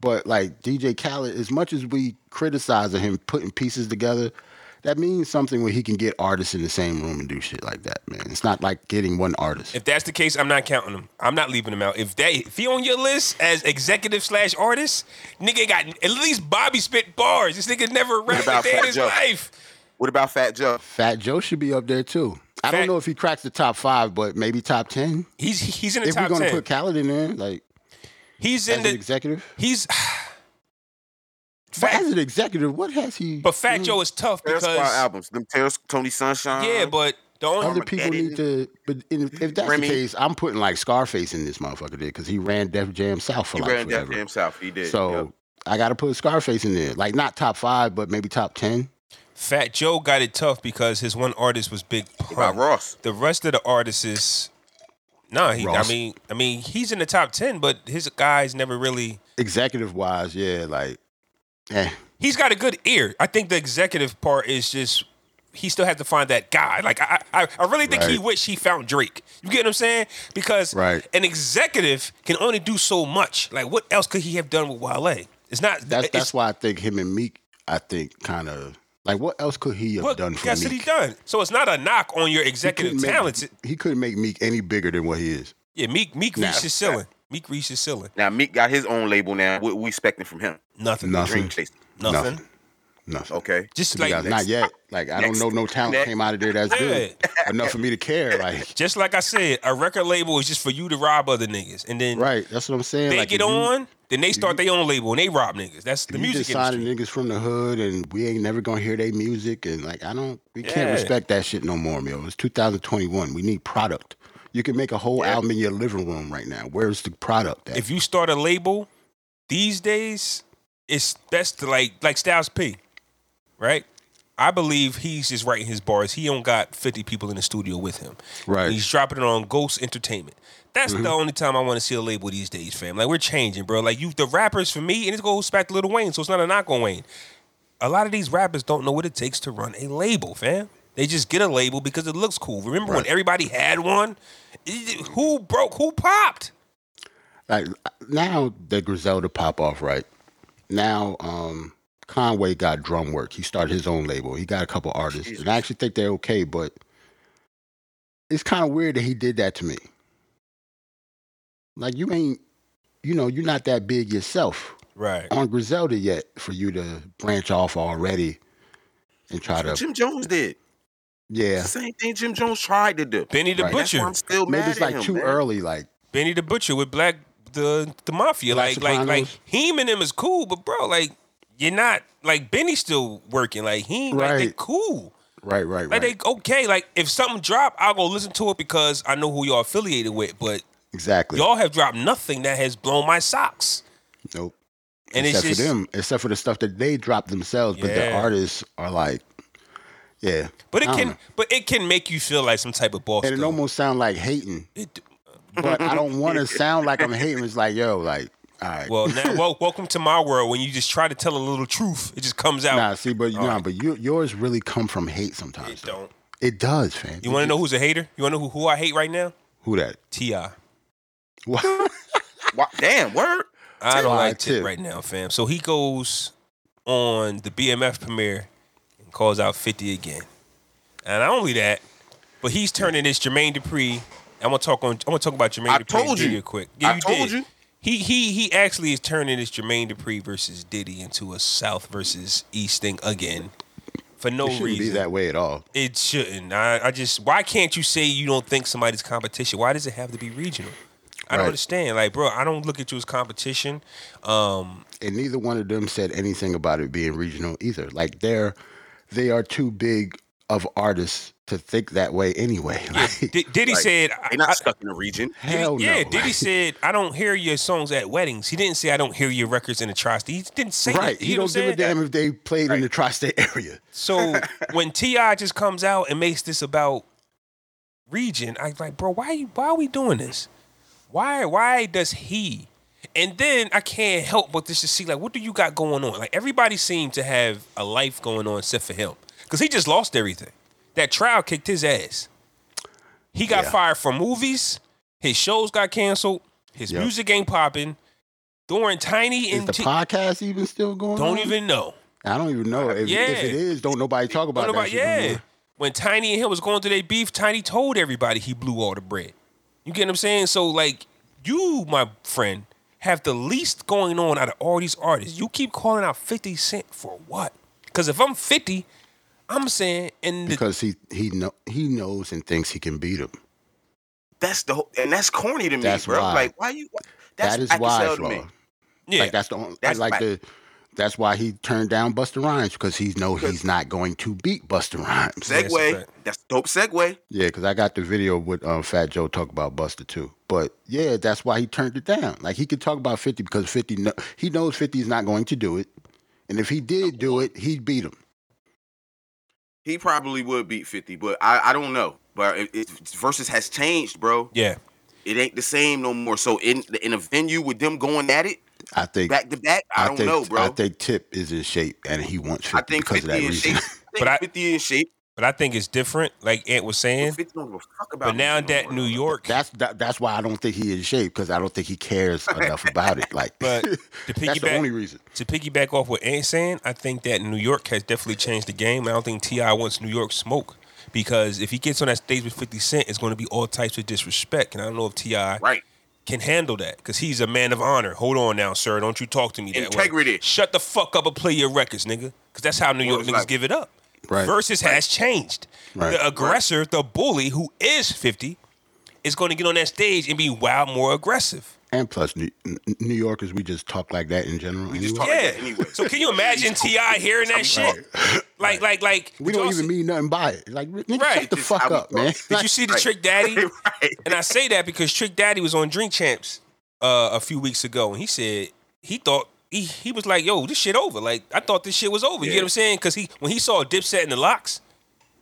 But like DJ Khaled, as much as we criticizing him putting pieces together, that means something when he can get artists in the same room and do shit like that, man. It's not like getting one artist.
If that's the case, I'm not counting him. I'm not leaving him out. If they, if he on your list as executive slash artist, nigga got at least Bobby spit bars. This nigga never rapped a
about
day in
Fat
his
Joe?
life.
What about Fat Joe?
Fat Joe should be up there too. I
Fat-
don't know if he cracks the top five, but maybe top ten.
He's he's in the
If we're
top
gonna
ten.
put Khaled in there, like
he's
as
in
an
the
executive,
he's.
but
Fat,
as an executive, what has he?
but Fat Joe is tough
Terror
because
Squad albums. Them Terror, Tony Sunshine.
yeah,
Um,
but the only
other people
Armageddon.
need to. But in, if that's
Remy.
the case, I'm putting like Scarface in this motherfucker there because he ran Def Jam South for
he
like
ran that
forever.
damn south. He did.
so
yep.
I got to put Scarface in there, like not top five, but maybe top ten.
Fat Joe got it tough because his one artist was Big
What about
Pun.
Ross.
The rest of the artists is. Nah, he, I
Ross.
mean, I mean, he's in the top ten, but his guys never really.
Executive wise, yeah, like, eh,
he's got a good ear. I think the executive part is just he still has to find that guy. Like I, I, I really think he
Right.
wish he found Drake. You get what I'm saying? Because
Right.
an executive can only do so much. Like what else could he have done with Wale? It's not
that's
it's,
that's why I think him and Meek, I think, kind of like, what else could he have
what
done for
else had
Meek?
he done? So it's not a knock on your
He couldn't
executive
make-
talents.
he couldn't make Meek any bigger than what he is.
Yeah, Meek Meek
Nah.
reached his ceiling. Meek reached his ceiling.
Now Meek got his own label. Now what we expecting from him?
Nothing.
Nothing.
Dream Chase.
Nothing.
Nothing. Nothing.
Okay.
Just
Like,
like
not yet. Like I
Next.
don't know, no talent
Next.
came out of there that's good enough for me to care. Like
just like I said, a record label is just for you to rob other niggas, and then
Right, that's what I'm saying.
they
like,
get
if you-
on, then they start their own label and they rob niggas. That's the
if you
music
just
industry.
signing niggas from the hood, and we ain't never gonna hear their music, and like I don't, we
Yeah.
can't respect that shit no more, yo. It's 2021. We need product. You can make a whole album in your living room right now. Where's the product? At?
if you start a label these days, it's that's the, like like Styles P, right? I believe he's just writing his bars. He don't got fifty people in the studio with him.
Right. Mm-hmm.
He's dropping it on Ghost Entertainment. That's the only time I want to see a label these days, fam. Like we're changing, bro. Like you, the rappers for me, and it goes back to Lil Wayne, so it's not a knock on Wayne. A lot of these rappers don't know what it takes to run a label, fam. They just get a label because it looks cool. Remember when everybody had one? It- Who broke? Who popped?
like now that Griselda pop off, right? Now um, Conway got drum work. He started his own label. He got a couple artists, and I actually think they're okay. But it's kind of weird that he did that to me. Like you ain't, you know, you're not that big yourself
Right.
on Griselda yet for you to branch off already and try to,
Jim Jones did.
yeah.
It's the same thing Jim Jones tried to do.
Benny the
Right.
That's why
Butcher.
I'm still mad
Maybe it's
at
like
him,
too
man.
early. Like
Benny the Butcher with Black the the Mafia. like
Black
like like
Sopranos.
Heem and them is cool, but bro, like you're not like Benny's still working. Like Heem, like they
Right.
cool.
right, right,
Like
right.
they okay. Like if something drop, I'll go listen to it because I know who y'all affiliated with. But
exactly.
y'all have dropped nothing that has blown my socks.
Nope.
And it's
except
just
for them, except for the stuff that they drop themselves, but the
Yeah.
artists are like, yeah.
But it
I don't
can
know.
but it can make you feel like some type of boss.
and it
though.
almost sound like hating,
It-
but I don't want to sound like I'm hating. It's like, yo, like, all right,
well, now, well, welcome to my world. When you just try to tell a little truth, it just comes out.
nah, see, but you
All
know,
right.
but you, yours really come from hate sometimes.
it
though.
don't.
It does, fam.
You want to know who's a hater? You want to know who, who I hate right now?
who that?
Ti.
What?
Why- Damn, word.
I don't
Why
like Tip
Tip?
right now, fam. So he goes on the BMF premiere and calls out 50 again. And not only that, but he's turning this Jermaine Dupree. I'm gonna talk on. I'm gonna talk about Jermaine
I
Dupri
told
and Diddy
you.
real quick.
I told you.
He he he actually is turning this Jermaine Dupree versus Diddy into a South versus East thing again, for no
it shouldn't
reason.
be that way at all.
It shouldn't. I, I just why can't you say you don't think somebody's competition? Why does it have to be regional? I don't
Right.
understand. Like, bro, I don't look at you as competition. Um,
and neither one of them said anything about it being regional either. Like they're they are too big of artists to think that way anyway. Like,
D- Diddy
Like,
said,
They
I-
not stuck in the region.
I- Diddy-
hell
yeah,
no.
Diddy said, I don't hear your songs at weddings. He didn't say, I don't hear your records in atrocity. He didn't say that.
right.
You
He
know
don't
what
give
I'm
a
saying?
damn if they played in the tri-state area.
So when Ti just comes out and makes this about region, I was like, bro, why you why are we doing this? Why why does he? And then I can't help but just to see like, what do you got going on? Like everybody seemed to have a life going on except for him, because he just lost everything. That trial kicked his ass. He got
Yeah.
fired from movies. His shows got canceled. His
Yep.
music ain't popping. Doing Tiny
Is
and
the
T-
podcast even still going?
don't
on?
even know.
I don't even know if,
Yeah.
if it is. Don't nobody talk about
Don't nobody-
that. shit no
yeah.
more.
When Tiny and him was going through their beef, Tiny told everybody he blew all the bread. You get what I'm saying? So like you, my friend, have the least going on out of all these artists. You keep calling out 50 Cent for what? Because if I'm 50, I'm saying and the,
Because he he know he knows and thinks he can beat him.
That's the whole, and that's corny to me,
That's
bro.
why.
Like, why you? Why,
That is
I can
why,
sell to me.
Flaw.
yeah,
Like that's the only,
That's
like
right.
the that's why he turned down Buster Rhymes because he know he's not going to beat Buster Rhymes.
that's a
Segway.
fact.
That's dope. Segway.
Yeah, because I got the video with um, Fat Joe talk about Buster too. But yeah, that's why he turned it down. Like he could talk about Fifty because Fifty, kno- he knows Fifty is not going to do it, and if he did do it, he'd beat him.
He probably would beat fifty, but I, I don't know. But it, it, versus has changed, bro.
yeah.
It ain't the same no more. So in in a venue with them going at it
I think.
back to back, I, don't
think,
know, bro.
I think Tip is in shape and he wants Fifty
I think
because of that
fifty
reason.
in shape.
But
But
I-
fifty in shape.
But I think it's different, like Ant was saying.
Fifty don't give a fuck about.
But now
music no
that
more,
New
though.
York
that's that, that's why I don't think he is in shape because I don't think he cares enough about it. Like,
But to
that's the
piggyback-
only reason.
to piggyback off what Ant's saying, I think that New York has definitely changed the game. I don't think T.I. wants New York smoke because if he gets on that stage with 50 Cent, it's going to be all types of disrespect. And I don't know if T.I.
right?
can handle that because he's a man of honor. Hold on now, sir. Don't you talk to me that way.
Integrity.
Shut the fuck up and play your records, nigga. Because that's how New York
it's
niggas
like-
give it up.
Right.
Versus has changed.
Right.
The aggressor, the bully who is 50, is going to get on that stage and be wild more aggressive.
And plus, New, N- New Yorkers, we just talk like that in general. We,
just
anyway.
talk-
Yeah.
Like that anyway.
So can you imagine Ti hearing that shit? Like, like, like.
we don't
y'all
even
see-
mean nothing by it. Like, nigga,
Right.
shut the
Just
fuck
how we
up,
talk.
man.
Did you see the
Right.
Trick Daddy?
right.
And I say that because Trick Daddy was on Drink Champs uh, a few weeks ago, and he said he thought he he was like, "Yo, this shit over." Like I thought this shit was over. You get what I'm saying? Because he when he saw Dipset in the locks,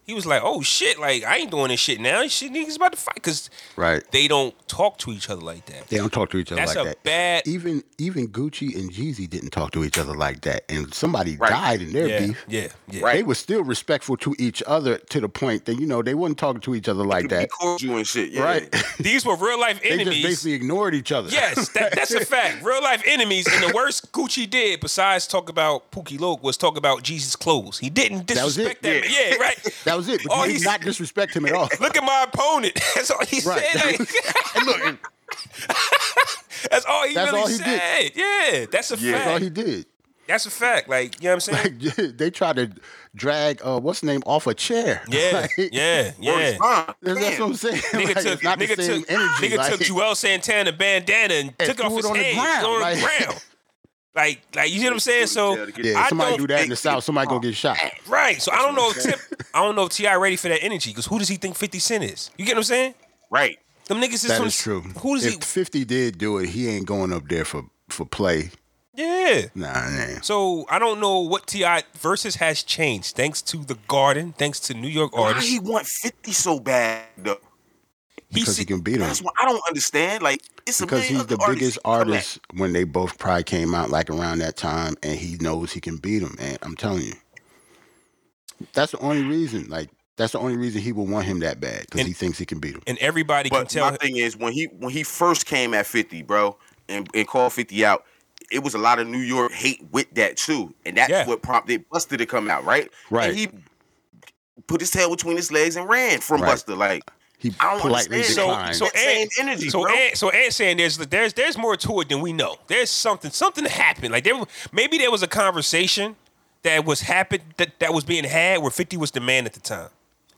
he was like, "Oh shit! Like I ain't doing this shit now. Shit, niggas about to fight because
Right.
they don't talk to each other like that.
They don't talk to each other
That's
like
a
that.
bad-
Even even Gucci and Jeezy didn't talk to each other like that. And somebody
Right.
died in their
Yeah,
beef.
yeah, yeah.
Right.
They were still respectful to each other to the point that you know they wasn't talking to each other like
They
that.
called you and shit. Yeah.
Right.
These were real life
they just
enemies.
basically ignored each other.
Yes, that, that's a fact. Real life enemies, and the worst Gucci did besides talk about Pookie Loke was talk about Jesus' clothes. He didn't
That was
disrespect
it.
that. Yeah, right.
That was it. But
Oh,
you
he's-
did not disrespect him at all.
Look at my opponent. That's all he
Right.
said. Like,
and look, and
that's all he
That's
really
all he did.
said. Yeah, that's a
Yeah.
fact.
that's all he did.
That's a fact. Like you know what I'm saying?
Like they tried to drag uh, what's the name off a chair.
yeah,
Like,
yeah, yeah.
Huh,
That's, that's what
man.
I'm saying.
Nigga
Like,
took
it's not the
nigga
same
took
energy.
nigga took
like-
Joel Santana bandana and, took it
threw
off
it
his
on the
head
ground,
on
like-
the ground. Like like you know what I'm saying? So
Yeah,
I
somebody
don't
do that in
think
the south, somebody gonna get shot.
Right. So I don't know if Tip, I don't know if Ti ready for that energy because who does he think Fifty Cent is? You get what I'm saying?
Right.
Them niggas is
That
from
is true.
Who does
if
he?
Fifty did do it, he ain't going up there for for play.
Yeah.
Nah, nah.
So I don't know what Ti versus has changed thanks to the Garden, thanks to New York
Why
artists.
he want fifty so bad though?
Because he
see-
can beat him.
That's what I don't understand. Like it's a
Because
million
he's
other
the
artists
biggest
that come at-
artist when they both probably came out like around that time, and he knows he can beat him. And I'm telling you, that's the only reason. Like that's the only reason he would want him that bad because
And-
he thinks he can beat him.
and everybody can
But
tell.
my thing is when he when he first came at fifty, bro, and, and called fifty out, it was a lot of New York hate with that too, and that's
Yeah.
what prompted Buster to come out, right?
Right.
And he put his tail between his legs and ran from
Right.
Buster, like
He
I don't
politely
understand.
declined.
So, so
That same
Ant-
energy,
so
bro.
Ant- so Ant saying there's there's there's more to it than we know. There's something something happened. Like there maybe there was a conversation that was happened that, that was being had where 50 was the man at the time.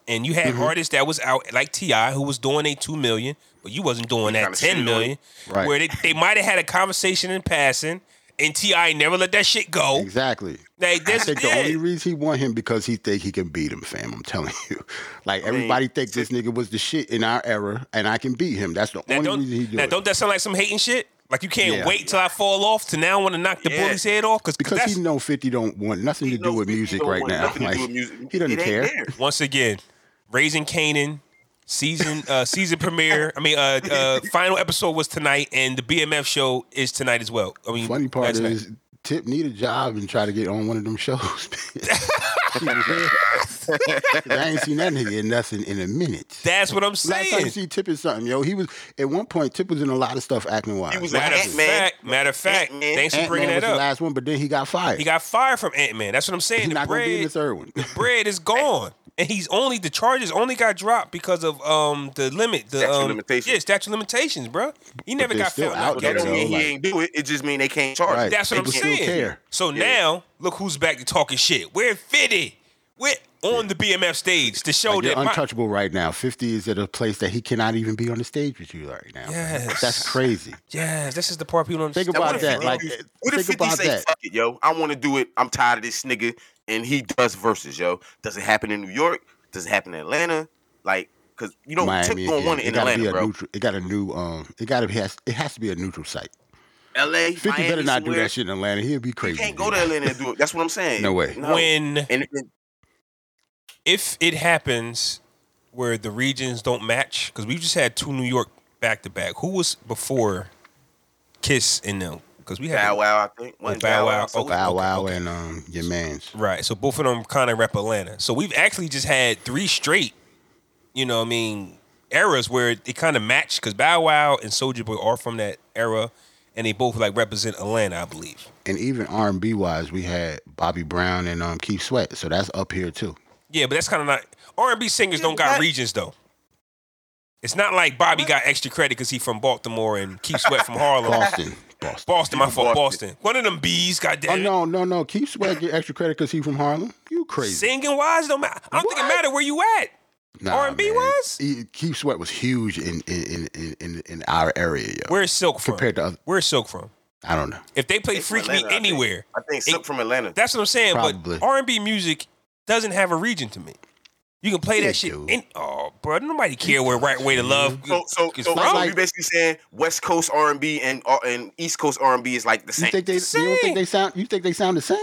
And you
Mm-hmm.
had artists that was out like T.I. who was doing a two million, but you wasn't doing that
kinda shitty
ten
on
million.
Right.
Where they, they might have had a conversation in passing and T.I. never let that shit go.
Exactly.
Like
I
this
think the
yeah.
only reason he want him because he think he can beat him, fam. I'm telling you. Like everybody think this nigga was the shit in our era, and I can beat him. That's the
now,
only
don't,
reason he do
now,
it.
don't that sound like some hating shit? Like you can't
Yeah.
wait till I fall off to now want to knock the
Yeah.
bully's head off cause
because
that's-
he know Fifty don't want nothing to do
knows
with
50
music
don't
right
want
now.
nothing to
Like
do with music.
he doesn't
It ain't
care.
there.
once again, Raising Canaan season uh season premiere. I mean uh, uh final episode was tonight and the BMF show is tonight as well. I mean
Funny part
that's tonight.
is Tip need a job and try to get on one of them shows. man. 'Cause I ain't seen that nigga in nothing in a minute.
that's what I'm
Last time you
saying.
see Tip in something, yo, he was at one point Tip was in a lot of stuff acting wise.
He was
Matter of
Ant-Man.
fact, matter of fact,
Ant-Man.
thanks for
Ant-Man
bringing
was
that
the
up.
last one, but then he got fired.
He got fired from Ant Man. That's what I'm saying.
He's
The
not going to be in
bread,
the third one.
bread is gone, and he's only the charges only got dropped because of um the limit, the
Statute of
um,
limitations.
Yeah, statute of limitations, bro. He never
they're
got
still
found
out
out.
But that
yet.
don't
though,
mean
like-
he ain't do it. It just mean they can't charge.
Right.
him.
That's what I'm
People still
saying.
care.
So now look who's back to talking shit. We're fitty. We're on the BMF stage to show
Oh,
Like, you're
that my-
untouchable right now. 50 is at a place that he cannot even be on the stage with you right now.
Yes.
That's crazy.
yes, this is the part people don't
Think
understand.
about
What if-
that. Like,
What
think
if 50
about
say,
that.
fuck it, yo. I want to do it. I'm tired of this nigga. And he does verses, yo. Does it happen in New York? Does it happen in Atlanta? Like, because you don't
Miami.
Tip going
again.
one
it
in
gotta be
Atlanta,
a
bro.
neutral. It got a new. Um. It gotta be. Has, it has to be a neutral site.
LA,
50
Miami,
better not do
somewhere.
that shit in Atlanta. He'll be
You
crazy.
can't go to Atlanta and do it. That's what I'm saying.
No way.
when
and, and
if it happens where the regions don't match, because we just had two New York back to back. Who was before Kiss and them? Because we had
Bow Wow, I think.
Oh,
Wasn't
Bow
Bow
Wow.
Wow. so-
Okay.
Bow Wow
okay.
and um your man's.
Right. So both of them kind of rep Atlanta. So we've actually just had three straight, you know what I mean, eras where it kind of matched because Bow Wow and Soldier Boy are from that era and they both like represent Atlanta, I believe.
And even R and B wise, we had Bobby Brown and um Keith Sweat. So that's up here too.
Yeah, but that's kind of not R&B singers don't got
What?
regions though. It's not like Bobby got extra credit because he from Baltimore and Keith Sweat from Harlem.
Boston. Boston.
Boston, my fault.
Boston.
Boston. One of them bees, goddamn.
Oh
it.
no, no, no. Keith Sweat get extra credit because he from Harlem. You crazy.
Singing wise, don't matter. I don't think it matter where you at.
Nah,
R&B
man.
wise?
He- Keith Sweat was huge in in in in, in our area, yo.
Where's Silk from?
compared to other
Where's Silk from?
I don't know.
If they play
They from
Freak Me
Atlanta, I think.
anywhere,
I think Silk from Atlanta.
That's what I'm saying.
Probably.
But R and B music doesn't have a region to me. You can play
Yeah, Mm-hmm.
that shit.
dude.
In, oh, bro, nobody care where right way to love.
So, so,
is
so,
from.
so you basically saying West Coast R and B and uh, and East Coast R and B is like the
You
same.
think they? You don't
Same.
think they sound? You think they sound the same?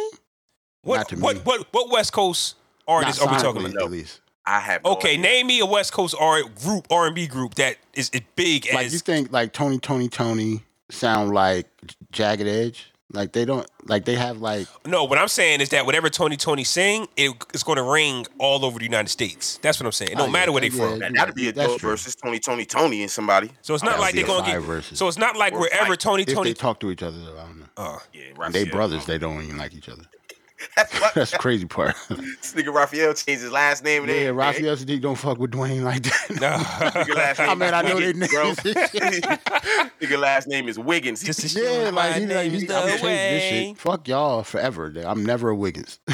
what,
not to
what,
me.
what, what West Coast artists are we
Not
talking
sonically,
about?
At least.
I have no
Okay,
idea.
name me a West Coast R group R and B group that is as big
Like you
as
think like Tony Tony Tony sound like J- Jagged Edge? Like they don't like they have like
no. What I'm saying is that whatever Tony Tony sing, it, it's going to ring all over the United States. That's what I'm saying. It don't
Oh, yeah.
matter where they
Yeah,
from.
yeah.
That, that'd be a
That's
dope
true.
versus Tony, Tony, Tony, and somebody.
So it's not
That'd
like
be
they're
a
going to
five
get.
versus.
So it's not like
Or
wherever
fight.
Tony
if
Tony.
they talk to each other though, I don't know.
uh,
Yeah,
They
Raphael.
brothers, they don't even like each other.
That's what
That's the crazy part.
this nigga Raphael changed his last name. and
yeah,
everything.
Raphael Sadiq don't fuck with Dwayne like that.
nah.
Nigga last name
I mean, I
is
know they
Wiggins,
names. and shit.
Nigga last name is Wiggins. He-
Just to
Yeah,
show
like
my
he like
name's
he,
the
I'm changing this
way.
shit. Fuck y'all forever. nigga. I'm never a Wiggins.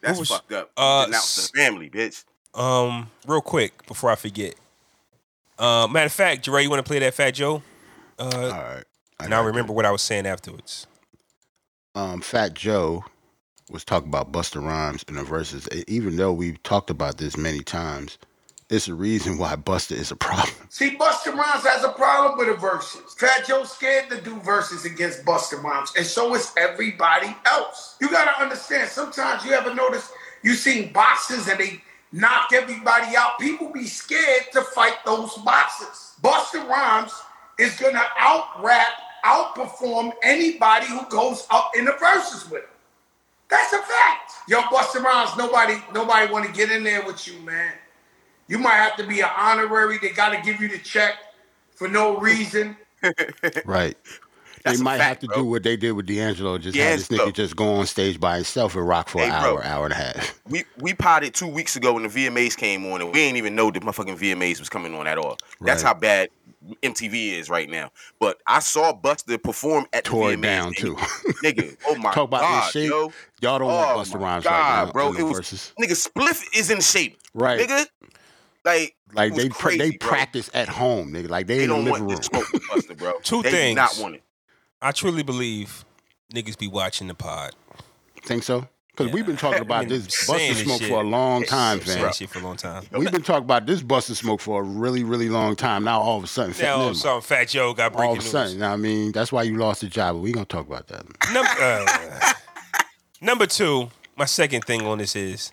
That's
was-
fucked up.
uh,
Uh, Denounce the family, bitch.
Um, real quick before I forget. Uh, matter of fact, Jerry, you want to play that Fat Joe? Uh,
All right.
and I'll remember what I was saying afterwards.
um, Fat Joe was talking about Buster Rhymes in the verses. E- Even though we've talked about this many times, it's a reason why Buster is a problem.
See, Buster Rhymes has a problem with the verses. Fat Joe's scared to do verses against Buster Rhymes, and so is everybody else. You gotta understand, sometimes you ever notice you seen boxes and they knock everybody out. People be scared to fight those boxes. Buster Rhymes is gonna out rap, outperform anybody who goes up in the verses with him. That's a fact. Yo, Buster Rhymes, nobody, nobody wanna get in there with you, man. You might have to be an honorary. They got to give you the check for no reason.
right.
That's
they
a
might
fact,
have to
bro.
do what they did with D'Angelo, just have this
D'Angelo.
nigga just go on stage by himself and rock for
Hey,
an
bro.
hour, hour and a half.
We we potted two weeks ago when the VMAs came on, and we ain't even know the motherfucking VMAs was coming on at all. That's
Right.
how bad MTV is right now. But I saw Buster perform at
Tore
the
it
VMAs,
down
nigga.
too.
Nigga, oh my
Talk about
god,
this shape.
yo.
Y'all don't
Oh
want Buster
my
Rhymes
God,
right now
bro,
in the
it was-
verses.
Nigga, Spliff is in shape,
Right.
nigga. Like,
Like
it was
they pra-
crazy,
they
bro.
practice at home, nigga. Like they,
They
in the
don't
living
want
room.
this smoke with Buster, bro.
Two
they do
things.
not want it.
I truly believe niggas be watching the pod.
Think so? Because we've been talking about
Been
this
saying
Buster
this
Smoke
shit.
for a long time,
Saying
fam.
shit for a long time.
We've been talking about this Buster Smoke for a really, really long time. Now all of a sudden,
Now all of
never
a
mind.
sudden, Fat Joe got breaking
all of a
news.
sudden, I mean, that's why you lost the job. But we gonna talk about that.
Number, uh, number two, my second thing on this is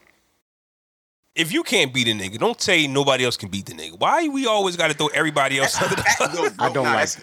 if you can't beat a nigga, don't say nobody else can beat the nigga. Why we always got to throw everybody else under the
Yo, bro,
I don't
nah,
like
that's-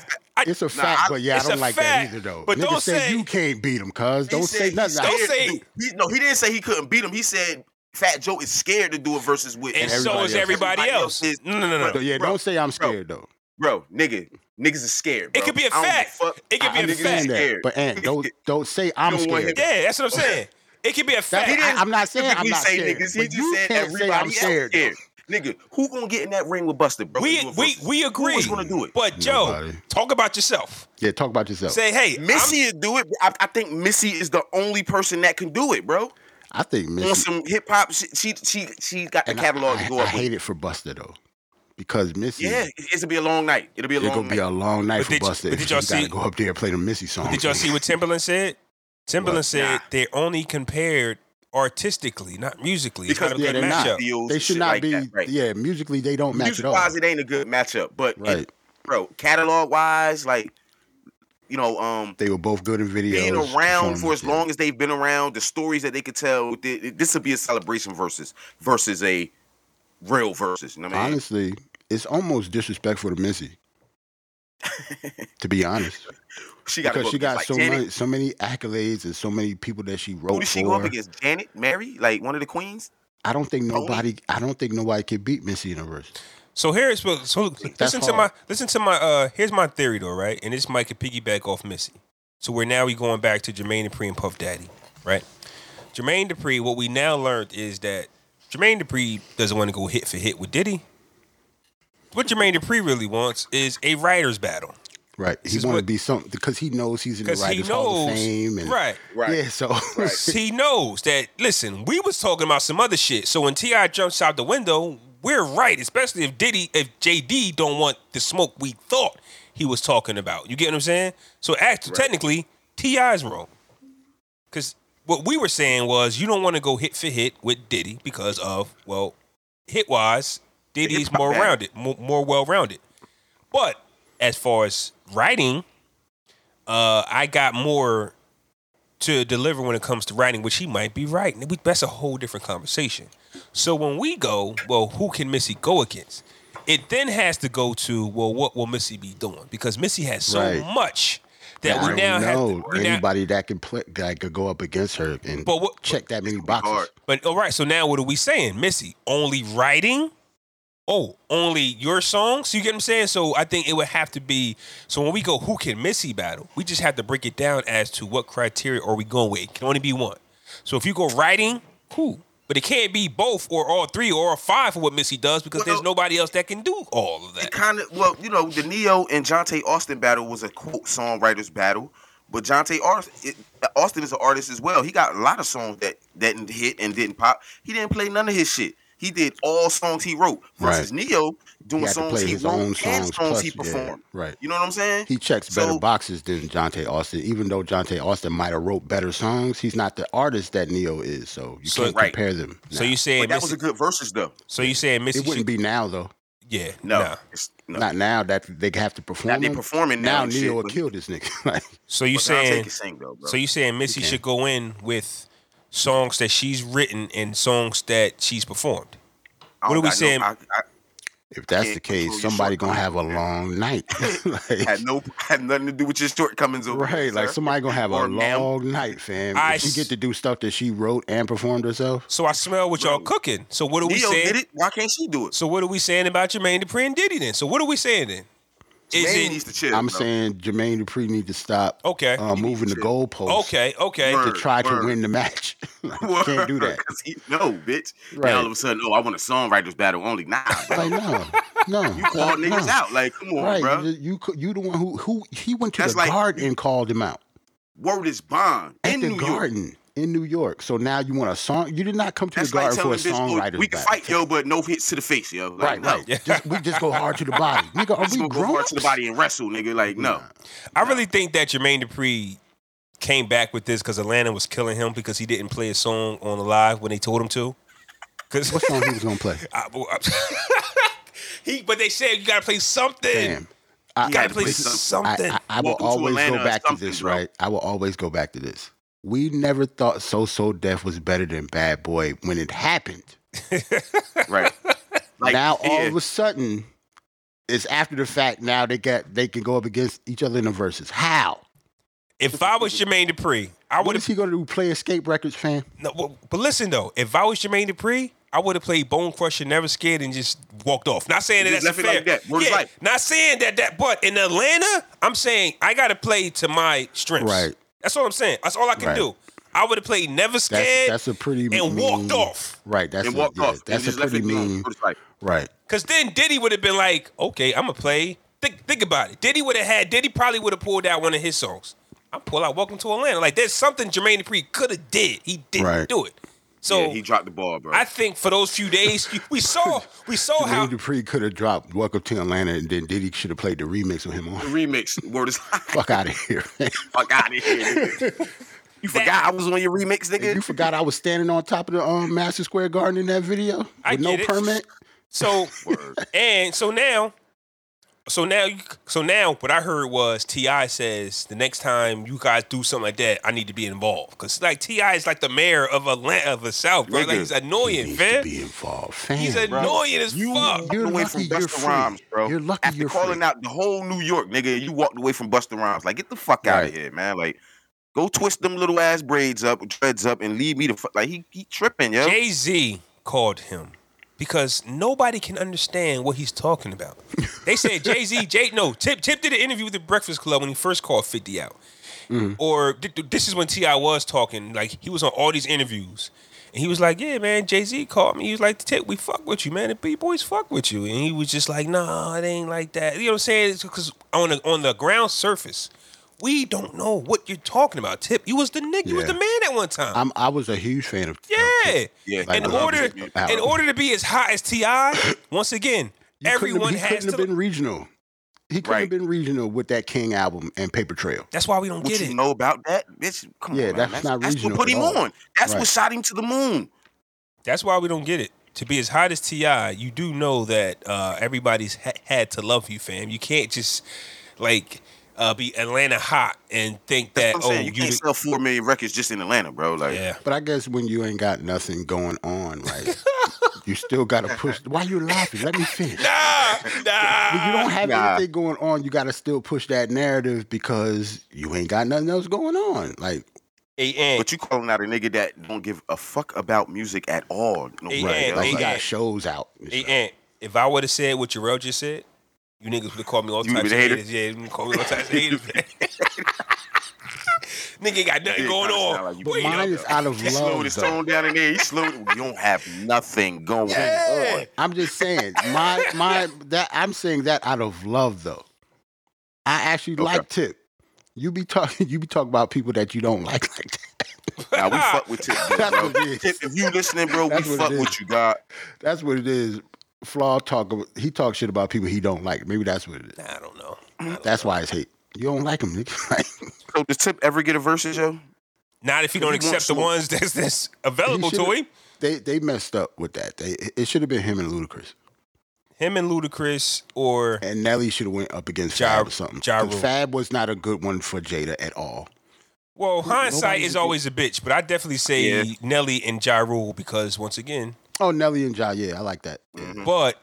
It's a
nah,
fact,
I-
but yeah, I
it's
don't
a
like
fact,
that either, though.
but
Nigga
don't
said
say-
you can't beat him, cuz
He
don't
said
say
he's
nothing.
Don't
scared to
say-
do- he- no, he didn't say he couldn't beat him. He said Fat Joe is scared to do a versus with.
And so
everybody
is
else.
everybody else.
is-
No, no, no, no.
So, yeah,
Bro,
don't say I'm
bro.
scared though.
bro, nigga, niggas is scared. Bro.
It could be a
I don't give
fact.
fuck.
It could
I
be a
Niggas is
fact.
understand that,
scared.
but and don't don't say I'm
don't want
scared.
him-
Yeah, that's what I'm saying. It could be a
That-
fact.
He didn't
I, am not saying I'm
typically
not
say
scared.
niggas. He
but
just
you
said
can't say I'm
everybody
scared.
else
though.
scared. Nigga, who gonna get in that ring with Buster, bro?
we,
and do a
we,
versus?
we agree.
Who is gonna do it?
But Joe,
Nobody.
talk about yourself.
Yeah, talk about yourself.
Say, hey, I'm,
Missy is do it. I, I think Missy is the only person that can do it, bro.
I think
On
Missy.
some hip hop, she, she she she got the
and I-
catalog
I,
to go
I
up with.
hate it for Buster though, because Missy.
Yeah, it- it'll be a long night. It'll be a
It's
long
gonna
night.
be a long night
But
for
did y-
Buster.
but
if
did y'all
he gotta
see-
go up there and play the Missy song.
Did y'all see what Timberland said? Timberland
What?
said
Nah.
they're only compared artistically, not musically. It's
Because
not a
Yeah,
good
they're not.
matchup.
Deals
They
and
should
shit
not
like
be.
that, right.
Yeah, musically they don't match
Music
at all.
wise, it ain't a good matchup. But it-
Right.
bro, catalog wise, like you know, um,
They were both good in videos.
being around for as
performances.
long as they've been around, the stories that they could tell, th- th- this would be a celebration versus versus a real versus. You know what I mean?
Honestly, it's almost disrespectful to Missy. to be honest,
she got
because she got so
Janet,
many, so many accolades and so many people that she
Who
wrote
did she go
for.
up against? Janet, Mary, like one of the queens.
I don't think
Tony?
nobody. I don't think nobody could beat Missy in a verse.
So here is what- so listen to my
hard.
listen to my uh here's my theory though, right? And this might could piggyback off Missy. So we're now we going back to Jermaine Dupri and Puff Daddy, right? Jermaine Dupri, what we now learned is that Jermaine Dupri doesn't want to go hit for hit with Diddy. What Jermaine Dupri really wants is a writer's battle
Right. He
is
want to
what-
be something because he knows he's in the
because he
Writers Hall of
knows,
Fame. And,
right?
Right.
Yeah. So
he knows that listen we was talking about some other shit so when ti jumps out the window we're right especially if diddy if jd don't want the smoke we thought he was talking about you get what i'm saying so actually technically ti's wrong because what we were saying was you don't want to go hit for hit with diddy because of well hit wise diddy's
hip-hop
more
battle.
rounded more, more well rounded but as far as writing uh i got more to deliver when it comes to writing, which he might be right. And we- That's a whole different conversation. So when we go, well, who can Missy go against? It then has to go to well, what will Missy be doing? Because Missy has so
Right.
much that
I
we now
don't
have.
know
To, we now,
anybody that can play that could go up against her and
But what-
check that many boxes.
but all right, so now what are we saying, Missy? Only writing? Oh, only your songs? You get what I'm saying? So I think it would have to be. So when we go, who can Missy battle? We just have to break it down as to what criteria are we going with. It can only be one. So if you go writing, cool. But it can't be both or all three or all five for what Missy does because there's nobody else that can do all of
It
that.
kind of well, you know, the Neo and Jonte Austin battle was a quote songwriters battle, but Jonte Austin, Austin is an artist as well. He got a lot of songs that that didn't hit and didn't pop. He didn't play none of his shit. He did all songs he wrote versus Neo
He
doing
had to
songs
play
he
his
wrote
own
and
songs
songs
plus
he
yeah,
performed.
right.
You know what I'm saying?
He checks better
So-
boxes than Jonte Austin. Even though Jonte Austin might have wrote better songs, he's not the artist that Neo is. So you
So-
can't
Right.
compare them.
So
now.
you saying
But that was
Missy?
a good versus though.
So you saying Missy?
it wouldn't be now though.
should- yeah.
No,
nah.
it's, no.
Not now that they have to perform.
Now they
them.
performing now
Now
and
Neo
shit,
will
but-
kill this nigga. like,
So you
But Jonte
saying?
can sing though, bro.
So you saying Missy
He can.
should go in with songs that she's written and songs that she's performed?
I
what
don't
are we
got no-
saying?
I, I-
if that's
can't
the
control
case,
your
somebody gonna have
shortcomings,
a
man.
long night. like,
had no had nothing to do with your shortcomings over here,
right, like
sir.
somebody gonna have a
Or ma'am.
long night, fam.
I
if she
s-
get to do stuff that she wrote and performed herself.
So I smell what y'all cooking. So what are we
Neo
saying?
did it. Why can't she do it?
So what are we saying about Jermaine Dupri and Diddy then? So what are we saying then? Is
Jermaine
it
needs to chill.
I'm
bro.
saying Jermaine Dupri need to stop
Okay.
uh, moving the
to-
goalposts
okay? Okay.
to
Word,
try to
word.
win the match. Like, you can't do that.
'Cause he- no, bitch.
Right.
Now all of a sudden, oh, I want a songwriters battle only. Nah, bro.
Like no, no, you
call niggas out. Like, come on,
Right,
bro.
you, just- you cou- you the one who who he went to
That's
the
like-
garden and called him out
Word is bond
at
in
the
New York.
garden in New York. So now you want a song? You did not come to
That's
the
like
garden for
telling
a
bitch,
songwriter's
oh, we can
battle.
fight, yo, but no hits to the face, yo. Like,
Right,
no.
right. Just, we just go hard to the body, nigga. Are
Just
we
gonna go
grown?
hard to the body and wrestle, nigga. Like, no.
I really think that Jermaine Dupri came back with this because Atlanta was killing him because he didn't play a song on the live when they told him to. Because
What song he was gonna play?
he, but they said you gotta play something.
Damn.
You
He
gotta
had to
play
play something.
something.
I, I, I will
Welcome to
always go
Atlanta or
back to
something,
this,
bro.
right? I will always go back to this. We never thought So So Def was better than Bad Boy when it happened.
Right. Like,
now all
yeah.
of a sudden, it's after the fact. Now they got they can go up against each other in the verses. How?
if I was Jermaine Dupri, I
What
would
is
have.
he going to do? Play Escape Records, fan?
No, but, but listen though, if I was Jermaine Dupri, I would have played Bone Crusher, Never Scared, and just walked off. Not saying that
Just
that's
left it
fair.
like that. Words
Yeah,
like-
not saying that that. But in Atlanta, I'm saying I gotta play to my strengths.
Right.
That's all I'm saying. That's all I can
Right.
do. I would have played Never Scared.
That's that's a pretty
and walked
mean-
off.
Right. That's
and
a,
walked
yeah,
off. and
That's a
just left
pretty
it alone.
mean.
It was like,
Right.
Cause then Diddy would have been like, okay, I'm gonna play. Think, think about it. Diddy would have had. Diddy probably would have pulled out one of his songs. I pull out "Welcome to Atlanta." Like there's something Jermaine Dupri could have did. He didn't
Right.
do it. So
yeah, he dropped the ball, bro.
I think for those few days, we saw we saw
Jermaine
how
Dupri could have dropped "Welcome to Atlanta" and then Diddy should have played the remix with him on.
remix. Word is
Fuck out of here, man.
fuck out of here. nigga. You forgot I was on your remix, nigga.
You forgot I was standing on top of the um, Master Square Garden in that video with
I
no
get it.
permit.
so and so now, so now you- so now what I heard was Ti says the next time you guys do something like that, I need to be involved because like Ti is like the mayor of Atlanta of the South, bro. Like
Nigga,
he's
He
annoying,
needs
fam.
to be involved, fam.
He's annoying as
You
fuck.
walked away from
you're
Busta
free.
Rhymes, bro.
You're lucky
After
you're
calling
free.
out the whole New York, nigga, you walked away from Busta Rhymes. Like, get the fuck out
Right.
of here, man. Like, go twist them little ass braids up, dreads up, and leave me the fuck. Like, he, he tripping, yo.
Jay Z called him because nobody can understand what he's talking about. They said Jay Z, Jay, no, Tip, Tip did an interview with the Breakfast Club when he first called 50 out. Or th- th- this is when T.I. was talking, like he was on all these interviews. And he was like, Yeah, man, Jay Z called me. He was like, Tip, we fuck with you, man. The B Boys fuck with you. And he was just like, Nah, it ain't like that. You know what I'm saying? Because on the, on the ground surface, we don't know what you're talking about, Tip. You was the nigga, you was
Yeah.
the man at one time.
I'm, I was a huge fan of.
Yeah.
Yeah,
Like,
in
uh,
order
uh,
in order to be as hot as Ti, once again,
You couldn't
everyone
have, he
has
couldn't
to.
have been regional. He couldn't have
Right.
been regional with that King album and Paper Trail.
that's why we don't
What
get
you
it.
know about that, bitch? Come
Yeah,
on, man.
that's not
that's
regional
what put
at
him
all.
on. That's
Right.
what shot him to the moon.
That's why we don't get it. To be as hot as Ti, you do know that uh, everybody's ha- had to love you, fam. You can't just like uh, be Atlanta hot and think
That's
that
what I'm
oh
saying. You,
you.
can't
the-
sell four million records just in Atlanta, bro. Like,
yeah,
But I guess when you ain't got nothing going on, right? You still gotta push. Why you laughing? Let me finish.
Nah, nah.
When you don't have
Nah.
anything going on, you gotta still push that narrative because you ain't got nothing else going on. Like
Hey, Ant.
But you calling out a nigga that don't give a fuck about music at all. No
Hey,
way.
Ant,
That's
like
hey,
you
like-
got
Ant.
shows out. and
Hey,
stuff.
Ant, if I would have said what Jarrell just said, you niggas would have called me all
You
types of
would've hated?
haters. Yeah, you would've called me all types of haters. Nigga ain't got nothing
Yeah,
going
kinda sound
on.
like you-
But
But
Mine
you
is out of
He slowed
love.
his
Though.
tone down in there. He slowed. You don't have nothing going
Yeah.
on.
I'm just saying, my my that I'm saying that out of love though. I actually
Okay.
like Tip. You be talking, you be talking about people that you don't like like that.
Now we fuck with Tip,
That's
bro.
what it is.
Tip, if you listening, bro, we
That's what it
fuck
is.
with you, God.
That's what it is. Flaw talk. ab- He talks shit about people he don't like. Maybe that's what it is.
Nah, I don't know.
That's why it's hate. You don't like him, nigga. Like,
So does Tip ever get a versus, yo?
Not if you don't
If he wants
accept the
smoke.
ones that's that's available
He
to
should've-
him.
they they messed up with that. They it should have been him and Ludacris.
Him and Ludacris or
And Nelly should have went up against
Ja-
Fab or something.
Ja
'Cause
Rule.
Fab was not a good one for Jada at all.
well, hindsight
nobody
is
would-
always a bitch, but I definitely say
Yeah.
Nelly and Ja Rule because once again,
Oh, Nelly and Ja, yeah, I like that. Yeah.
Mm-hmm.
but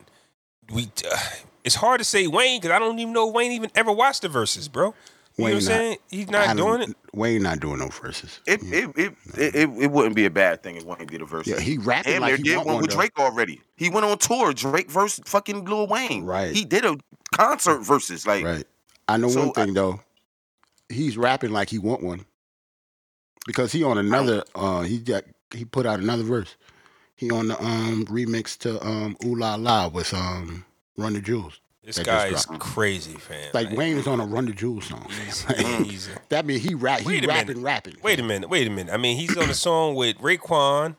we uh, it's hard to say Wayne because I don't even know if Wayne even ever watched the verses, bro. You know what I'm
Wayne not.
saying? He's
I
not
don't-
doing it.
Wayne not doing no verses.
It it, it, it it it wouldn't be a bad thing if Wayne did a versus.
Yeah, he rapping
Damn,
like
there
he
did
want
one
one,
with
though.
Drake already. He went on tour. Drake versus fucking Lil Wayne.
Right.
He did a concert versus. Like
Right. I know
So
one
I-
thing though. He's rapping like he want one. Because he on another uh he got he put out another verse. He on the um remix to um Ooh La La with um Run the Jewels.
This
That just
guy is
dropped.
crazy, fam.
Like Wayne is on a Run the Jewels song.
he's-
Like,
he's-
that mean he rap he
Wait a
rapping
minute.
rapping.
Wait a minute, wait a minute. I mean, he's on a song with Raekwon,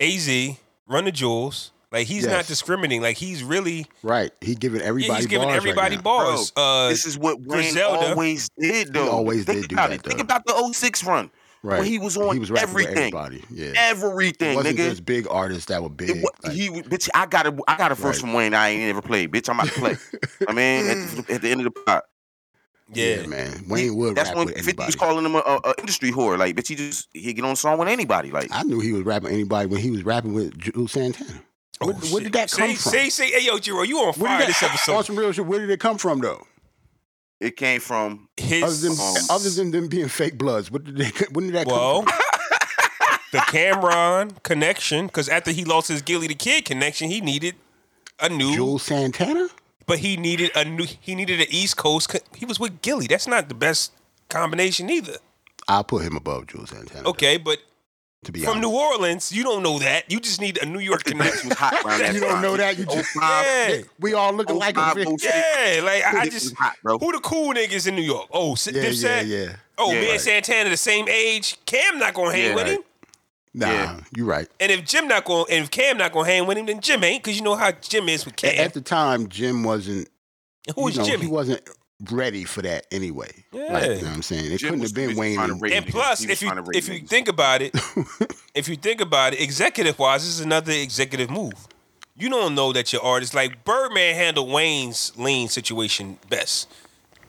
AZ, Run the Jewels. Like he's not
Yes.
discriminating. Like he's really
Right. He giving everybody
yeah, he's giving
bars
everybody
right now.
bars. uh,
this is what Wayne
Griselda.
always did though.
always
Think
did do
about
that,
it. Think
though.
about the 06 run.
Right.
When he was on
rapping with
everything.
everybody. Yeah.
Everything,
it wasn't
nigga.
just big artists that were big.
It, wa-
like,
he was- bitch, I got a, I got a verse
Right.
from Wayne. I ain't never played, bitch. I'm about to play. I mean, at the, at the end of the pot,
yeah.
man.
He-
Wayne would
That's
rap
when
with
50 was
anybody.
calling him a, a, a industry whore. Like, bitch, he just he get on song with anybody. Like,
I knew he was rapping anybody when he was rapping with Drew Santana.
Oh,
Where, where
shit.
did that come
say,
from?
Say, say, hey, yo, Jiro, you on
where
fire
did
this
that, on
episode.
some real shit, where did it come from though?
it came from
Other
His,
than
Um,
other than them being fake bloods, what did they, when did that
well,
come from?
the Cameron connection, because after he lost his Gilly the Kid connection, he needed a new,
Jewel Santana?
but he needed a new, he needed an East Coast. co- He was with Gilly. That's not the best combination either.
I'll put him above Jewel Santana. though,
Okay, but
to be
from
honest.
New Orleans, you don't know that. You just need a New York
Nets
connection.
was hot around that
you don't
time.
know that you just
Oh, Yeah,
we all looking
Oh,
like a
05,
fish.
06,
yeah. Like I
Niggas
just
was hot, bro.
who the cool niggas in New York? Oh, S-
Yeah,
Dipset.
yeah, yeah.
Oh,
Yeah.
me and Santana the same age. Cam not gonna hang
Yeah.
with him.
Nah,
Yeah.
you're right.
And if Jim not going, and if Cam not gonna hang with him, then Jim ain't, cause you know how Jim is with Cam.
At, at the time, Jim wasn't
And Who
you
is
know,
Jimmy?
He wasn't ready for that anyway.
Yeah.
Like, you know what I'm saying? It couldn't
Jim was
have
too
been
busy
Wayne.
trying to
and-
rape
and
niggas.
plus,
He was
if you
trying to rape
if you
niggas.
think about it, if you think about it, executive wise, this is another executive move. You don't know that your artist like Birdman handled Wayne's lean situation best.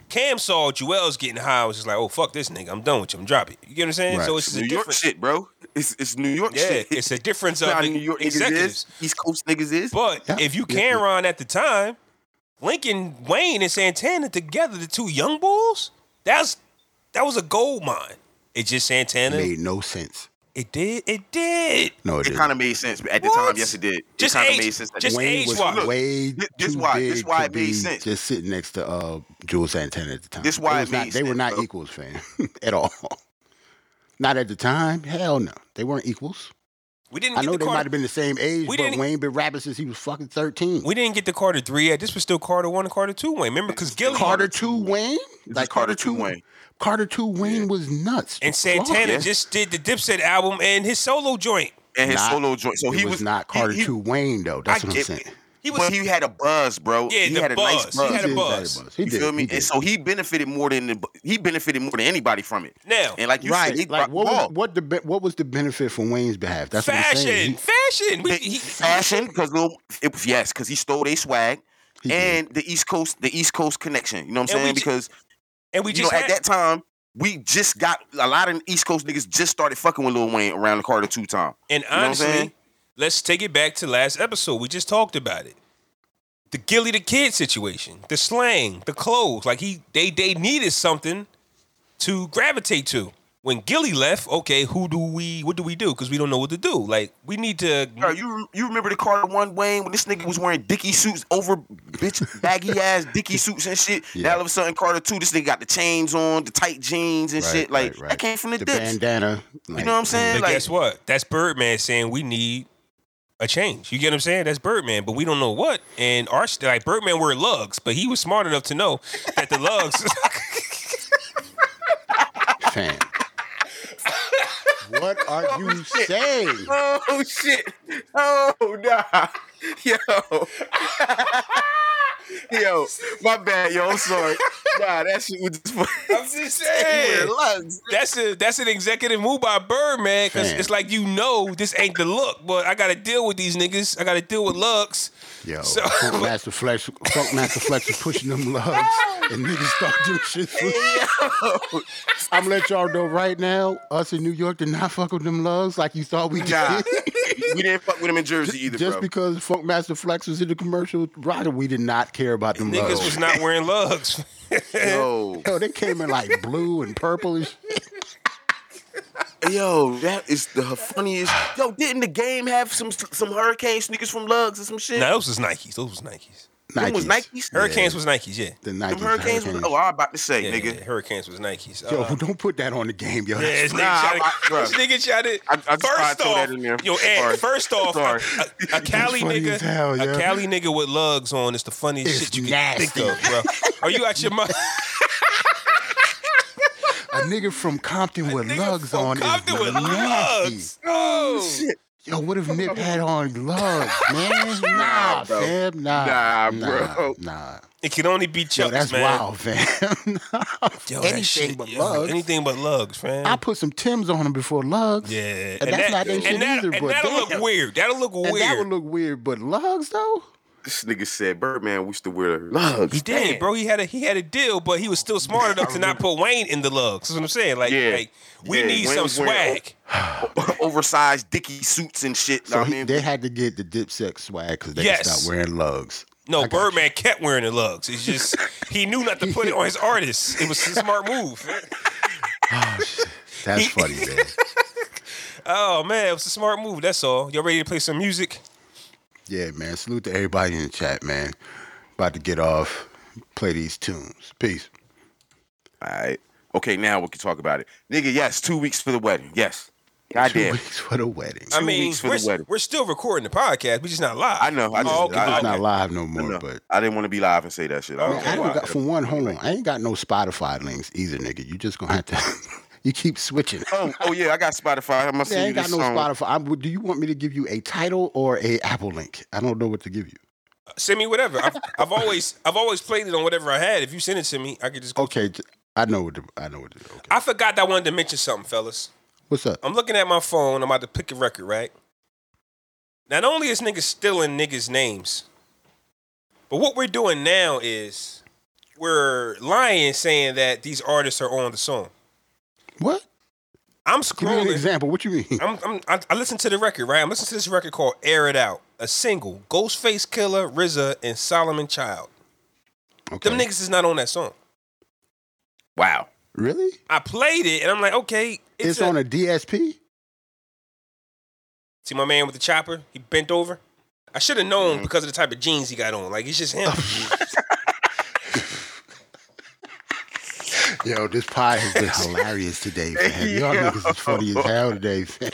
Cam saw Jewel's getting high, was just like, oh fuck this nigga, I'm done with you, I'm dropping. You get what I'm saying?
Right.
So it's
New
a
York
difference.
shit, bro. It's it's New York
Yeah,
shit.
it's a difference
That's how
of
New York niggas
executives.
is. East Coast niggas is.
But
Yeah.
if you
Yeah.
can run at the time, Lincoln, Wayne, and Santana together, the two young bulls, that's that was a gold mine. It just Santana.
made no sense.
It did. It did.
No, it,
it
didn't.
kind of made sense but at the
What?
time. Yes, it did.
Just
it kind
age-
of made sense. At
just
the
age-
Wayne
time.
age-wise.
was
Look,
way
thi-
too
this why-
big
this why
to
it made
be
sense.
just sitting next to uh, Jules Santana at the time.
This why
They
it
was not,
made
They were
sense,
not
bro.
equals, fam, at all. Not at the time. Hell no, they weren't equals.
We didn't.
I
get
know
the
they
Carter,
might have been the same age,
We
but
didn't-
Wayne been rapping since he was fucking thirteen.
We didn't get the Carter three yet. This was still Carter one and Carter two. Wayne, remember? Because Gilly
Carter two Wayne,
was Carter two Wayne.
Carter two Wayne was nuts.
and Santana
Yeah.
just did the Dipset album and his solo joint.
And his
Not-
solo joint. So
it
he
was, not
he-
Carter
he-
two Wayne though. That's
I
what I'm
get-
saying.
He was.
But he had a buzz, bro.
Yeah,
he
the
had a
buzz.
nice
He
buzz.
had a
did
buzz.
have a buzz. He
you
did.
feel me?
He did.
And so he benefited more than the, he benefited more than anybody from it.
Now-
and like you
right.
said, he
like
dropped
what
ball.
was, what the be- what was the benefit from Wayne's behalf? That's what I'm
fashion,
saying. He-
fashion. We,
The
he,
fashion because little it was yes because he stole their swag
He did.
and the East Coast the East Coast connection. You know what I'm
And we
saying?
ju-
because
and we
you
just
know
had-
at that time we just got a lot of East Coast niggas just started fucking with Lil Wayne around the Carter two time.
And
You know what I'm
honestly,
saying?
let's take it back to last episode. We just talked about it. The Gilly the Kid situation, the slang, the clothes. Like he they they needed something to gravitate to. When Gilly left, okay, who do we what do we do? Because we don't know what to do. Like we need to
Yo, you rem- you remember the Carter One Wayne when this nigga was wearing dicky suits over bitch baggy ass dicky suits and shit. Now all of a sudden Carter Two, this nigga got the chains on, the tight jeans and
Right,
shit. Like
right, right.
that came from the,
the
dips.
bandana. like,
You know what I'm saying?
But
like
guess what? That's Birdman saying we need a change. You get what I'm saying? That's Birdman, but we don't know what. And our st- like Birdman wear lugs, but he was smart enough to know that the lugs.
Fam. what are you saying?
Oh shit! Oh nah, yo, yo, my bad, yo. I'm sorry. Nah, that shit was just
I'm just saying. That's a that's an executive move by Birdman because
Fam.
it's like you know this ain't the look, but I gotta deal with these niggas. I gotta deal with lugs.
Yo,
So-
Funk Master Flex, Funk Master Flex was pushing them lugs, and niggas start doing shit. I'm let y'all know right now, us in New York did not fuck with them lugs like you thought we did.
Nah, we didn't fuck with him in Jersey either,
Just
bro.
because Funk Master Flex was in the commercial rider, we did not care about them
Niggas
lugs.
was not wearing lugs.
yo,
Yo, they came in like blue and purple and shit.
yo, that is the funniest. Yo, didn't the game have some some hurricane sneakers from Lugs and some shit?
no, those was Nikes. Those was Nikes.
Them was
Nikes.
Nikes.
Hurricanes was Nikes. Yeah,
The
Them
Nikes.
hurricanes. Was,
Hurricanes.
oh, I was about to say,
yeah,
nigga.
yeah, Hurricanes was Nikes.
Yo,
Uh,
don't put that on the game, yo.
Yeah, this nigga
Nah,
tried to.
I- bruh.
this nigga tried to.
I- I just tried
first
to throw
off,
that in there.
yo, Ed,
Sorry.
first off,
Sorry.
a, a, a Cali
funny as
nigga,
hell,
a
yeah.
Cali nigga with lugs on is the funniest
It's
shit you
nasty.
can think of, bro. Are you out your mind?
A nigga from Compton with
Nigga
lugs
from
on
Compton
is
with
nasty.
lugs. Oh,
Yo, what if Nip had on lugs, man? Nah,
bro.
fam. Nah,
Nah,
nah,
bro.
Nah.
it can only be
Yo,
Chucks,
that's
man.
wild, fam. Nah.
Yo, that
Anything
shit,
but
yo,
lugs.
Anything but lugs, man.
I put some Tims on him before lugs.
yeah,
And, that's not their
and
shit
that,
either,
and
but
that'll
damn.
look weird. That'll look
And that would
weird.
look weird, but lugs though?
This nigga said Birdman used to wear Lugs.
He did, bro. He had a he had a deal, but he was still smart enough to not put Wayne in the lugs. That's what I'm saying. Like,
Yeah.
like we
Yeah,
need
Wayne oh,
some
was wearing-
swag.
oversized dicky suits and shit.
So
I
he-
mean,
they had to get the dipset swag because they
Yes.
could stop wearing lugs.
No,
I got
Birdman kept wearing the lugs. It's just he knew not to put it on his artists. It was a smart move.
Ah, That's funny, man.
Oh man, it was a smart move. That's all. Y'all ready to play some music?
Yeah, man. Salute to everybody in the chat, man. About to get off, play these tunes. Peace.
all right. Okay, now we can talk about it. Nigga, yes, two weeks for the wedding. Yes. God
Two
damn.
weeks for the wedding.
I
Two
mean,
weeks for
we're,
the wedding.
we're still recording the podcast. We're just not live.
I know. I just,
Oh, okay.
I,
It's
I-
not live no more,
no,
but
I didn't want to be live and say that shit. I
Okay.
don't
Oh, I
know
don't
why.
got for one. Hold on, I ain't got no Spotify links either, nigga. You just gonna have to. you keep switching.
Oh, oh yeah, I got Spotify. I'm gonna
Yeah, I
send you
ain't got
this
no
song.
Spotify. I'm, do you want me to give you a title or a Apple link? I don't know what to give you.
Send me whatever. I've, I've always I've always played it on whatever I had. If you send it to me, I could just. Go.
Okay, j- I know what to, I know what to do. Okay.
I forgot that I wanted to mention something, fellas.
What's up?
I'm looking at my phone. I'm about to pick a record, right? Not only is niggas stealing niggas' names, but what we're doing now is we're lying saying that these artists are on the song.
What?
I'm
Give me an
scrolling.
example. What you mean?
I'm, I'm, I, I listen to the record, right? I'm listening to this record called Air It Out, a single. Ghostface Killer, RZA, and Solomon Child.
Okay.
Them niggas is not on that song.
Wow.
Really?
I played it and I'm like, okay,
It's, on a DSP.
See my man with the chopper? He bent over. I should have known
Mm-hmm.
because of the type of jeans he got on. Like it's just him.
Yo, this pie has been hilarious today, fam. Y'all niggas is funny as hell today, fam.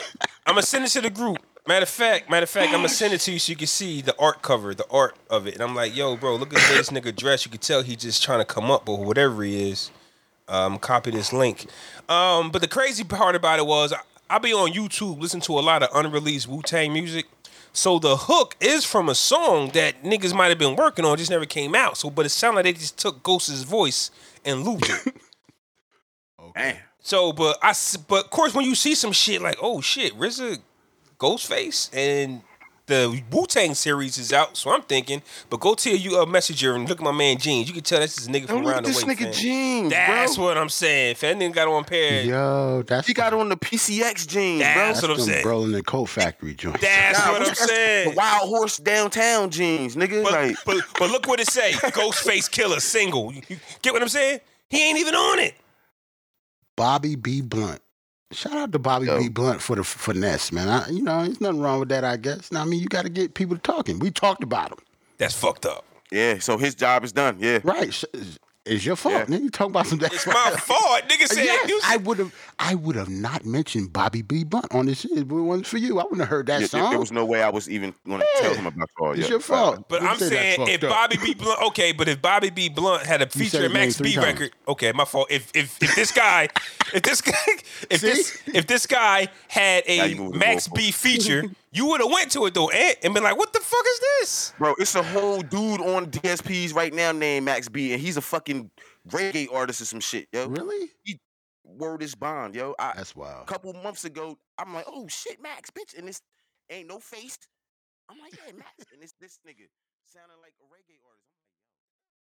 I'm gonna send it to the group. Matter of fact, matter of fact, I'm gonna send it to you so you can see the art cover, the art of it. And I'm like, yo, bro, look at the way this nigga dressed. You can tell he just trying to come up, but whatever he is, um, copy this link. Um, but the crazy part about it was I, I be on YouTube listen to a lot of unreleased Wu Tang music. So the hook is from a song that niggas might have been working on, just never came out. So, but it sounded like they just took Ghost's voice and looped it.
Damn.
So, but I, s- but of course, when you see some shit like, oh shit, RZA, Ghostface, and the Wu Tang series is out, so I'm thinking. But go tell you a messenger and look at my man jeans. You can tell this is a nigga
Don't
from
look
around
at
the way.
this nigga
fam.
jeans,
That's
bro.
what I'm saying. Fam, that nigga got on a pair.
Yo, that's
He got on the PCX jeans,
That's
bro.
what I'm
them
saying.
Bro in the coat factory joint.
That's
Nah,
what I'm
that's The
saying.
wild horse downtown jeans, nigga.
But,
like,
but, but look what it say. Ghostface Killer single. You, you get what I'm saying? He ain't even on it.
Bobby B. Blunt. Shout out to Bobby
Yo.
B. Blunt for the f- finesse, man. I, you know, there's nothing wrong with that, I guess. Now, I mean, you got to get people to talking. We talked about him,
That's fucked up.
yeah. So his job is done. Yeah.
right? Sh- is- It's your fault,
Yeah.
nigga. You talking about some?
It's my fault. Nigga said
Yes,
you
I would have. I would have not mentioned Bobby B. Blunt on this shit if it wasn't for you. I wouldn't have heard that
There- there,
song.
there was no way I was even going to tell
Yeah.
him about all.
it's
yeah.
your fault.
But
You
I'm
said that's
saying
fucked
if
up.
Bobby B. Blunt, okay, but if Bobby B. Blunt had a
said
feature
his
Max
name three
B
times.
record, okay, my fault. If if if this guy, if this guy, if this
See?
if this guy had
Now you
a
moving the
Max B feature, you would have went to it though, and, and been like, "What the fuck is this?"
Bro, it's a whole dude on DSPs right now named Max B, and he's a fucking reggae artist or some shit, yo.
really,
Word is bond, yo. I,
that's
a
wild.
couple months ago, I'm like, oh shit, Max, bitch, and this ain't no face. I'm like, yeah, Max, and this this nigga sounding like a reggae artist. I'm like,